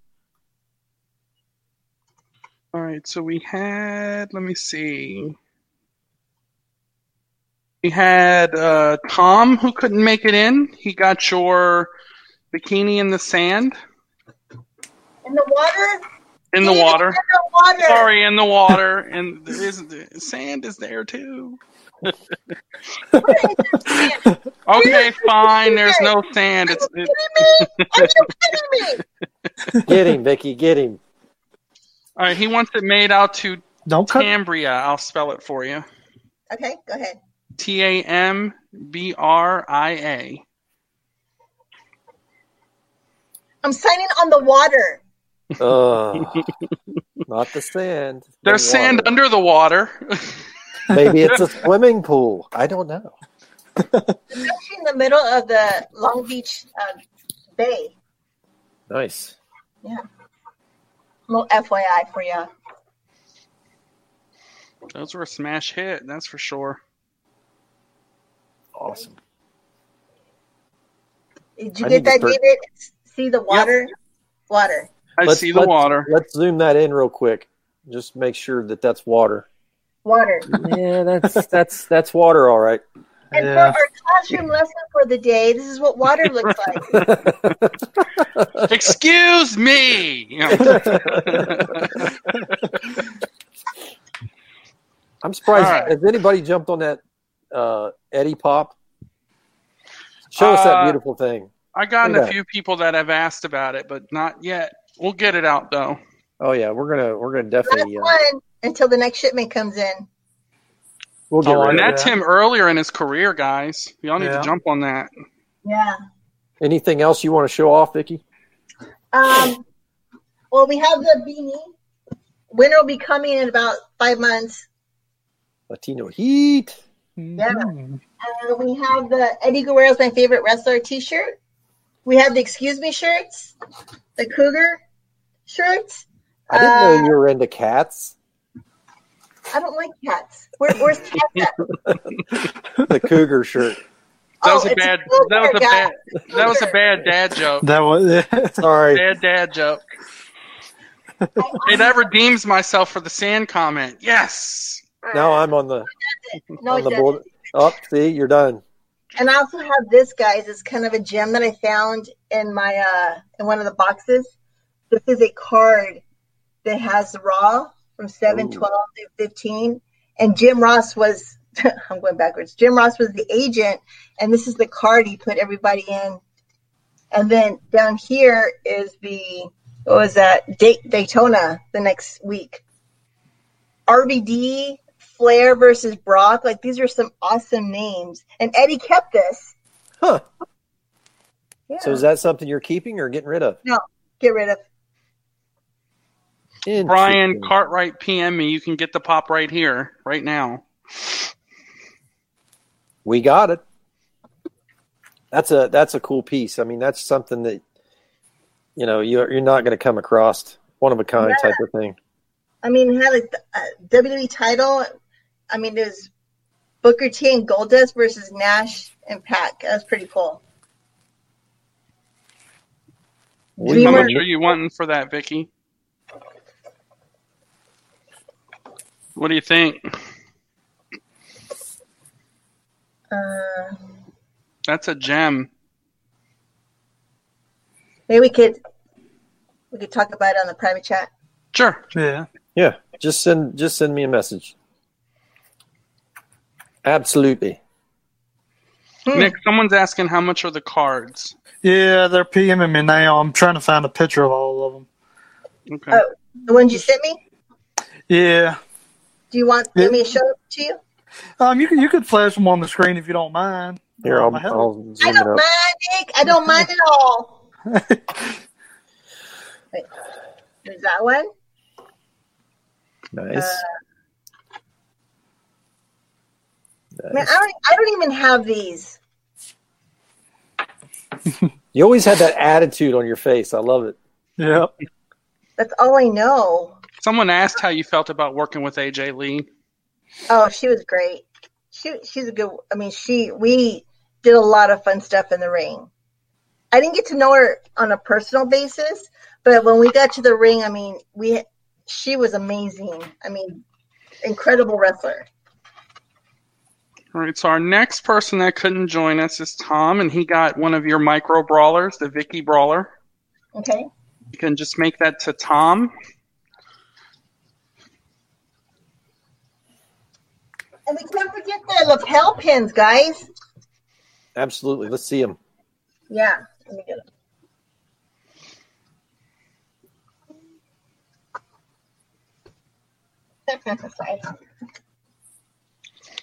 S5: All right, so we had, let me see. We had uh, Tom who couldn't make it in. He got your bikini in the sand,
S1: In the water?
S5: in the
S1: Yeah,
S5: water.
S1: in the water.
S5: Sorry, in the water. And there is, the sand is there too. okay, fine. There's no sand. It's, it,
S6: Get him, Vicky. Get him.
S5: all right, he wants it made out to
S6: Don't cut-
S5: Tambria. I'll spell it for you.
S1: Okay, go ahead.
S5: T A M B R I A.
S1: I'm signing on the water.
S6: Ugh. not the sand. the
S5: There's sand
S6: water.
S5: under the water.
S6: Maybe it's a swimming pool. I don't know.
S1: It's actually in the middle of the Long Beach uh, Bay.
S6: Nice.
S1: Yeah. Little FYI for you.
S5: Those were a smash hit, that's for sure.
S6: Awesome.
S1: Did you
S6: I
S1: get
S6: need to
S1: that,
S6: per-
S1: David? See the water? Water.
S5: I
S6: Let's-
S5: see the
S6: let's-
S5: water.
S6: Let's zoom that in real quick. Just make sure that that's water.
S1: Water.
S6: yeah, that's that's that's water, all right.
S1: And for
S6: Yeah.
S1: our classroom lesson for the day, this is what water looks like.
S5: Excuse me. You know.
S6: I'm surprised.
S5: All right.
S6: Has anybody jumped on that uh, Eddie Pop? Show us
S5: Uh,
S6: that beautiful thing.
S5: I gotten
S6: Look at
S5: a
S6: that.
S5: few people that have asked about it, but not yet. We'll get it out though.
S6: Oh yeah, we're gonna we're gonna
S1: Last
S6: definitely. Uh,
S1: one until the next shipment comes in.
S6: we'll get
S5: oh,
S6: rid
S5: and
S6: of
S5: that's
S6: that.
S5: him earlier in his career, guys. Y'all need
S6: Yeah.
S5: to jump on that.
S1: Yeah.
S6: Anything else you want to show off, Vicky?
S1: Um, well, we have the beanie. Winter will be coming in about five months.
S6: Latino Heat.
S1: Yeah. Uh, we have the Eddie Guerrero's my favorite wrestler T-shirt. We have the Excuse Me shirts, the Cougar shirts. Uh,
S6: I didn't know you were into cats.
S1: I don't like cats. Where, where's cats at?
S6: the cougar shirt.
S5: That was
S1: Oh,
S5: a
S1: it's
S5: bad.
S1: still
S5: That was
S1: there,
S5: a
S1: guys.
S5: bad. That was a bad dad joke.
S6: That was sorry.
S5: Bad dad joke.
S1: Oh,
S5: Hey, that redeems myself for the sand comment. Yes.
S6: Now I'm on the
S1: No,
S6: on
S1: it
S6: the
S1: doesn't.
S6: board. Up, see, you're done.
S1: And I also have this, guys. It's kind of a gem that I found in my uh in one of the boxes. This is a card that has Raw from 7,
S6: Ooh.
S1: 12 to 15. And Jim Ross was, I'm going backwards. Jim Ross was the agent. And this is the card he put everybody in. And then down here is the, what was that? Date Daytona the next week. RVD, Flair versus Brock. Like these are some awesome names. And Eddie kept this.
S6: Huh.
S1: Yeah.
S6: So is that something you're keeping or getting rid of?
S1: No, get rid of.
S5: Brian Cartwright PM me. You can get the pop right here, right now.
S6: We got it. That's a that's a cool piece. I mean, that's something that you know you're you're not going to come across one of a kind
S1: Yeah.
S6: type of thing.
S1: I mean, it had like the, uh, WWE title. I mean, there's Booker T and Goldust versus Nash and Pac. That was pretty cool.
S5: How
S6: Dreamer.
S5: much are you wanting for that, Vicky? What do you think?
S1: Uh,
S5: That's a gem.
S1: maybe we could we could talk about it on the private chat.
S5: Sure.
S6: Yeah. Yeah. Just send just send me a message. Absolutely.
S5: Nick, someone's asking how much are the cards.
S8: Yeah, they're PMing me now. I'm trying to find a picture of all of them.
S5: Okay.
S1: Oh, the ones you sent me.
S8: Yeah.
S1: Do you want
S8: Yeah.
S1: let me to show it to you?
S8: Um, you could you could flash them on the screen if you don't mind.
S6: Here,
S8: Um,
S6: I'll,
S8: I have-
S6: I'll zoom
S1: I
S6: it
S1: don't
S6: up.
S1: mind, Nick. I don't mind at all. Wait, there's that one.
S22: Uh,
S6: Nice.
S1: Man, I don't. I don't even have these.
S6: you always had that attitude on your face. I love it.
S8: Yeah.
S1: That's all I know.
S5: Someone asked how you felt about working with AJ Lee.
S1: Oh, she was great. She she's a good. I mean, she we did a lot of fun stuff in the ring. I didn't get to know her on a personal basis, but when we got to the ring, I mean, we she was amazing. I mean, incredible wrestler.
S5: All right, so our next person that couldn't join us is Tom, and he got one of your micro brawlers, the Vicky Brawler.
S1: Okay.
S5: You can just make that to Tom.
S1: And we can't forget the lapel pins, guys.
S6: Absolutely. Let's see him.
S1: Yeah. Let me get 'em.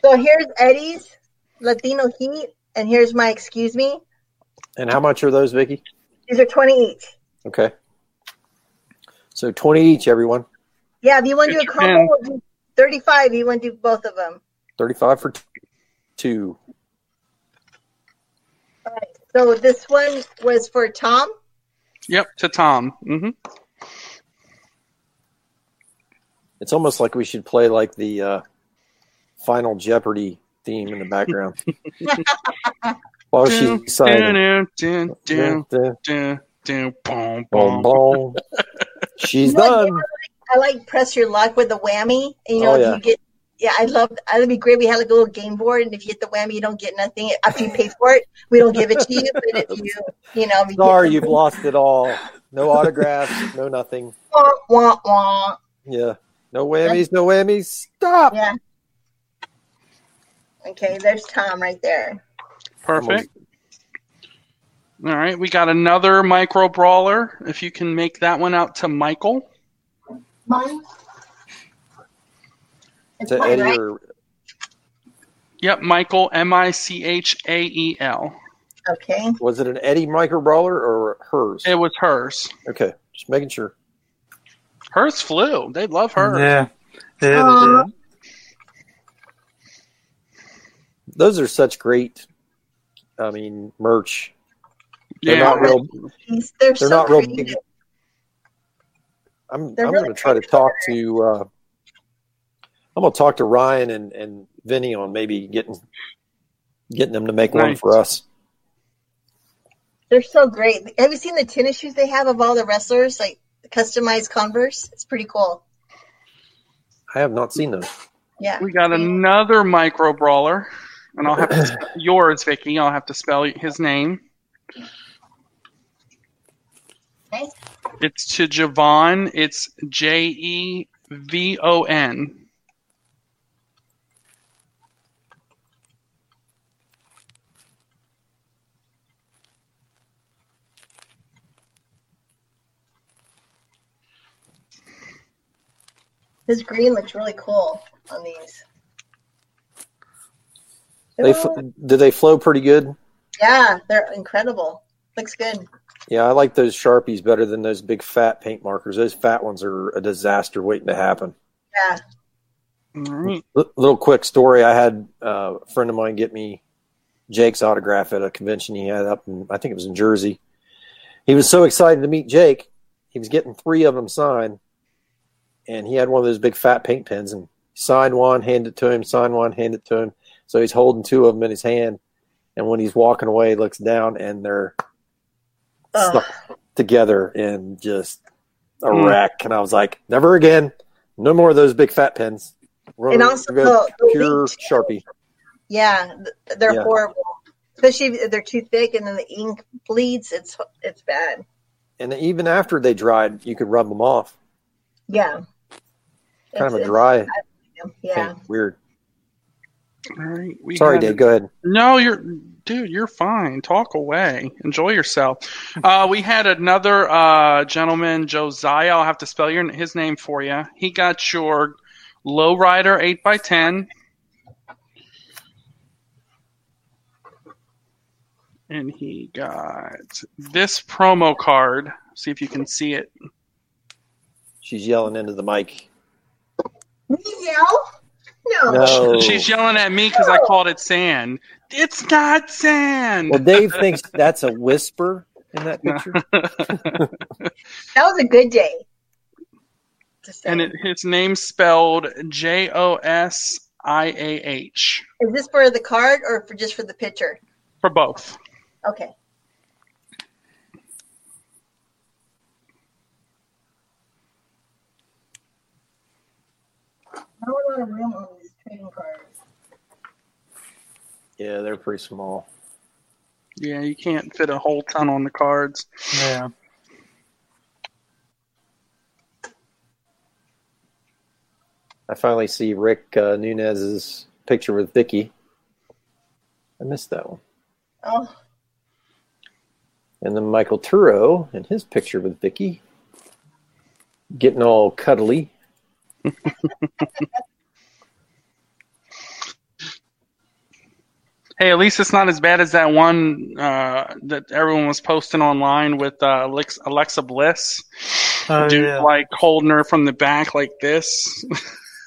S1: so here's Eddie's Latino Heat, and here's my excuse me.
S6: And how much are those, Vicky?
S1: These are 20 each.
S6: Okay. So twenty each, everyone.
S1: Yeah, if you want to do a
S6: Get your
S1: combo,
S6: pen.
S1: we'll do 35. If you want to do both of them.
S6: Thirty-five for t- two.
S1: So this one was for Tom.
S5: Yep, to Tom. Mm-hmm.
S6: It's almost like we should play like the uh, Final Jeopardy theme in the background while she's signing.
S5: Dun, dun, dun, dun, dun, dun, boom,
S6: Boom, boom. She's
S1: You know what,
S6: done.
S1: I like press your luck with the whammy. And, you know,
S6: Oh,
S1: if
S6: yeah.
S1: you get yeah, I love that'd be great. We had like a little game board, and if you hit the whammy, you don't get nothing. After you pay for it, we don't give it to you. But if you, you know, if you get
S6: Sorry,
S1: something-
S6: you've lost it all. No autographs, no nothing.
S1: Wah, wah, wah.
S6: Yeah. No whammies, no whammies. Stop.
S1: Yeah. Okay, there's Tom right there.
S5: Perfect. All right, we got another micro brawler. If you can make that one out to Michael.
S1: Mine.
S6: To Eddie or
S5: Yep, Michael M I C H A E L.
S1: Okay.
S6: was it an Eddie micro brawler or hers?
S5: It was hers.
S6: Okay. Just making sure.
S5: Hers flew. They love hers.
S6: Yeah.
S5: Yeah, they do.
S6: Those are such great I mean merch. They're
S5: Yeah.
S6: not real
S1: He's- They're,
S6: They're
S1: so
S6: not real
S1: creative.
S6: big. I'm
S1: They're
S6: I'm
S1: really
S6: gonna try to talk to uh, I'm gonna talk to Ryan and, and Vinny on maybe getting getting them to make one
S1: Nice.
S6: for us.
S1: They're so great. Have you seen the tennis shoes they have of all the wrestlers, like customized Converse? It's pretty cool.
S6: I have not seen those.
S1: Yeah.
S5: We got another micro brawler, and I'll have to spell yours, Vicky. I'll have to spell his name.
S1: Okay.
S5: It's to Javon. It's J E V O N.
S1: This green looks really cool on these.
S6: They fl- do they flow pretty good?
S1: Yeah, they're incredible. Looks good.
S6: Yeah, I like those sharpies better than those big fat paint markers. Those fat ones are a disaster waiting to happen.
S1: Yeah.
S6: L- little quick story: I had uh, a friend of mine get me Jake's autograph at a convention he had up, in, I think it was in Jersey. He was so excited to meet Jake, he was getting three of them signed, and he had one of those big fat paint pens and signed one, handed it to him, signed one, handed it to him. So he's holding two of them in his hand, and when he's walking away, he looks down and they're stuck together and just a
S1: Mm.
S6: wreck. And I was like, never again, no more of those big fat pens. We're
S1: And
S6: gonna
S1: also
S6: go
S1: the- the
S6: pure sharpie.
S1: Yeah, th- they're
S6: Yeah.
S1: horrible. Especially if they're too thick and then the ink bleeds. It's it's bad.
S6: And even after they dried, you could rub them off.
S1: Yeah.
S6: Kind
S1: It's-
S6: of a
S1: it's-
S6: dry,
S1: Yeah.
S6: paint. weird.
S5: All right, we
S6: Sorry,
S5: got-
S6: Dave. Go ahead.
S5: No, you're, dude, you're fine. Talk away. Enjoy yourself. Uh, we had another uh, gentleman, Josiah. I'll have to spell your, his name for you. He got your lowrider 8x10. And he got this promo card. See if you can see it.
S6: She's yelling into the mic.
S1: Me yell? No.
S6: No.
S5: She's yelling at me because I called it sand. It's not sand.
S6: Well, Dave thinks that's a whisper in that picture.
S1: That was a good day.
S5: and it, his name's spelled J O S I A H
S1: Is this for the card or for just for the picture?
S5: for both.
S1: Okay. Not a lot of room on these trading cards.
S6: Yeah, they're pretty small.
S5: Yeah, you can't fit a whole ton on the cards.
S8: Yeah.
S6: I finally see Rick uh, Nunez's picture with Vicky. I missed that one.
S1: Oh,
S6: And then Michael Turo and his picture with Vicky getting all cuddly.
S5: Hey, at least it's not as bad as that one uh, that everyone was posting online with uh, Alex- Alexa Bliss.
S8: Oh,
S5: Dude,
S8: yeah.
S5: like holding her from the back like this.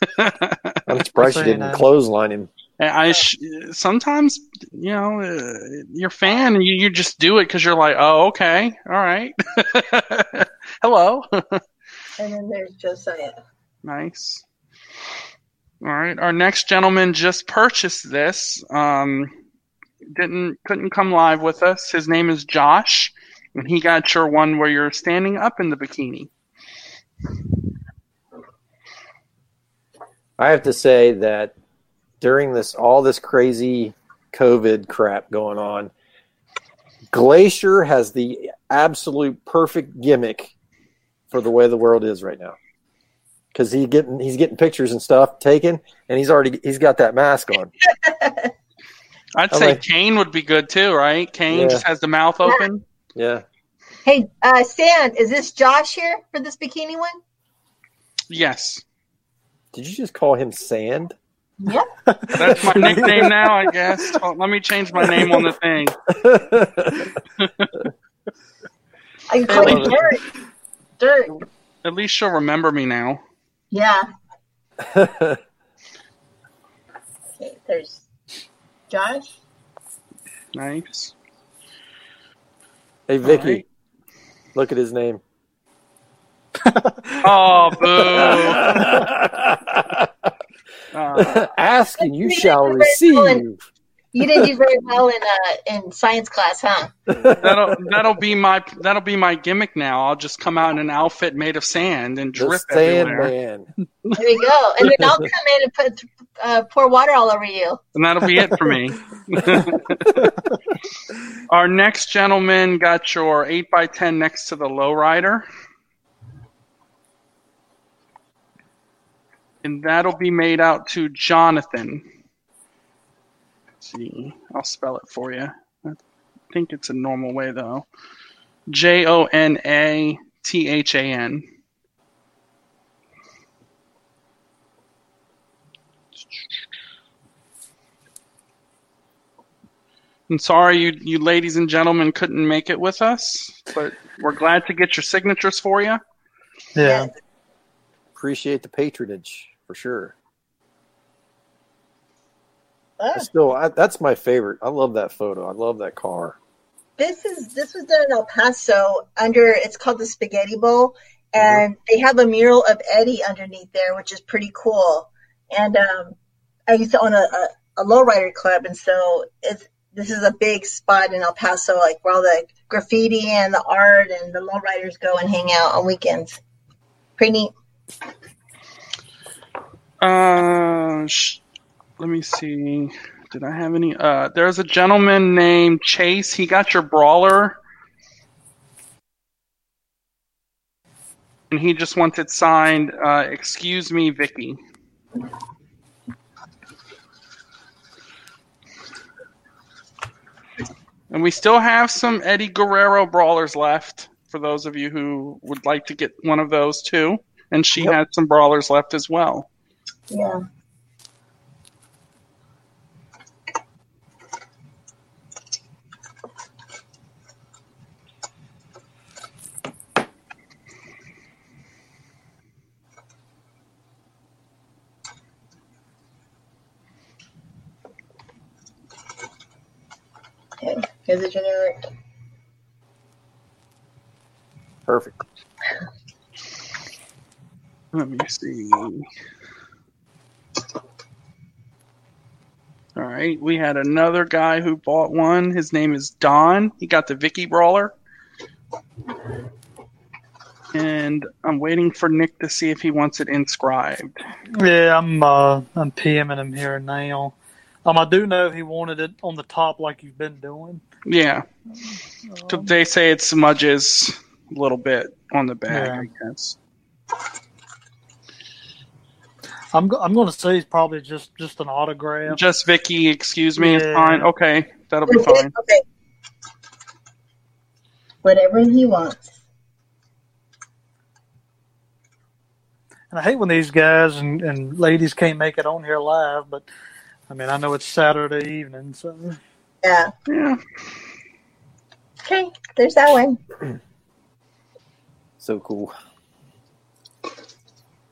S6: I'm surprised she
S5: Saying
S6: didn't
S5: that.
S6: clothesline him.
S5: And I sh- sometimes you know uh, you're a fan and you, you just do it because you're like, oh okay, all right, hello,
S1: And then there's Josiah.
S5: nice. All right, our next gentleman just purchased this. Um, didn't couldn't come live with us. His name is Josh, and he got your one where you're standing up in the bikini.
S6: I have to say that during this all this crazy COVID crap going on, Glacier has the absolute perfect gimmick for the way the world is right now. Because he getting he's getting pictures and stuff taken, and he's already he's got that mask on.
S5: I'd
S6: I'm
S5: say
S6: like-
S5: Kane would be good too, right? Kane
S6: Yeah.
S5: just has the mouth open.
S6: Yeah.
S1: Hey, uh, Stan, is this Josh here for this bikini one?
S5: Yes.
S6: Did you just call him Sand?
S1: Yep.
S5: That's my nickname now, I guess. Well, let me change my name on the thing.
S1: I can call you Dirt. Dirt.
S5: At least she'll remember me now.
S1: Yeah. Okay, there's Josh.
S5: nice.
S6: Hey Vicky, look at his name.
S5: Oh, boo. Uh,
S6: Ask and you
S1: You
S6: shall
S1: didn't do very well
S6: receive.
S1: in- You didn't do very well in uh, in science class, huh?
S5: that'll that'll be my that'll be my gimmick now. I'll just come out in an outfit made of sand and drip everywhere,
S6: man.
S1: There you go. And then I'll come in and put uh, pour water all over you.
S5: and that'll be it for me. Our next gentleman got your eight by ten next to the lowrider, and that'll be made out to Jonathan. Let's see, I'll spell it for you. I think it's a normal way though. J O N A T H A N. I'm sorry you, you ladies and gentlemen couldn't make it with us, but we're glad to get your signatures for you.
S6: Yeah. Appreciate the patronage for sure. I still, I, that's my favorite. I love that photo. I love that car.
S1: This is this was done in El Paso under it's called the Spaghetti Bowl, and they have a mural of Eddie underneath there, which is pretty cool. And um, I used to own a, a, a lowrider club, and so it's this is a big spot in El Paso, like where all the graffiti and the art and the lowriders go and hang out on weekends. Pretty neat.
S5: Uh, sh- let me see. Did I have any? Uh, there's a gentleman named Chase. He got your brawler. And he just wants it signed, uh, excuse me, Vicky. And we still have some Eddie Guerrero brawlers left for those of you who would like to get one of those too. And she has some brawlers left as well.
S1: Yeah. Okay, here's a generic.
S6: Perfect.
S5: Let me see. All right, we had another guy who bought one. His name is Don. He got the Vicky Brawler. And I'm waiting for Nick to see if he wants it inscribed.
S8: Yeah, I'm uh, I'm PMing him here now. Um, I do know he wanted it on the top like you've been doing.
S5: Yeah. 'Cause they say it smudges a little bit on the bag, I guess.
S8: I'm go- I'm going to say he's probably just just an autograph.
S5: Just Vicky, excuse me, is
S8: Yeah.
S5: fine. Okay, that'll be fine.
S1: Whatever he wants.
S8: And I hate when these guys and, and ladies can't make it on here live, but I mean I know it's Saturday evening, so
S1: Yeah.
S5: Yeah.
S1: Okay, there's that one.
S6: So cool.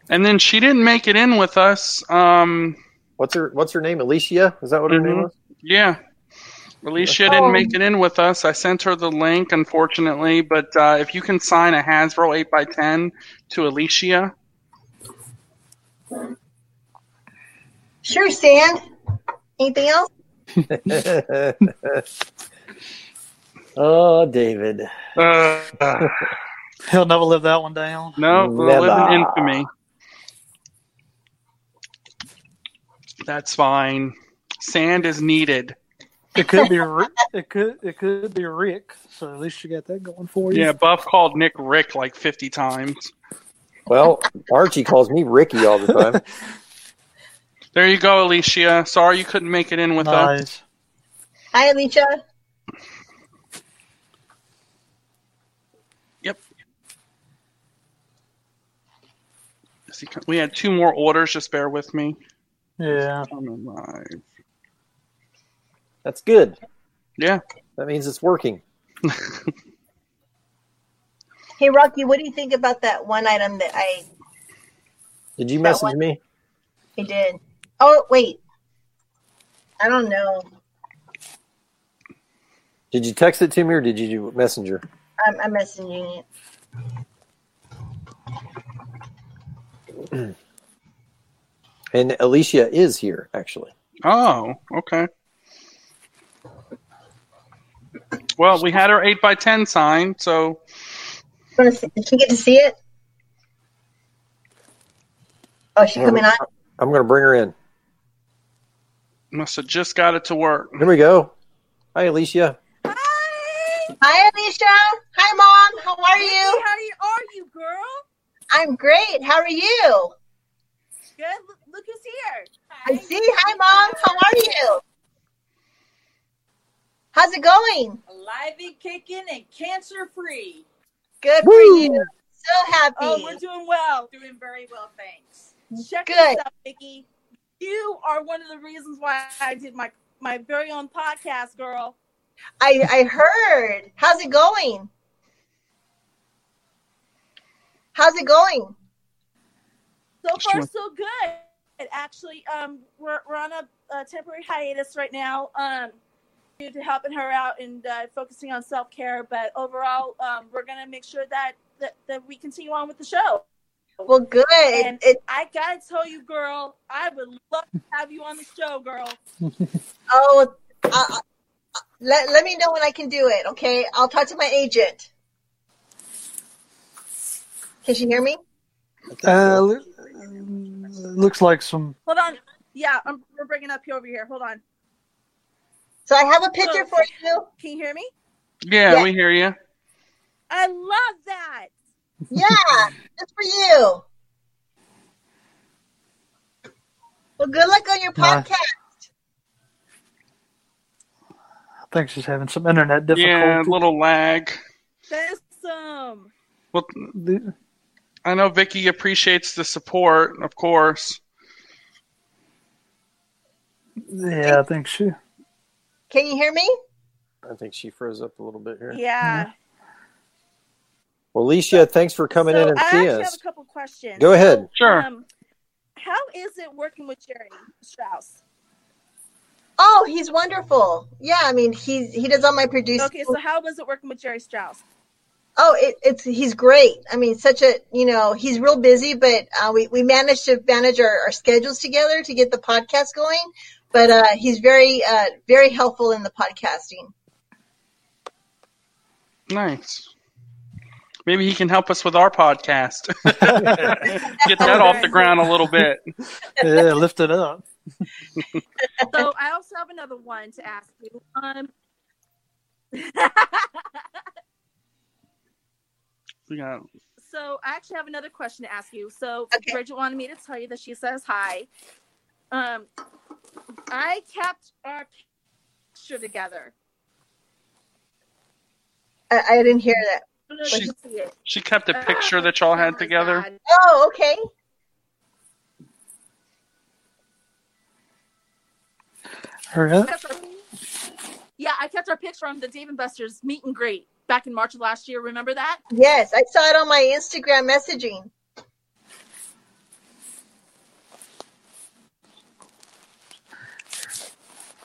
S5: And then she didn't make it in with us. Um, Mm-hmm.
S6: What's her What's her name? Alicia? Is that what her name was?
S5: Yeah. Alicia didn't make it in with us. I sent her the link, unfortunately. But uh, if you can sign a Hasbro 8x10 to Alicia,
S1: Sure, Stan. Anything else?
S6: oh, David.
S8: Uh, He'll never live that one down.
S5: no, we'll live in
S8: Never.
S5: infamy. That's fine. Sand is needed.
S8: It could be Ri- it could it could be Rick. So at least you got that going for you.
S5: Yeah, Buff called Nick Rick like 50 times.
S6: Well, Archie calls me Ricky all the time.
S5: There you go, Alicia. Sorry you couldn't make it in with us.
S1: Hi, Alicia.
S5: We had two more orders. Just bear with me.
S8: Yeah.
S6: That's good.
S5: Yeah.
S6: That means it's working.
S1: Hey, Rocky, what do you think about that one item that I,
S6: Did you message me?
S1: I did? Oh, wait. I don't know.
S6: Did you text it to me or did you do messenger?
S1: I'm, I'm messaging it.
S6: And Alicia is here actually.
S5: Oh, okay. Well, we had our 8 by 10 sign, so
S1: Wanna see- Did she get to see it? Oh, she coming on?
S6: I'm going to bring her in.
S5: must have just got it to work.
S6: Here we go. Hi, Alicia.
S1: Hi, Alicia. Hi, Mom. How are you?
S16: How do you, oh, are you, girl?
S1: I'm great. How are you?
S16: Good. Look, look who's here.
S1: I see. Hi, Mom. How are you? How's it going?
S16: Alive and kicking and cancer free.
S1: Good for
S16: Woo.
S1: you. So happy.
S16: Oh, we're doing well. Doing very well, thanks. Check
S1: Good.
S16: this out, Vicky. You are one of the reasons why I did my my very own podcast, girl.
S1: I, I heard. How's it going? How's it going?
S16: So
S1: Just
S16: far,
S1: want-
S16: so good. Actually, um, we're, we're on a, a temporary hiatus right now, um, due to helping her out and uh, focusing on self care. But overall, um, we're gonna make sure that, that that we continue on with the show.
S1: Well, good.
S16: And
S1: It-
S16: I gotta tell you, girl, I would love to have you on the show, girl.
S1: Oh, uh, uh, let, let me know when I can do it, okay? I'll talk to my agent. Can she hear me?
S8: Uh, lo- looks like some.
S16: Hold on. Yeah, I'm, we're bringing up you over here. Hold on.
S1: So I have a picture for you.
S16: Can you hear me?
S5: Yeah,
S1: Yeah.
S5: we hear you.
S16: I love that.
S1: Yeah, just for you. Well, good luck on your
S8: Nice.
S1: podcast.
S8: I think she's having some internet difficulty.
S5: Yeah, a little lag.
S16: That is um, some.
S5: Well, I know Vicky appreciates the support, of course.
S8: Yeah, I think she.
S1: Can you hear me?
S6: I think she froze up a little bit here.
S16: Yeah.
S6: Well, Alicia, thanks for coming
S16: so
S6: in and
S16: I
S6: see
S16: actually
S6: us.
S16: have a couple questions.
S6: Go ahead.
S16: So,
S6: Sure.
S16: Um, how is it working with Jerry Strauss?
S1: Oh, he's wonderful. Yeah, I mean, he's he does all my producing.
S16: Okay, so how was it working with Jerry Strauss?
S1: Oh, it, it's he's great. I mean, such a you know he's real busy, but uh, we we managed to manage our, our schedules together to get the podcast going. But uh, he's very uh, very helpful in the podcasting.
S5: Nice. Maybe he can help us with our podcast. Get that off the ground a little bit.
S8: Yeah, lift it up.
S16: so I also have another one to ask you. Um,
S5: We got
S16: so I actually have another question to ask you. So Bridget wanted me to tell you that she says hi. Um, I kept our picture together.
S1: I, I didn't hear that.
S16: I don't know if you see it.
S5: She kept a picture that y'all had together.
S1: Oh, okay.
S8: Hurry up.
S16: Kept our- Yeah, I kept our picture on the Dave and Buster's meet and greet back in March of last year. Remember that?
S1: Yes, I saw it on my Instagram messaging.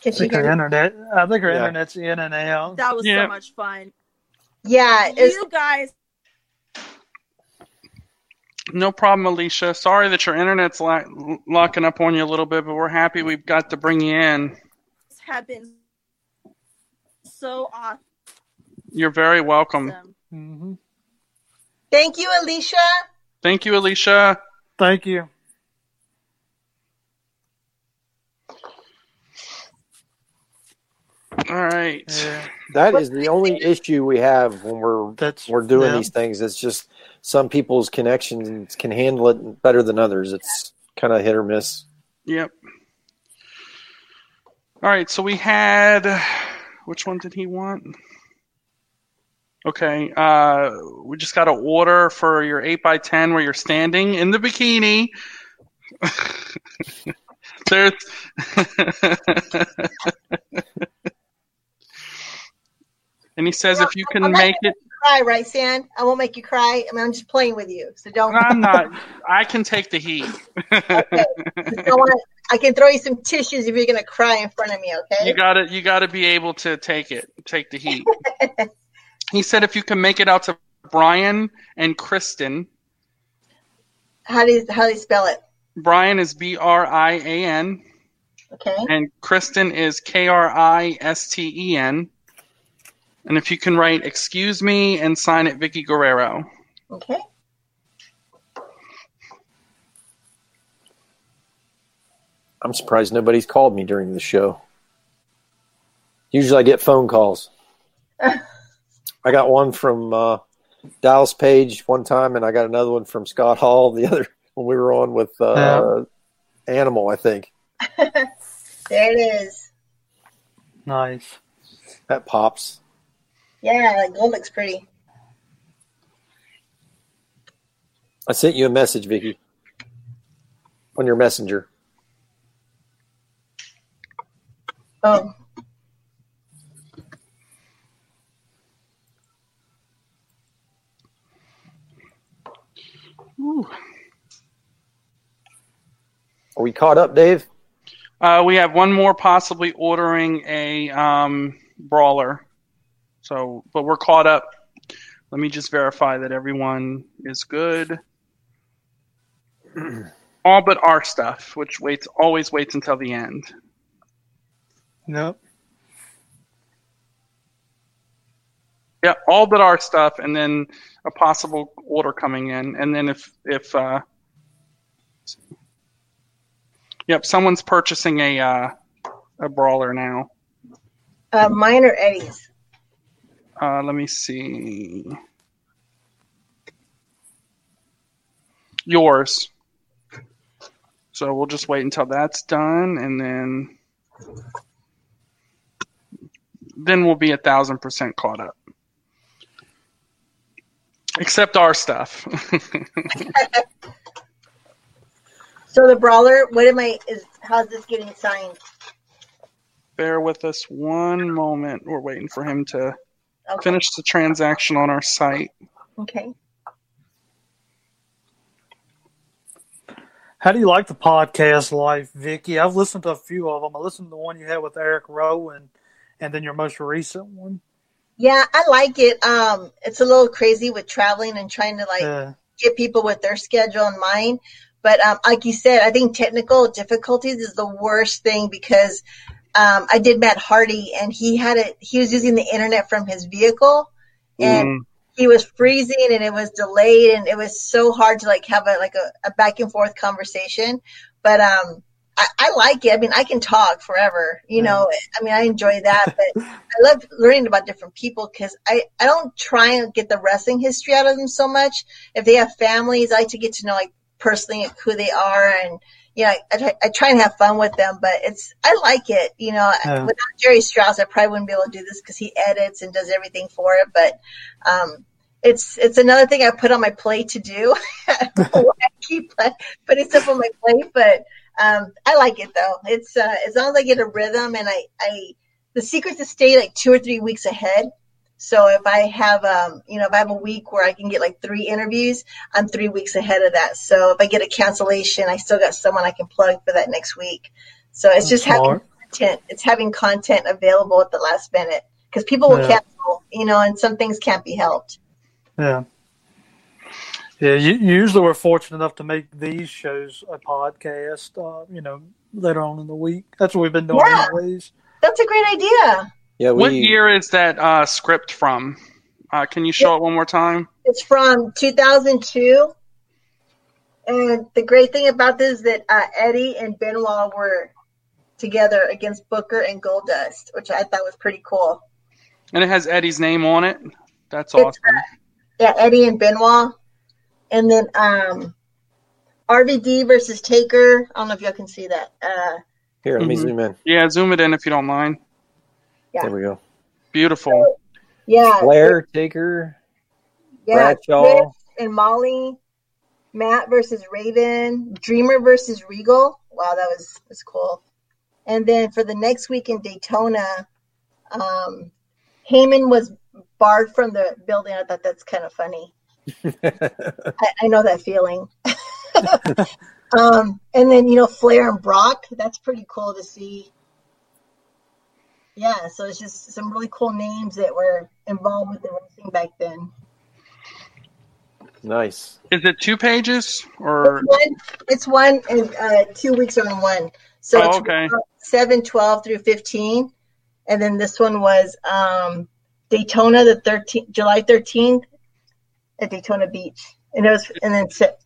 S1: Can
S8: I
S1: she
S8: think her
S1: hear me?
S8: internet. I think her
S1: Yeah.
S8: internet's in and out.
S16: That was
S8: Yeah.
S16: so much fun.
S1: Yeah,
S16: you guys.
S5: No problem, Alicia. Sorry that your internet's lock- locking up on you a little bit, but we're happy we've got to bring you in.
S16: have been so awesome.
S5: You're very welcome.
S8: Mm-hmm.
S1: Thank you, Alicia.
S5: Thank you, Alicia.
S8: Thank you.
S5: All right.
S6: That is the only issue we have when we're we're doing
S8: yeah.
S6: these things. It's just some people's connections can handle it better than others. It's kind of hit or miss.
S5: Yep. All right, so we had which one did he want? Okay, uh, we just got an order for your eight by ten where you're standing in the bikini. There's And he says if you can
S1: I'm not
S5: make
S1: gonna
S5: it
S1: Cry, right, San? I won't make you cry. I mean, I'm just playing with you, so don't.
S5: I'm not I can take the heat.
S1: I, wanna, I can throw you some tissues if you're gonna cry in front of me. Okay.
S5: You gotta you gotta be able to take it, take the heat. he said if you can make it out to Brian and Kristen.
S1: How do you, how do you spell it?
S5: Brian is B R I A N
S1: Okay.
S5: and Kristen is K R I S T E N. And if you can write excuse me and sign it Vicky Guerrero.
S1: Okay.
S6: I'm surprised nobody's called me during the show. Usually I get phone calls. I got one from uh, Dallas Page one time, and I got another one from Scott Hall the other when we were on with uh, Animal, I think.
S1: There it is.
S8: Nice.
S6: That pops.
S1: Yeah, that gold looks pretty.
S6: I sent you a message, Vicky, on your messenger.
S1: Oh.
S6: Are we caught up, Dave?
S5: Uh, we have one more possibly ordering a um, brawler. So, but we're caught up. Let me just verify that everyone is good. All but our stuff, which waits always waits until the end.
S8: Nope.
S5: Yeah, all but our stuff, and then a possible order coming in, and then if if uh, yep, someone's purchasing a uh, a brawler now.
S1: Uh, mine or Eddie's?
S5: Uh, let me see. Yours. So we'll just wait until that's done, and then then we'll be a thousand percent caught up. Except our stuff.
S1: So the brawler. What am I? Is how's this getting signed?
S5: Bear with us one moment. We're waiting for him to finish the transaction on our site.
S1: Okay.
S8: How do you like the podcast life, Vicky? I've listened to a few of them. I listened to the one you had with Eric Rowan, and then your most recent one.
S1: Yeah, I like it. Um, it's a little crazy with traveling and trying to like
S8: Yeah.
S1: get people with their schedule in mind. But um, like you said, I think technical difficulties is the worst thing because um, I did Matt Hardy and he had it. He was using the internet from his vehicle and
S19: Mm-hmm.
S1: he was freezing and it was delayed and it was so hard to like have a like a, a back and forth conversation. But um, I, I like it. I mean, I can talk forever. You know, I mean, I enjoy that. But I love learning about different people because I I don't try and get the wrestling history out of them so much. If they have families, I like to get to know like personally who they are and. Yeah, I, try- I try and have fun with them, but it's I like it. You know,
S8: Yeah.
S1: without Jerry Strauss, I probably wouldn't be able to do this because he edits and does everything for it. But um, it's it's another thing I put on my plate to do. I keep uh, putting stuff on my plate, but um, I like it though. It's uh, as long as I get a rhythm and I, I the secret to stay like two or three weeks ahead. So if I have um you know if I have a week where I can get like three interviews, I'm three weeks ahead of that. So if I get a cancellation, I still got someone I can plug for that next week. So it's just having
S8: Smart.
S1: content. It's having content available at the last minute because people will
S8: Yeah.
S1: cancel, you know, and some things can't be helped.
S8: Yeah. Yeah, you, usually we're fortunate enough to make these shows a podcast, uh, you know, later on in the week. That's what we've been doing
S1: Yeah.
S8: anyways.
S1: That's a great idea.
S6: Yeah,
S5: What
S1: we-
S5: year is that uh, script from? Uh, can you show it one more time?
S1: It's from 2002. And the great thing about this is that uh, Eddie and Benoit were together against Booker and Goldust, which I thought was pretty cool.
S5: And it has Eddie's name on it. That's
S1: It's,
S5: awesome.
S1: Yeah, Eddie and Benoit. And then um, RVD versus Taker. I don't know if y'all can see that. Uh,
S6: Here, let me
S5: Mhm.
S6: zoom in.
S5: Yeah, zoom it in if you don't mind.
S1: Yeah.
S6: There we go.
S5: Beautiful.
S1: yeah.
S6: Flair, Taker,
S1: Yeah,
S6: Bradshaw.
S1: Vince and Molly, Matt versus Raven, Dreamer versus Regal. Wow, that was that's cool. And then for the next week in Daytona, um, Heyman was barred from the building. I thought that's kind of funny. I, I know that feeling. um, and then you know Flair and Brock. That's pretty cool to see. Yeah, so it's just some really cool names that were involved with the racing back then.
S6: Nice.
S5: Is it two pages or
S1: one, it's one and uh, two weeks on one. So
S5: Oh,
S1: it's
S5: okay.
S1: 7, 12 through 15. And then this one was um, Daytona, the 13th, July 13th at Daytona Beach. And it was, and then, se-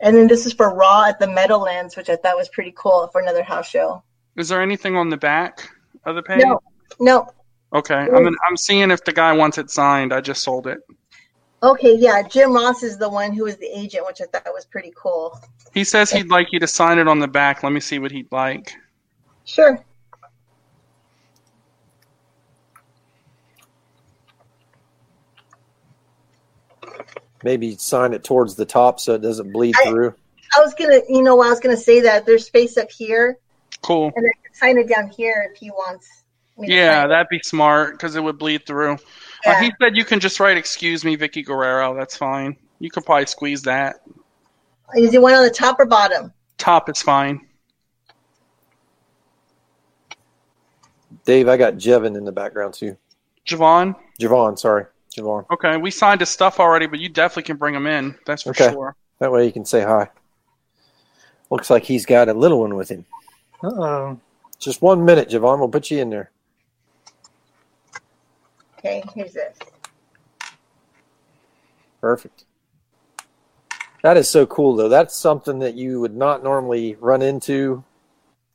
S1: and then this is for Raw at the Meadowlands, which I thought was pretty cool for another house show.
S5: is there anything on the back of the page?
S1: No, no.
S5: Okay, I'm gonna, I'm seeing if the guy wants it signed. I just sold it.
S1: Okay, yeah. Jim Ross is the one who was the agent, which I thought was pretty cool.
S5: He says he'd like you to sign it on the back. Let me see what he'd like.
S1: Sure.
S6: Maybe sign it towards the top so it doesn't bleed through.
S1: I was going to, you know, I was going to say that there's space up here.
S5: Cool.
S1: And I can sign it down here if he wants. me to sign
S5: Yeah, that'd be smart because it would bleed through. Uh, he said you can just write "Excuse me, Vicky Guerrero." That's fine. You could probably squeeze that.
S1: it. Is it one on the top or bottom?
S5: Top is fine.
S6: Dave, I got Jevin in the background too.
S5: Javon.
S6: Javon, sorry, Javon.
S5: Okay, we signed his stuff already, but you definitely can bring him in. That's for
S6: Okay.
S5: sure.
S6: That way you can say hi. Looks like he's got a little one with him.
S8: Uh oh.
S6: Just one minute, Javon. We'll put you in there.
S1: Okay, here's this.
S6: Perfect. That is so cool, though. That's something that you would not normally run into.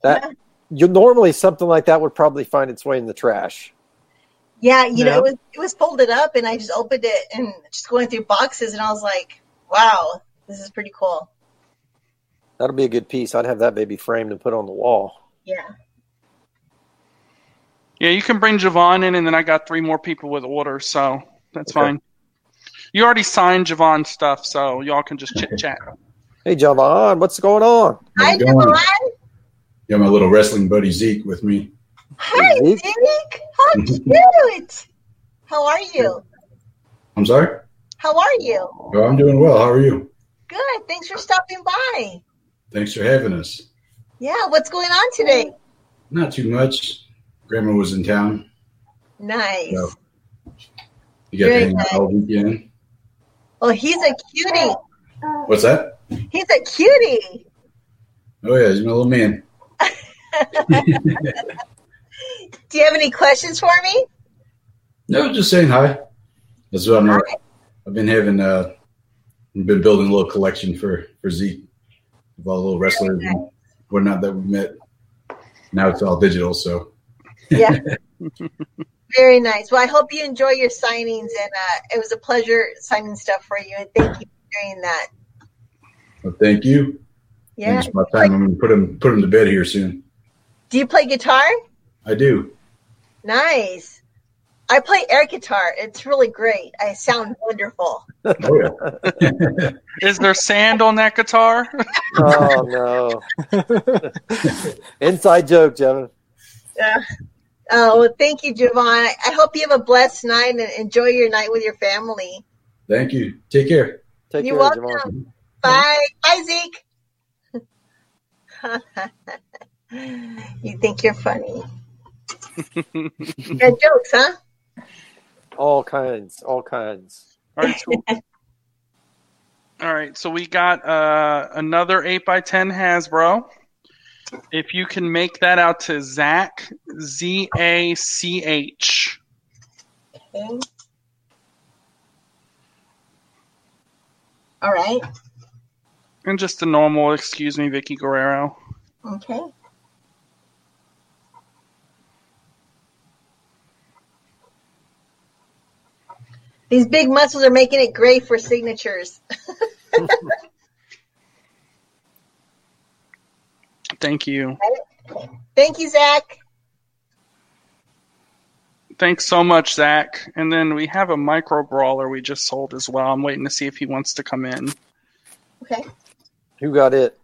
S6: That you normally something like that would probably find its way in the trash.
S1: Yeah, you know,
S6: Yeah.
S1: it was it was folded up, and I just opened it and just going through boxes, and I was like, "Wow, this is pretty cool."
S6: That'll be a good piece. I'd have that baby framed and put on the wall.
S1: Yeah.
S5: Yeah, you can bring Javon in, and then I got three more people with orders, so that's
S6: Okay.
S5: fine. You already signed Javon's stuff, so y'all can just chit chat.
S6: Hey, Javon, what's going on?
S1: Hi,
S2: going?
S1: Javon.
S2: Yeah, my little wrestling buddy Zeke with me.
S1: Hi, Zeke. How cute. How are you?
S2: I'm sorry.
S1: How are you?
S2: Oh, I'm doing well. How are you?
S1: Good. Thanks for stopping by.
S2: Thanks for having us.
S1: Yeah, what's going on today?
S2: Not too much. Grandma was in town,
S1: Nice.
S2: so you got
S1: Very
S2: to hang out all weekend.
S1: Well, he's a cutie.
S2: What's that?
S1: He's a cutie.
S2: Oh yeah, he's my little man.
S1: Do you have any questions for me?
S2: No, just saying hi. That's what I'm. I've been having uh, been building a little collection for for Zeke of all the little wrestlers and whatnot that we met. Now it's all digital, so
S1: Yeah. Very nice. Well, I hope you enjoy your signings, and uh, it was a pleasure signing stuff for you. And thank you for doing that.
S2: well, thank you.
S1: Yeah.
S2: It's about time. I'm gonna put him put him to bed here soon.
S1: Do you play guitar?
S2: I do.
S1: Nice. I play air guitar. It's really great. I sound wonderful.
S2: Oh
S5: yeah. Is there sand on that guitar?
S6: Oh no. Inside joke, Jevin.
S1: Yeah. Oh, well, thank you, Javon. I I hope you have a blessed night and enjoy your night with your family.
S2: Thank you. Take care.
S6: Take
S1: You're welcome. Bye. Bye, Zeke. You think you're funny. you got jokes, huh?
S6: All kinds, all kinds.
S5: All right, so, all right, so we got uh, another 8 by 10 Hasbro. If you can make that out to Zach, Z A C H.
S1: Okay. All right.
S5: And just a normal, excuse me, Vicky Guerrero.
S1: Okay. These big muscles are making it great for signatures.
S5: Thank you.
S1: Thank you, Zach.
S5: Thanks so much, Zach. And then we have a micro brawler we just sold as well. I'm waiting to see if he wants to come in.
S1: Okay.
S6: Who got it?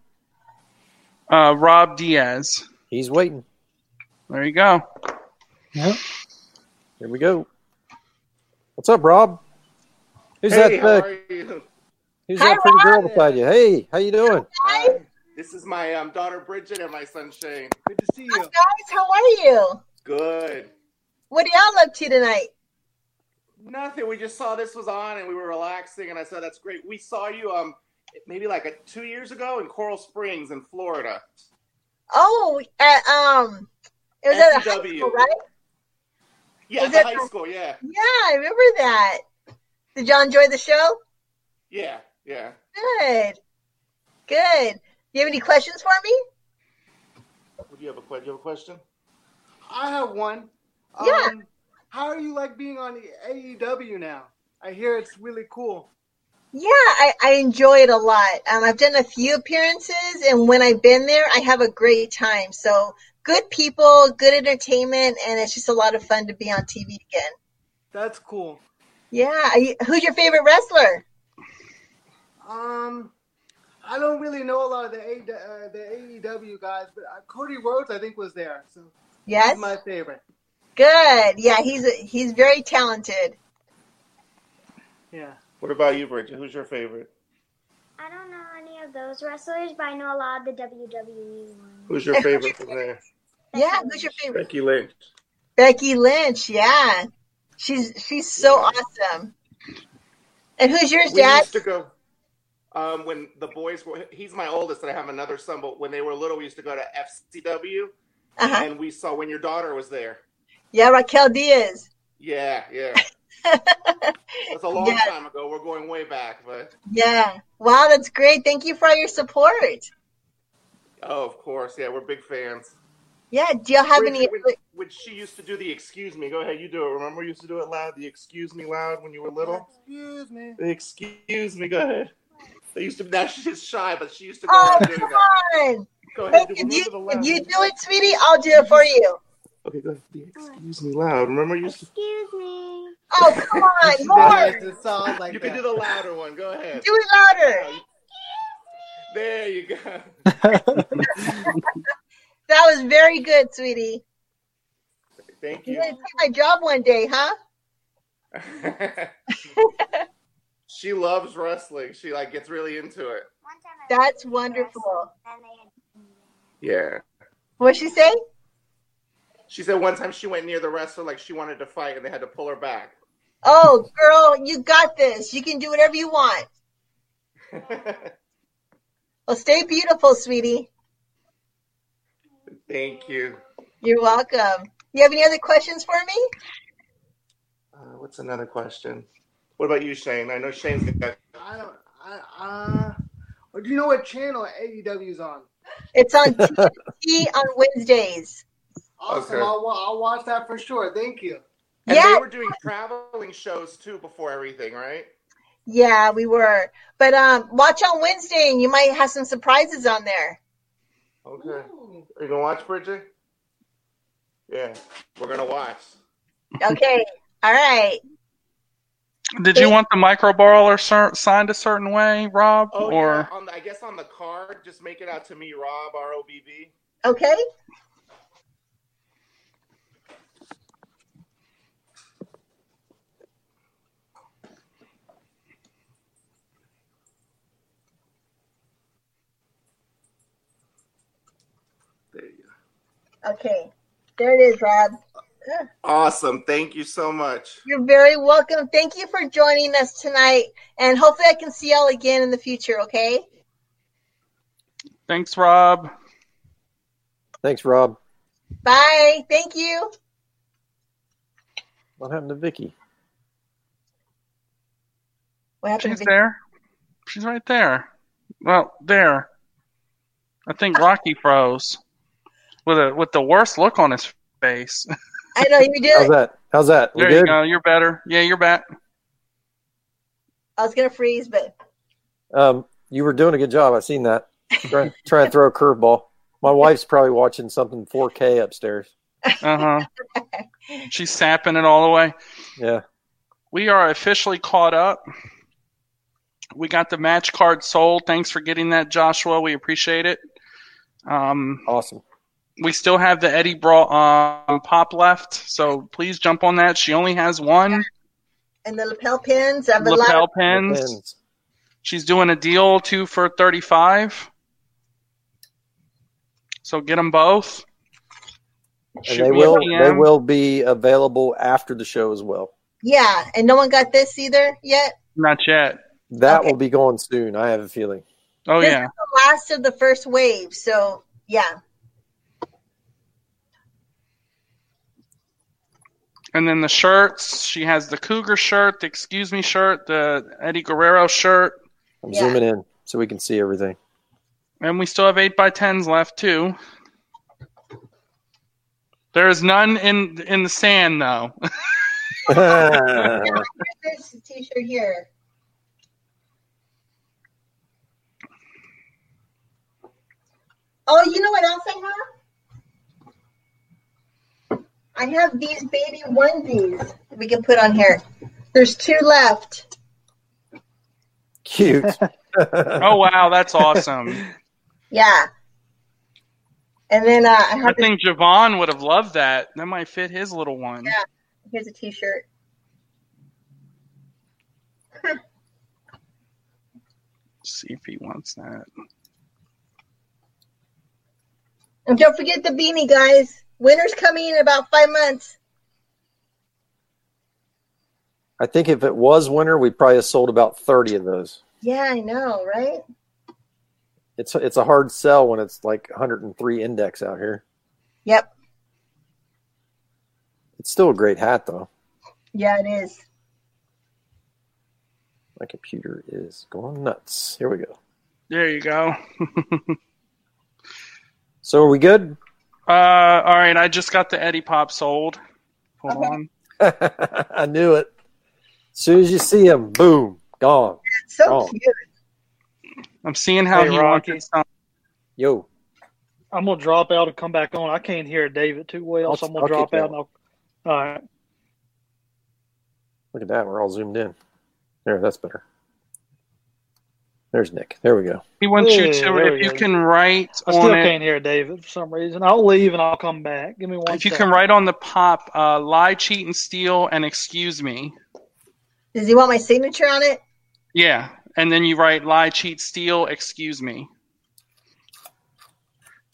S5: Uh, Rob Diaz.
S6: He's waiting.
S5: There you go.
S6: Yeah. Here we go. What's up, Rob? Who's
S3: hey,
S6: that?
S3: how
S6: uh,
S3: are you?
S6: who's
S3: Hi,
S6: that pretty girl
S3: Rob.
S6: beside you? Hey, how you doing?
S3: Hi. This is my um, daughter Bridget and my son Shane. Good to see you.
S1: Hi, guys. How are you?
S3: Good.
S1: What are y'all up to tonight?
S3: Nothing. We just saw this was on and we were relaxing, and I said, "That's great." We saw you um maybe like a, two years ago in Coral Springs in Florida.
S1: Oh, at, um, it was at a high
S3: SCW.
S1: school, right?
S3: Yeah,
S1: Is
S3: the
S1: it-
S3: high school. Yeah,
S1: Yeah, I remember that. Did y'all enjoy the show?
S3: yeah, yeah.
S1: Good. Good. You have any questions for me?
S3: Do you have a que- do you have a question? I have one.
S1: Yeah.
S3: Um, how do you like being on AEW now? I hear it's really cool.
S1: Yeah, I, I enjoy it a lot. Um, I've done a few appearances, and when I've been there, I have a great time. So, good people, good entertainment, and it's just a lot of fun to be on TV again.
S3: That's cool.
S1: Yeah. Are you- who's your favorite wrestler?
S3: Um, I don't really know a lot of the A uh, the AEW guys, but uh, Cody Rhodes I think was there. So
S1: Yes?
S3: he's my favorite.
S1: Good. Yeah, he's a, he's very talented.
S3: Yeah. What about you, Bridget? Who's your favorite?
S22: I don't know any of those wrestlers, but I know a lot of the E WWE ones.
S3: Who's your favorite from there?
S1: Yeah, who's your favorite?
S3: Becky Lynch.
S1: Becky Lynch. Yeah, she's she's so awesome. And who's yours,
S3: we
S1: Dad?
S3: used to go um, when the boys were. He's my oldest, and I have another son. But when they were little, we used to go to FCW,
S1: Uh-huh.
S3: and we saw when your daughter was there.
S1: Yeah, Raquel Diaz.
S3: Yeah, yeah. That's a long
S1: Yeah.
S3: time ago. We're going way back, but
S1: Yeah. Wow, that's great. Thank you for all your support.
S3: oh, of course, yeah, we're big fans.
S1: Yeah. Do y'all have any?
S3: When, when she used to do the excuse me, go ahead, you do it. Remember, you used to do it loud, the excuse me loud when you were little.
S4: Excuse me.
S3: Excuse me, go ahead. They used to. Now she's shy, but she used to go
S1: Oh,
S3: ahead and do
S1: come
S3: that.
S1: on.
S3: Go ahead,
S1: If
S3: do
S1: you,
S3: remember the
S1: if
S3: loud.
S1: you do it, sweetie, I'll do it for you.
S3: Okay, go ahead. The excuse me loud. Remember, you used to.
S22: Excuse me.
S1: Oh, come on, more.
S3: It sounds like you can do the louder one. Go ahead.
S1: Do it louder.
S3: There you go.
S1: That was very good, sweetie.
S3: Thank
S1: You're
S3: you.
S1: gonna take my job one day, huh?
S3: she loves wrestling. She like gets really into it.
S1: That's wonderful.
S3: Yeah.
S1: What'd she say?
S3: She said one time she went near the wrestler, like she wanted to fight, and they had to pull her back.
S1: Oh, girl, you got this. You can do whatever you want. Well, stay beautiful, sweetie.
S3: Thank you.
S1: You're welcome. You have any other questions for me?
S3: Uh, what's another question? What about you, Shane? I know Shane's got.
S23: I don't. I, uh, do you know what channel
S3: E
S23: AEW's on?
S1: It's on TNT on Wednesdays.
S23: Awesome.
S3: Okay.
S23: I'll, wa- I'll watch that for sure. Thank you.
S3: And
S1: Yeah.
S3: they were doing traveling shows too before everything, right?
S1: Yeah, we were. But um, watch on Wednesday and you might have some surprises on there.
S3: Okay. Are you gonna watch Bridget? Yeah, we're gonna watch.
S1: Okay. All right.
S5: Did you want the micro brawler cer- signed a certain way, Rob?
S3: Oh
S5: or
S3: yeah, on the, I guess on the card, just make it out to me, Rob R O B B.
S1: Okay.
S3: There you go.
S1: Okay, there it is, Rob. Ugh.
S3: Awesome. Thank you so much.
S1: You're very welcome. Thank you for joining us tonight, and hopefully, I can see y'all again in the future. Okay.
S5: Thanks, Rob.
S6: Thanks, Rob.
S1: Bye. Thank you.
S6: What happened to Vicky?
S1: What happened?
S5: She's there. She's right there. Well, there. I think Rocky froze with a with the worst look on his face.
S1: I know you did.
S6: How's that? How's that? We
S5: there you
S6: good?
S5: go. You're better. Yeah, you're back.
S1: I was gonna freeze, but
S6: Um, you were doing a good job. I seen that. Try, try and throw a curveball. My wife's probably watching something 4K upstairs.
S5: Uh huh. She's sapping it all the way.
S6: Yeah.
S5: We are officially caught up. We got the match card sold. Thanks for getting that, Joshua. We appreciate it. Um,
S6: awesome.
S5: We still have the Eddie Bra um, pop left, so please jump on that. She only has one
S1: and the lapel pins. I'm a lot
S5: lapel
S1: of-
S5: pins. She's doing a deal two for thirty-five. So get them both.
S6: And
S5: Shoot
S6: they
S5: me a
S6: will they
S5: PM.
S6: will be available after the show as well.
S1: Yeah, and no one got this either yet.
S5: Not yet.
S6: That will be going soon. I have a feeling.
S5: Oh
S1: This is the last of the first wave. So yeah,
S5: And then the shirts. She has the Cougar shirt, the Excuse Me shirt, the Eddie Guerrero shirt,
S6: I'm zooming in so we can see everything.
S5: and we still have eight by tens left too. There is none in in the sand though.
S1: there's a T-shirt here. Oh, you know what else I have? I have these baby onesies that we can put on here. There's two left.
S6: Cute.
S5: oh wow, that's awesome.
S1: Yeah. And then uh, I
S5: I
S1: have
S5: think Javon would have loved that. That might fit his little one.
S1: yeah, here's a T-shirt.
S5: See if he wants that.
S1: And don't forget the beanie, guys. Winter's coming in about five months.
S6: I think if it was winter, we probably have sold about thirty of those.
S1: Yeah, I know, right?
S6: It's it's a hard sell when it's like 103 index out here.
S1: Yep.
S6: It's still a great hat though.
S1: Yeah, it is.
S6: My computer is going nuts. Here we go.
S5: There you go.
S6: So are we good?
S5: Uh, all right, I just got the Eddie Pop sold. Hold on.
S6: I knew it. As soon as you see him, boom, gone.
S1: So
S6: gone.
S1: cute.
S5: I'm seeing how
S8: Hey,
S5: he
S8: Rocky.
S5: wants it.
S6: Yo,
S8: I'm gonna drop out and come back on. I can't hear David too well, so I'm gonna
S6: I'll
S8: drop
S6: keep
S8: out. And I'll, all right.
S6: look at that. We're all zoomed in. There, that's better. There's Nick. There we go.
S5: He wants you
S8: Yeah,
S5: to,
S8: there
S5: if
S8: we
S5: you
S8: go.
S5: can write
S8: I still
S5: on it,
S8: can't hear David for some reason. I'll leave and I'll come back. Give me one.
S5: if you
S8: second.
S5: can write on the pop, uh, lie, cheat, and steal, and excuse me.
S1: Does he want my signature on it?
S5: Yeah, and then you write lie, cheat, steal, excuse me.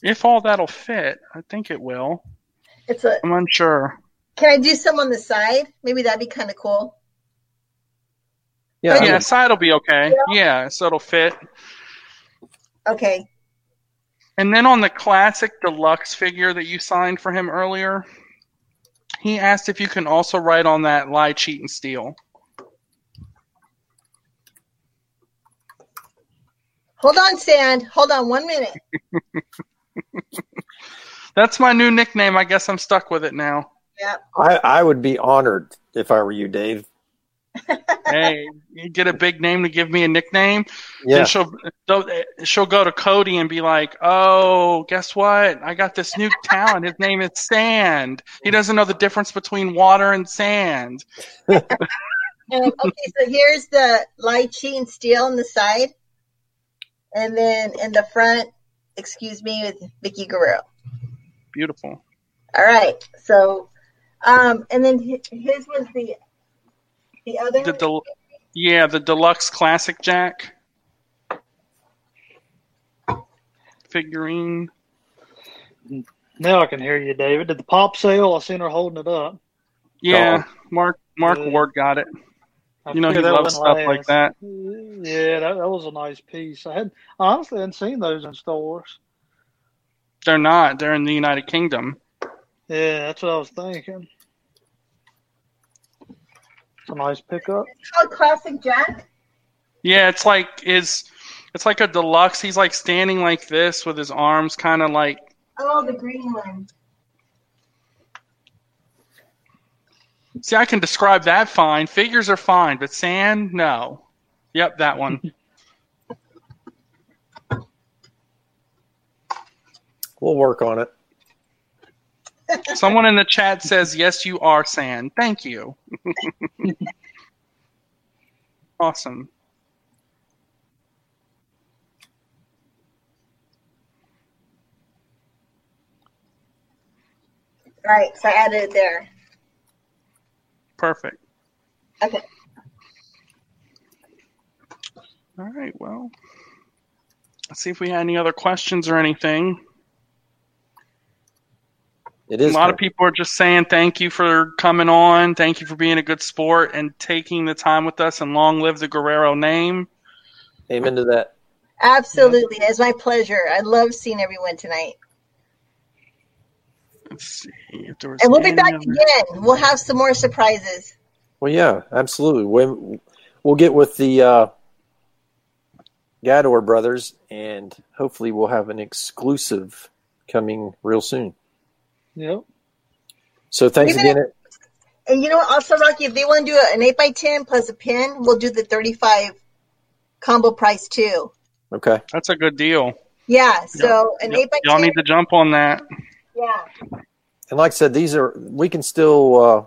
S5: If all that'll fit, I think it will.
S1: It's a.
S5: I'm unsure.
S1: Can I do some on the side? Maybe that'd be kind of cool.
S6: Yeah,
S5: yeah, side'll be okay. Yeah, so it'll fit.
S1: Okay.
S5: And then on the classic deluxe figure that you signed for him earlier, he asked if you can also write on that lie, cheat, and steal.
S1: Hold on, Sand. Hold on one minute.
S5: That's my new nickname. I guess I'm stuck with it now.
S1: Yep.
S6: I, I would be honored if I were you, Dave.
S5: hey, you get a big name to give me a nickname.
S6: Yeah.
S5: Then she'll they'll- she'll go to Cody and be like, "Oh, guess what? I got this new talent. His name is Sand. He doesn't know the difference between water and sand."
S1: Um, okay, so here's the light cheat and steel on the side, and then in the front, excuse me, with Vicky Guerrero.
S5: Beautiful.
S1: All right, so, um, and then hi- his was the the other.
S5: The del- yeah, the deluxe classic Jack figurine.
S8: Now I can hear you, David. Did the pop sale? I seen her holding it up.
S5: Yeah, Mark Mark Ward got it. You know he loves stuff like that.
S8: Yeah, that, that was a nice piece. I had honestly hadn't seen those in stores.
S5: They're not. They're in the United Kingdom.
S8: Yeah, that's what I was thinking. It's a nice pickup.
S1: It's called Classic Jack.
S5: Yeah, it's like is it's like a deluxe. He's like standing like this with his arms kind of like
S1: Oh, the green one.
S5: See, I can describe that fine. Figures are fine, but sand, no. Yep, that one.
S6: We'll work on it.
S5: Someone in the chat says, "Yes, you are sand." Thank you. awesome.
S1: Right, so I added it there.
S5: Perfect.
S1: Okay.
S5: All right. Well, let's see if we had any other questions or anything.
S6: It is
S5: a lot of people are just saying thank you for coming on, thank you for being a good sport and taking the time with us, and long live the Guerrero name.
S6: Amen to that.
S1: Absolutely. It's my pleasure. I love seeing everyone tonight.
S5: Let's see if there was
S1: And we'll be
S5: any
S1: back
S5: other-
S1: again. We'll have some more surprises.
S6: Well, yeah, absolutely. When we'll get with the uh, Gador brothers, and hopefully we'll have an exclusive coming real soon.
S8: Yep.
S6: So thanks
S1: We've
S6: again.
S1: been- And you know what? Also, Rocky, if they want to do an 8 by 10 plus a pin, we'll do the 35 combo price too.
S6: Okay.
S5: That's a good deal.
S1: Yeah. So an
S5: Yep,
S1: 8 by
S5: Y'all need to jump on that.
S1: Yeah.
S6: And like I said, these are we can still uh,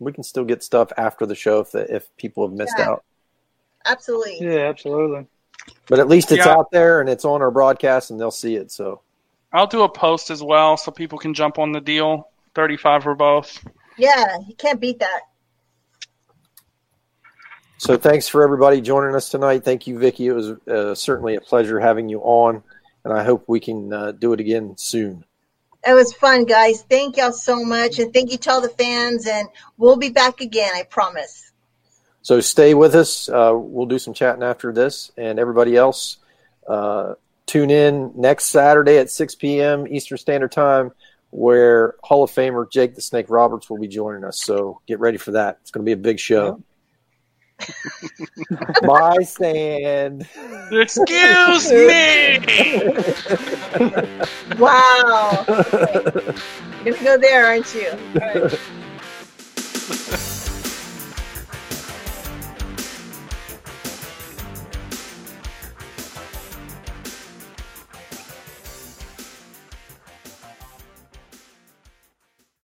S6: we can still get stuff after the show if if people have missed
S1: Yeah.
S6: out.
S1: Absolutely.
S8: Yeah, absolutely.
S6: But at least it's
S5: Yeah.
S6: out there and it's on our broadcast, and they'll see it. So
S5: I'll do a post as well so people can jump on the deal. Thirty-five for both.
S1: Yeah. You can't beat that.
S6: so thanks for everybody joining us tonight. Thank you, Vicky. It was uh, certainly a pleasure having you on, and I hope we can uh, do it again soon.
S1: It was fun, guys. Thank y'all so much. And thank you to all the fans. And we'll be back again, I promise.
S6: So stay with us. Uh, we'll do some chatting after this, and everybody else, uh, tune in next Saturday at 6 p.m. Eastern Standard Time, where Hall of Famer Jake the Snake Roberts will be joining us. So get ready for that. It's going to be a big show. My sand.
S5: Excuse
S1: me. wow. You're going to go there, aren't you? All right.